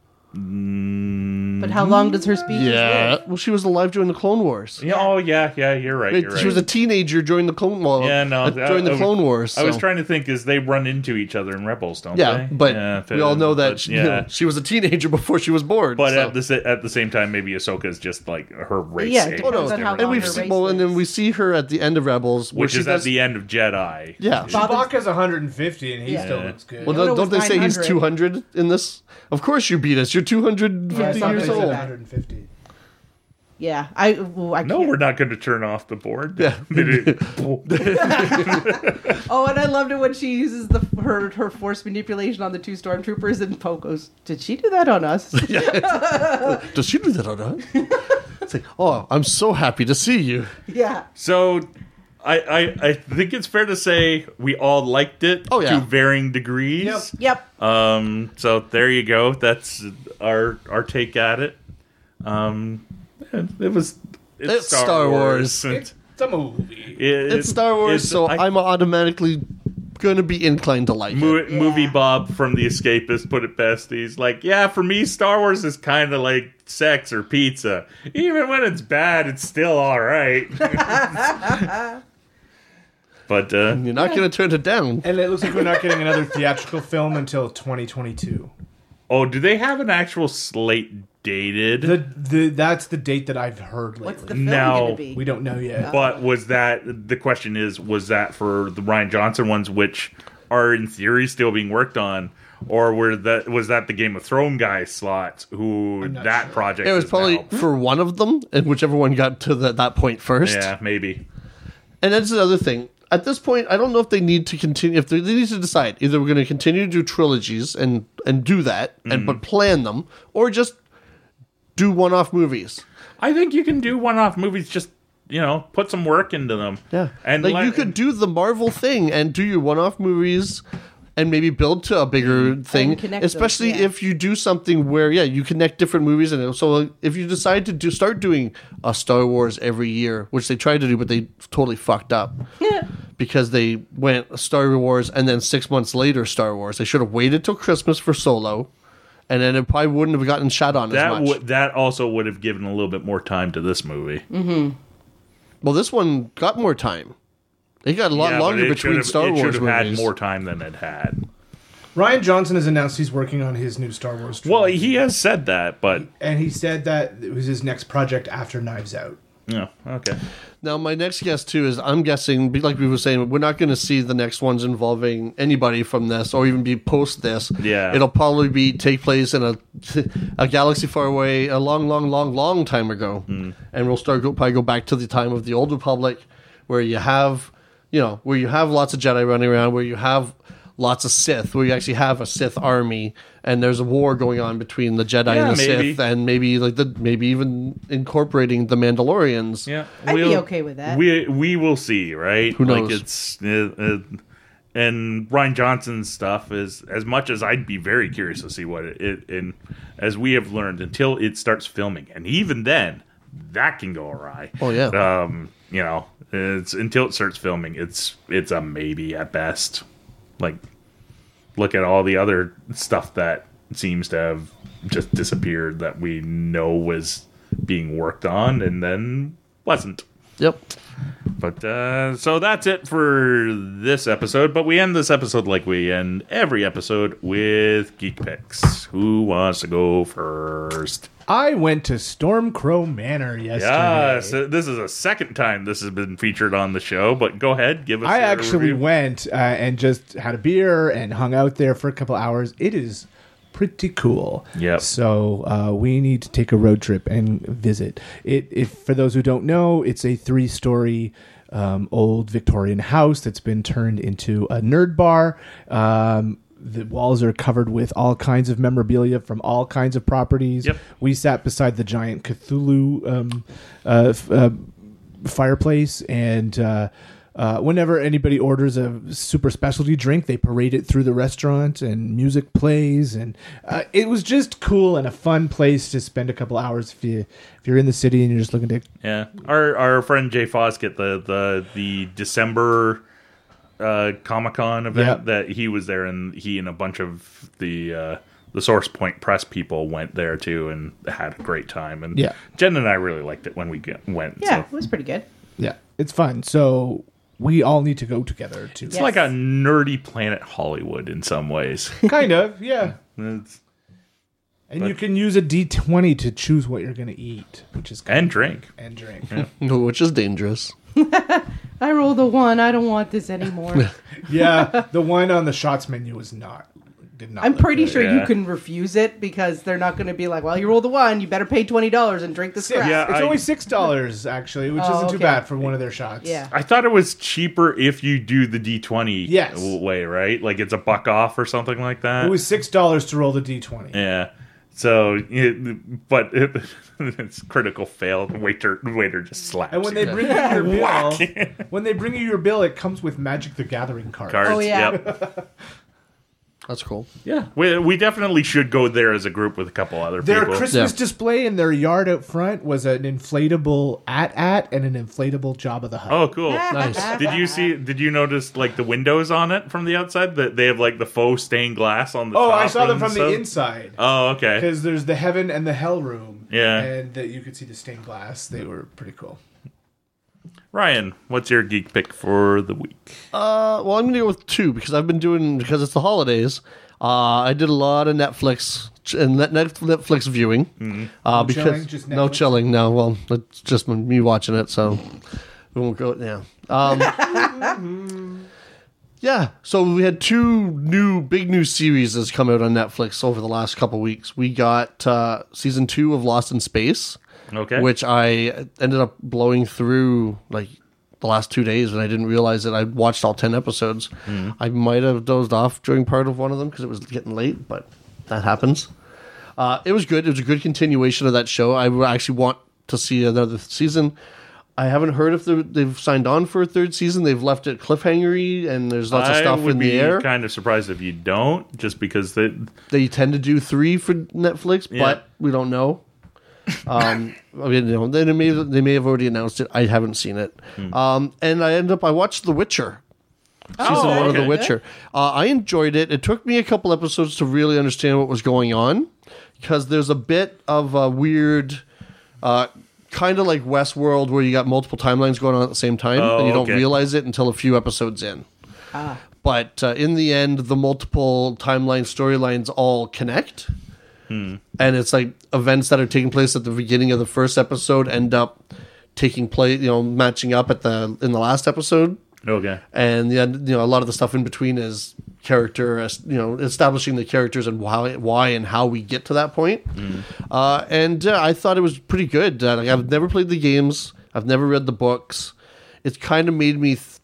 E: But how long does her
D: Mm-hmm.
E: speech? live?
D: Well, she was alive during the Clone Wars.
B: Yeah, oh yeah, yeah. You're right. You're
D: she
B: right.
D: was a teenager during the Clone. Well,
B: yeah, no.
D: uh,
B: I-
D: during
B: I
D: the
B: was-
D: Clone Wars.
B: I was
D: so-
B: trying to think, is they run into each other in Rebels, don't they?
D: Yeah, but we all know that
B: but
D: she,
B: yeah,
D: she was a teenager before she was born.
B: But
D: so.
B: at the sa- at the same time, maybe Ahsoka is just like her race.
E: Yeah,
B: age
E: oh, no,
B: is
E: and
B: different.
E: how
D: and we've
E: her
D: seen,
E: race
D: well, and then
E: is.
D: we see her at the end of Rebels, where
B: which
D: she
B: is
D: does,
B: at the end of Jedi.
D: yeah.
C: Chewbacca's 150 and he
E: Yeah.
C: still
B: Yeah.
C: looks good.
D: Well,
E: Yoda
D: don't, don't
E: was
D: they say he's
E: 900.
D: 200 in this? Of course you beat us. You're 250
C: Yeah,
D: years
C: something like
D: old.
C: 150.
E: Yeah. I. Well, I
B: No,
E: can't-
B: we're not going to turn off the board.
D: Yeah.
E: Oh, and I loved it when she uses the her her force manipulation on the two stormtroopers and Poe goes, "Did she do that on us?"
D: Does she do that or not? it's like, oh, I'm so happy to see you.
E: yeah.
B: So, I, I I think it's fair to say we all liked it
D: Oh, yeah.
B: to varying degrees.
C: Yep.
E: Yep.
B: Um, so there you go. That's our our take at it. Um, it, it was it's
D: It's Star Wars.
B: It-
C: It's a movie.
B: it-
D: It's Star Wars,
B: it's-
D: so
B: I-
D: I'm automatically going to be inclined to like
B: Mo-
D: it.
B: Movie Bob from The Escapist put it best. He's like, yeah, for me, Star Wars is kind of like sex or pizza. Even when it's bad, it's still all right. but uh,
D: You're not going to turn it down.
C: And it looks like we're not getting another theatrical film until 2022.
B: oh, do they have an actual slate dated?
C: The, the that's the date that I've heard lately.
E: What's the film
B: Now-
E: going to be?
C: we don't know yet.
B: but was that the question? Is was that for the Ryan Johnson ones, which are in theory still being worked on? Or were that was that the Game of Thrones guy slots who
C: not
B: that
C: sure.
B: project?
D: It was
B: is
D: probably
B: now?
D: for one of them, and whichever one got to the, that point first.
B: yeah, maybe.
D: And that's another thing. At this point, I don't know if they need to continue. If they, they need to decide, either we're going to continue to do trilogies and and do that,
B: Mm.
D: and but plan them, or just do one-off movies.
B: I think you can do one-off movies. Just you know, put some work into them.
D: Yeah,
B: and
D: like
B: let-
D: you could do the Marvel thing and do your one-off movies, and maybe build to a bigger thing.
E: connect those,
D: Especially
E: yeah.
D: if you do something where yeah, you connect different movies, and so if you decide to do start doing a Star Wars every year, which they tried to do, but they totally fucked up. because they went Star Wars and then six months later Star Wars. They should have waited till Christmas for Solo, and then it probably wouldn't have gotten shot on
B: that
D: as much.
B: would that also would have given a little bit more time to this movie.
D: Well, this one got more time. It got a lot
B: Yeah, but
D: longer
B: it
D: between
B: should've-
D: Star
B: it
D: Wars
B: should've had
D: movies.
B: more time than it had.
F: Ryan Johnson has announced he's working on his new Star Wars.
B: Well,
F: trilogy,
B: he has said that, but
F: and he said that it was his next project after Knives Out.
B: no, okay.
D: Now, my next guess too is I'm guessing, be- like we were saying, we're not going to see the next ones involving anybody from this, or even be post this.
B: Yeah.
D: it'll probably be take place in a a galaxy far away, a long, long, long, long time ago,
B: Mm.
D: and we'll start go, probably go back to the time of the old Republic, where you have, you know, where you have lots of Jedi running around, where you have lots of Sith, where you actually have a Sith army, and there's a war going on between the Jedi
B: Yeah,
D: and the
B: maybe.
D: Sith, and maybe like the maybe even incorporating the Mandalorians.
B: Yeah,
E: I'd be okay with that.
B: We we will see, right?
D: Who
B: Like
D: knows?
B: it's uh, uh, and Ryan Johnson's stuff is as much as I'd be very curious to see what it, it and as we have learned until it starts filming, and even then that can go awry.
D: Oh yeah.
B: Um, you know, it's until it starts filming, it's it's a maybe at best. Like, look at all the other stuff that seems to have just disappeared that we know was being worked on and then wasn't.
D: Yep.
B: But uh, so that's it for this episode. But we end this episode like we end every episode with geek picks. Who wants to go first?
F: I went to Stormcrow Manor yesterday.
B: Yeah, so this is a second time this has been featured on the show. But go ahead, give us.
F: I
B: your
F: actually
B: review.
F: went uh, and just had a beer and hung out there for a couple hours. It is pretty cool.
B: Yep.
F: So uh, we need to take a road trip and visit it. If for those who don't know, it's a three-story. Um, old Victorian house that's been turned into a nerd bar. Um, the walls are covered with all kinds of memorabilia from all kinds of properties.
B: Yep.
F: We sat beside the giant Cthulhu um, uh, f- uh, fireplace and uh, uh, whenever anybody orders a super specialty drink they parade it through the restaurant and music plays and uh, it was just cool and a fun place to spend a couple hours if you if you're in the city and you're just looking to
B: Yeah, our our friend Jay Foskett, the the the December uh, Comic Con event
F: Yep.
B: that he was there, and he and a bunch of the uh, the Source Point Press people went there too, and had a great time. And
F: Yeah.
B: Jen and I really liked it when we get, went. so.
E: Yeah, it was pretty good.
F: yeah it's fun so we all need to go together to
B: it's like a nerdy Planet Hollywood in some ways.
F: kind of yeah
B: It's-
F: and you can use a d20 to choose what you're going to eat which is kind
B: and drink.
F: of, and drink
D: Which is dangerous.
E: I rolled a one. I don't want this anymore.
F: yeah the wine on the shots menu was not did not
E: I'm
F: look
E: pretty
F: good.
E: sure
B: Yeah.
E: you can refuse it because they're not going to be like, well, you rolled a one. You better pay twenty dollars and drink this crap.
B: Yeah,
F: it's
B: I-
F: only six dollars actually, which
E: Oh,
F: isn't too
E: okay.
F: bad for one of their shots.
E: Yeah.
B: I thought it was cheaper if you do the D twenty
F: Yes.
B: way, right? Like it's a buck off or something like that.
F: It was six dollars to roll the D twenty.
B: Yeah. So, it, but it, it's critical fail. Waiter, waiter just slaps.
F: And when
B: you.
F: they bring you your bill,
B: Whack.
F: when they bring you your bill, it comes with Magic the Gathering cards.
B: Cards,
E: Oh, yeah.
B: Yep.
D: That's cool.
B: yeah. We, we definitely should go there as a group with a couple other
F: Their
B: people.
F: Christmas
D: Yeah.
F: display in their yard out front was an inflatable at at and an inflatable Jabba the Hutt.
B: oh, cool.
D: Nice.
B: Did you see? Did you notice like the windows on it from the outside? That they have like the faux stained glass on the.
F: Oh,
B: top
F: I saw them
B: and
F: from the
B: stuff?
F: inside
B: Oh, okay.
F: because there's the heaven and the hell room.
B: Yeah.
F: and that you could see the stained glass. They were pretty cool.
B: Ryan, what's your geek pick for the week?
D: Uh, well, I'm gonna go with two because I've been doing because it's the holidays. Uh, I did a lot of Netflix and net, net- Netflix viewing. Uh, no because
F: chilling, just
D: no
F: Netflix?
D: chilling. No, well, it's just me watching it, so we won't go now. Um, yeah, so we had two new big new series that's come out on Netflix over the last couple weeks. We got uh, season two of Lost in Space.
B: Okay.
D: Which I ended up blowing through like the last two days, and I didn't realize that I watched all 10 episodes. I might have dozed off during part of one of them because it was getting late, but that happens. Uh, it was good. It was a good continuation of that show. I w- actually want to see another season. I haven't heard if they're- they've signed on for a third season. They've left it cliffhangery, and there's lots of
B: I
D: stuff
B: would
D: in
B: be
D: the air.
B: kind of surprised if you don't, just because they,
D: they tend to do three for Netflix,
B: Yeah.
D: but we don't know. Um, I mean, you know, they may they may have already announced it. I haven't seen it.
B: Hmm.
D: Um, and I end up I watched The Witcher, season one
B: Oh,
D: of
B: okay.
D: The Witcher. Uh, I enjoyed it. It took me a couple episodes to really understand what was going on because there's a bit of a weird uh, kind of like Westworld, where you got multiple timelines going on at the same time,
B: Oh,
D: and you don't
B: okay.
D: realize it until a few episodes in. But uh, in the end, the multiple timeline storylines all connect,
B: Hmm.
D: and it's like events that are taking place at the beginning of the first episode end up taking place, you know, matching up at the in the last episode
B: Okay.
D: and yeah, you know a lot of the stuff in between is character, es- you know, establishing the characters and why, why and how we get to that point. Uh, and uh, I thought it was pretty good. Uh, like, I've never played the games. I've never read the books. It's kind of made me th-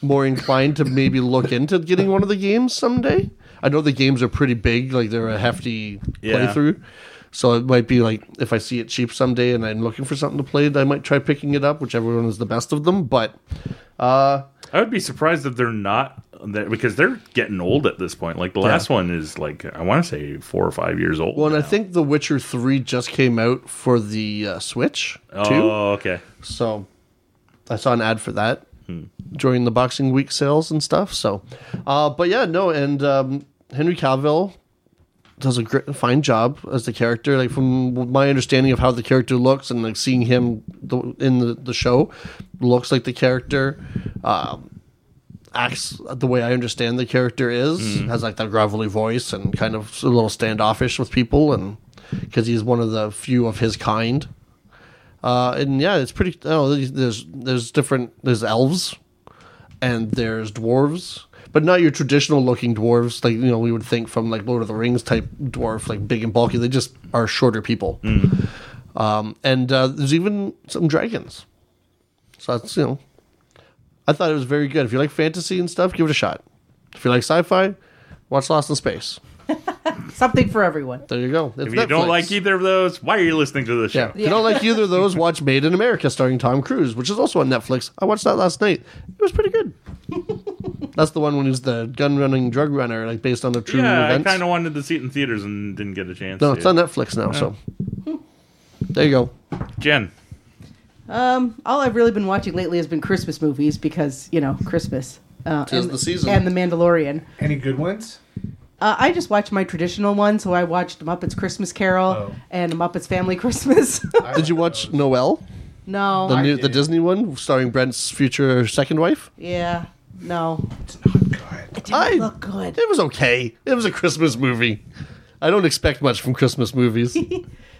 D: more inclined to maybe look into getting one of the games someday. I know the games are pretty big, like they're a hefty
B: Yeah.
D: playthrough. So it might be like if I see it cheap someday and I'm looking for something to play, I might try picking it up, whichever one is the best of them. But uh,
B: I would be surprised if they're not that because they're getting old at this point. Like the last one is like I want to say four or five years old.
D: Well, and I
B: now.
D: think The Witcher 3 just came out for the uh, Switch, too.
B: Oh, okay.
D: So I saw an ad for that during the Boxing Week sales and stuff. So, uh, but yeah, no, and um, Henry Cavill does a great, fine job as the character. Like, from my understanding of how the character looks and like seeing him the, in the, the show, looks like the character. Um, acts the way I understand the character is has like that gravelly voice and kind of a little standoffish with people and because he's one of the few of his kind. Uh, and yeah, it's pretty. Oh, there's- there's there's different there's elves and there's dwarves, but not your traditional looking dwarves like you know we would think from like Lord of the Rings type dwarf like big and bulky. They just are shorter people.
B: Hmm.
D: Um, and uh, there's even some dragons. So that's you know I thought it was very good. If you like fantasy and stuff, give it a shot. If you like sci-fi, watch Lost in Space.
E: Something for everyone.
D: There you go. It's
B: If you don't
D: Netflix.
B: like either of those, why are you listening to this
D: yeah.
B: show?
D: If you don't like either of those, watch Made in America starring Tom Cruise, which is also on Netflix. I watched that last night. It was pretty good. That's the one when he's the gun running drug runner, like based on a true
B: Yeah, I
D: event.
B: kind of wanted to see it in theaters and didn't get a chance.
D: no,
B: to.
D: it's on Netflix now. So there you go.
B: Jen.
E: Um, all I've really been watching lately has been Christmas movies because you know Christmas. Uh,
D: Tis
E: and-
D: the season.
E: And The Mandalorian.
C: Any good ones?
E: Uh, I just watched my traditional one, so I watched Muppets Christmas Carol
B: Oh.
E: and Muppets Family Christmas.
D: Did you watch Noel,
E: no,
D: the new, the Disney one starring Brent's future second wife?
E: yeah, no,
B: Oh,
D: It I,
E: look good.
D: It was okay. It was a Christmas movie. I don't expect much from Christmas movies.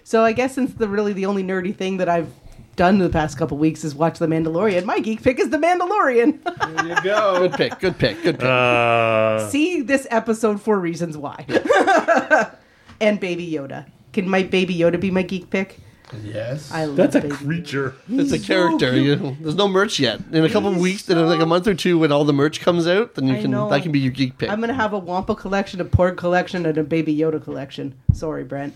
E: So I guess since the really the only nerdy thing that I've done the past couple weeks is watch The Mandalorian. My geek pick is The Mandalorian.
C: There you go.
D: good pick. Good pick. Good pick.
B: Uh,
E: See this episode for reasons why. and Baby Yoda. Can my Baby Yoda be my geek pick?
C: yes.
E: I love
B: that's a
E: Baby Yoda.
B: creature.
D: it's a character. You, there's no merch yet. In a couple of weeks, in like a month or two, when all the merch comes out, then you
E: I
D: can
E: know.
D: that can be your geek pick.
E: I'm gonna have a Wampa collection, a Porg collection, and a Baby Yoda collection. Sorry, Brent.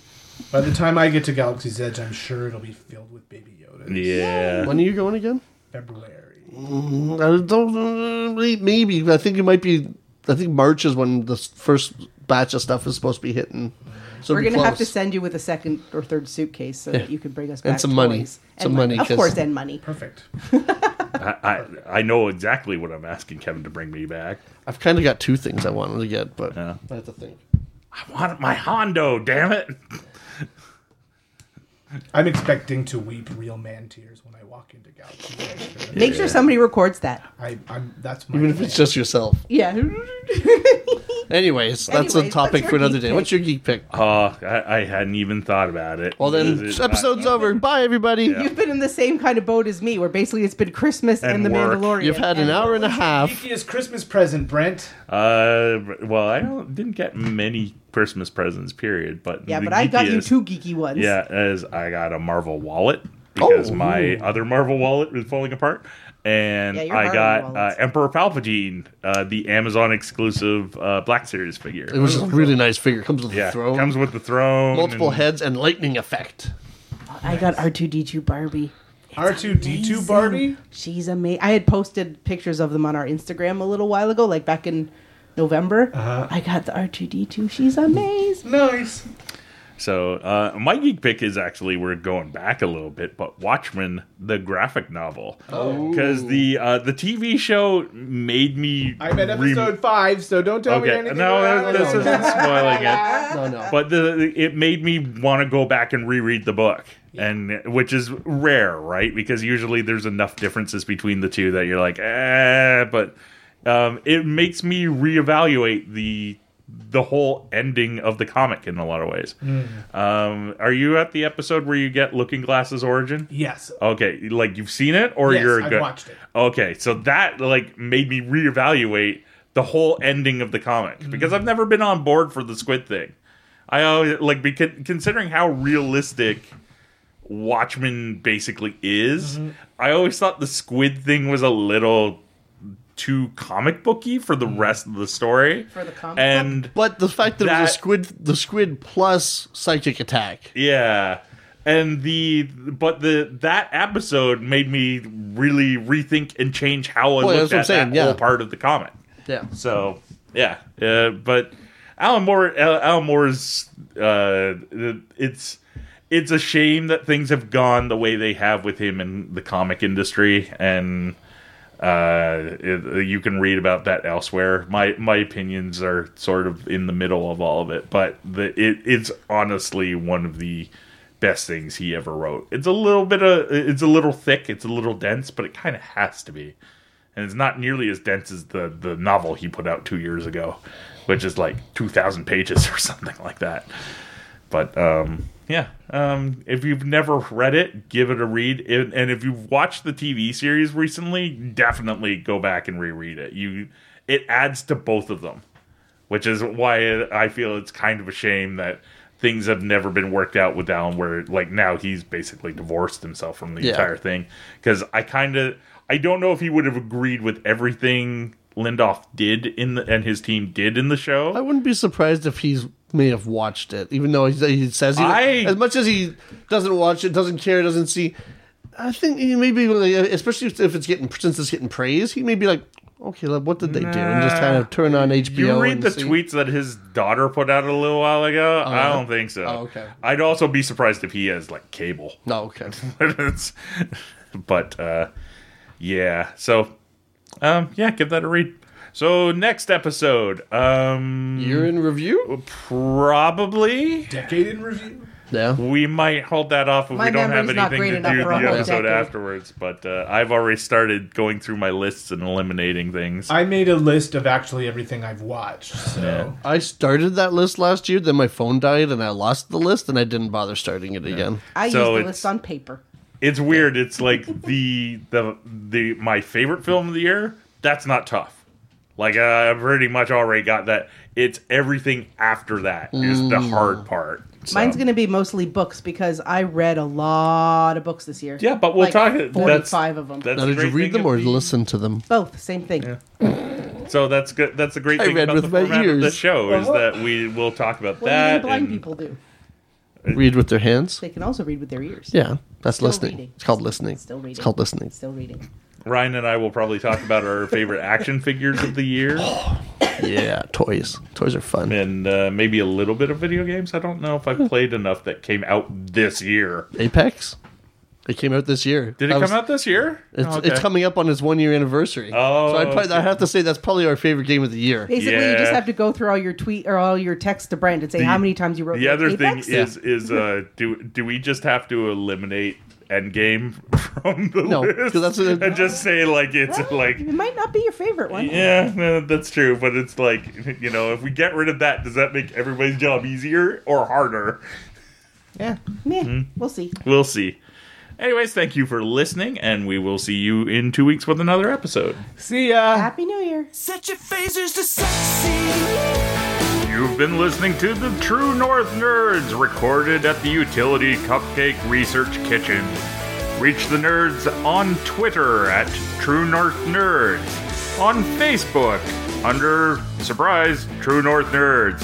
C: By the time I get to Galaxy's Edge, I'm sure it'll be filled with Baby Yoda.
B: Yeah.
D: when are you going again?
C: February.
D: I don't. Maybe I think it might be. I think March is when the s- first batch of stuff is supposed to be hitting. So
E: We're
D: it'll be
E: gonna have to
D: close.
E: send you with a second or third suitcase so that you can bring us back
D: And some money.
E: toys.
D: Some money,
E: of
D: 'cause-
E: course, and money.
C: Perfect.
B: I, I I know exactly what I'm asking Kevin to bring me back.
D: I've kind of got two things I wanted to get, but
B: Yeah.
D: I have to think.
B: I want my Hondo. Damn it.
C: I'm expecting to weep real man tears when I walk into Galaxy's Edge.
E: Make sure somebody records that.
C: I, I'm, that's my
D: Even if it's just yourself.
E: Yeah.
D: Anyways, that's a
E: Anyways,
D: topic
E: what's
D: for
E: your
D: another
E: geek
D: day.
E: pick?
D: What's your geek pick?
B: Oh, I, I hadn't even thought about it.
D: Well, then,
B: Is it-
D: episode's over. Bye, everybody.
E: You've been in the same kind of boat as me, where basically it's been Christmas
B: And
E: and, The
B: work.
E: Mandalorian.
D: You've had an hour and a half.
C: Geekiest Christmas present, Brent.
B: Uh, well, I don't, didn't get many Christmas presents, period. But
E: Yeah,
B: the
E: but I got you
B: geekiest-
E: two geeky ones.
B: Yeah, as I got a Marvel wallet because
D: Oh.
B: my other Marvel wallet was falling apart, and
E: Yeah, you're
B: I
E: borrowing
B: got uh,
E: wallets.
B: Emperor Palpatine, uh, the Amazon exclusive uh, Black Series figure.
D: It was a really nice figure. Comes with
B: yeah,
D: a throne,
B: comes with the throne,
D: multiple
B: and-
D: heads, and lightning effect.
E: I got R two D two Barbie.
C: R2D2 Barbie?
E: She's amazing. I had posted pictures of them on our Instagram a little while ago, like
B: Uh-huh.
E: back in November. I got the R two D two. She's amazing.
C: Nice.
B: So uh, my geek pick is actually we're going back a little bit, but Watchmen, the graphic novel,
D: Oh.
B: because the uh, the TV show made me.
F: I'm at
B: re-
F: episode five, so don't tell me
B: Okay,
F: anything.
B: no,
F: about
B: that- this
F: it.
B: isn't spoiling it.
D: No, no.
B: But the, it made me want to go back and reread the book, and which is rare, right? Because usually there's enough differences between the two that you're like, eh. But um, it makes me reevaluate the the whole ending of the comic in a lot of ways.
F: Hmm.
B: Um, are you at the episode where you get Looking Glass's origin?
F: Yes.
B: Okay, like you've seen it or
F: Yes,
B: you're
F: I've
B: good.
F: watched it.
B: Okay, so that like made me reevaluate the whole ending of the comic
D: Mm.
B: because I've never been on board for the squid thing. I always like because considering how realistic Watchmen basically is,
D: Mm-hmm.
B: I always thought the squid thing was a little too comic booky for
D: Mm.
B: the rest of the story.
E: For the comic book?
B: and
D: But the fact that, it
B: That-
D: was a squid, the squid plus psychic attack.
B: Yeah. And the but the that episode made me really rethink and change how I
D: Well,
B: looked
D: that's what I'm
B: at
D: saying,
B: that
D: yeah.
B: whole part of the comic.
D: Yeah.
B: So yeah, uh, but Alan Moore, Al- Alan Moore's, uh, it's it's a shame that things have gone the way they have with him in the comic industry, and uh, it, you can read about that elsewhere. My my opinions are sort of in the middle of all of it, but the, it it's honestly one of the best things he ever wrote. It's a little bit of it's a little thick, it's a little dense, but it kind of has to be and it's not nearly as dense as the the novel he put out two years ago, which is like two thousand pages or something like that. But um, yeah, um, if you've never read it, give it a read, and and if you've watched the TV series recently, definitely go back and reread it. You it adds to both of them, which is why I feel it's kind of a shame that. Things have never been worked out with Alan, where like now he's basically divorced himself from the
D: Yeah.
B: entire thing because I kind of I don't know if he would have agreed with everything Lindoff did in the and his team did in the
D: I
B: show.
D: wouldn't be surprised if he's may have watched it, even though he, he says he
B: I-
D: as much as he doesn't watch it, doesn't care, doesn't see. I think he may be, like, especially if it's getting since it's getting praise, he may be like, okay, like, what did they do, and just kind of turn on HBO.
B: You read
D: and
B: the
D: see.
B: tweets that his daughter put out a little while ago. I don't think so.
D: Oh, okay.
B: I'd also be surprised if he has like cable.
D: No, Oh, okay.
B: It's- but uh, yeah, so um, yeah, give that a read. So next episode, um,
D: You're in review.
B: probably
F: Decade in review.
D: Yeah.
B: We might hold that off if
E: My
B: we don't have
E: memory's not
B: anything
E: great
B: to
E: enough
B: do
E: for a
B: the
E: whole
B: episode
E: decade.
B: afterwards. But uh, I've already started going through my lists and eliminating things.
F: I made a list of actually everything I've watched. So
D: I started that list last year, then my phone died, and I lost the list, and I didn't bother starting it again.
E: I
B: So
E: use the
B: it's-
E: list on paper.
B: It's weird. It's like the the the my favorite film of the year. That's not tough. Like I pretty much already got that. It's everything after that is the hard part. So-
E: Mm. Mine's going to be mostly books because I read a lot of books this year.
B: yeah, but we'll
E: Like
B: talk. that's-
E: Forty-five of them.
B: that's
D: Now,
B: the
D: did you
B: great
D: read
B: thing
D: them or
B: of the-
D: listen to them?
E: Both same thing.
B: So that's good. That's the great
D: I
B: thing
D: read
B: about
D: with
B: the
D: my
B: format of the
D: ears.
B: show is that we will talk about
E: What do
B: that.
E: even blind
B: and-
E: people do?
D: Read with their hands.
E: They can also read with their ears.
D: Yeah, that's
E: Still
D: listening.
E: reading.
D: It's called listening.
E: Still
D: It's
E: reading.
D: called listening.
E: Still reading.
B: Ryan and I will probably talk about our favorite action figures of the year
D: Yeah, toys. Toys are fun.
B: and uh, maybe a little bit of video games. I don't know if
D: Hmm.
B: I've played enough that came out this year.
D: Apex. It came out this year.
B: Did it
D: I was-
B: come out this year?
D: It's,
B: Oh, okay.
D: it's coming up on its one year anniversary.
B: Oh,
D: so I'd probably,
B: okay.
D: I have to say that's probably our favorite game of the year.
E: Basically, you
B: Yeah.
E: just have to go through all your tweet or all your text to Brent and say
B: The-
E: how many times you wrote.
B: The other thing
E: Apex?
B: is is uh, do do we just have to eliminate Endgame from the
D: No, 'cause
B: list
D: that's a-
B: and just say like it's
E: Well,
B: like
E: it might not be your favorite one.
B: yeah no, that's true, but it's like you know if we get rid of that, does that make everybody's job easier or harder?
E: Yeah.
B: Mm-hmm.
E: We'll see.
B: We'll see. Anyways, thank you for listening, and we will see you in two weeks with another episode.
F: See
B: Ah.
F: ya.
E: Happy New Year.
A: Set your phasers to sexy.
B: You've been listening to the True North Nerds, recorded at the Utility Cupcake Research Kitchen. Reach the nerds on Twitter at True North Nerds, on Facebook under Surprise True North Nerds,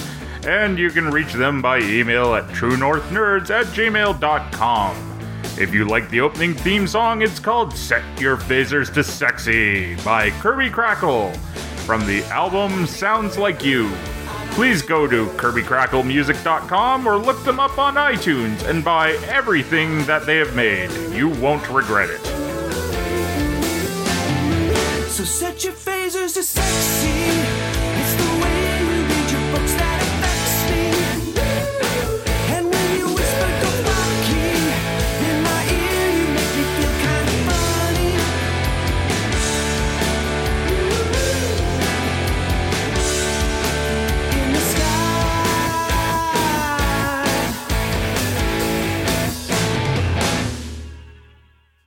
B: and you can reach them by email at truenorthnerds at gmail.com. If you like the opening theme song, it's called Set Your Phasers to Sexy by Kirby Crackle from the album Sounds Like You. please go to KirbyCracklemusic.com or look them up on iTunes and buy everything that they have made. You won't regret it.
A: So set your phasers to sex.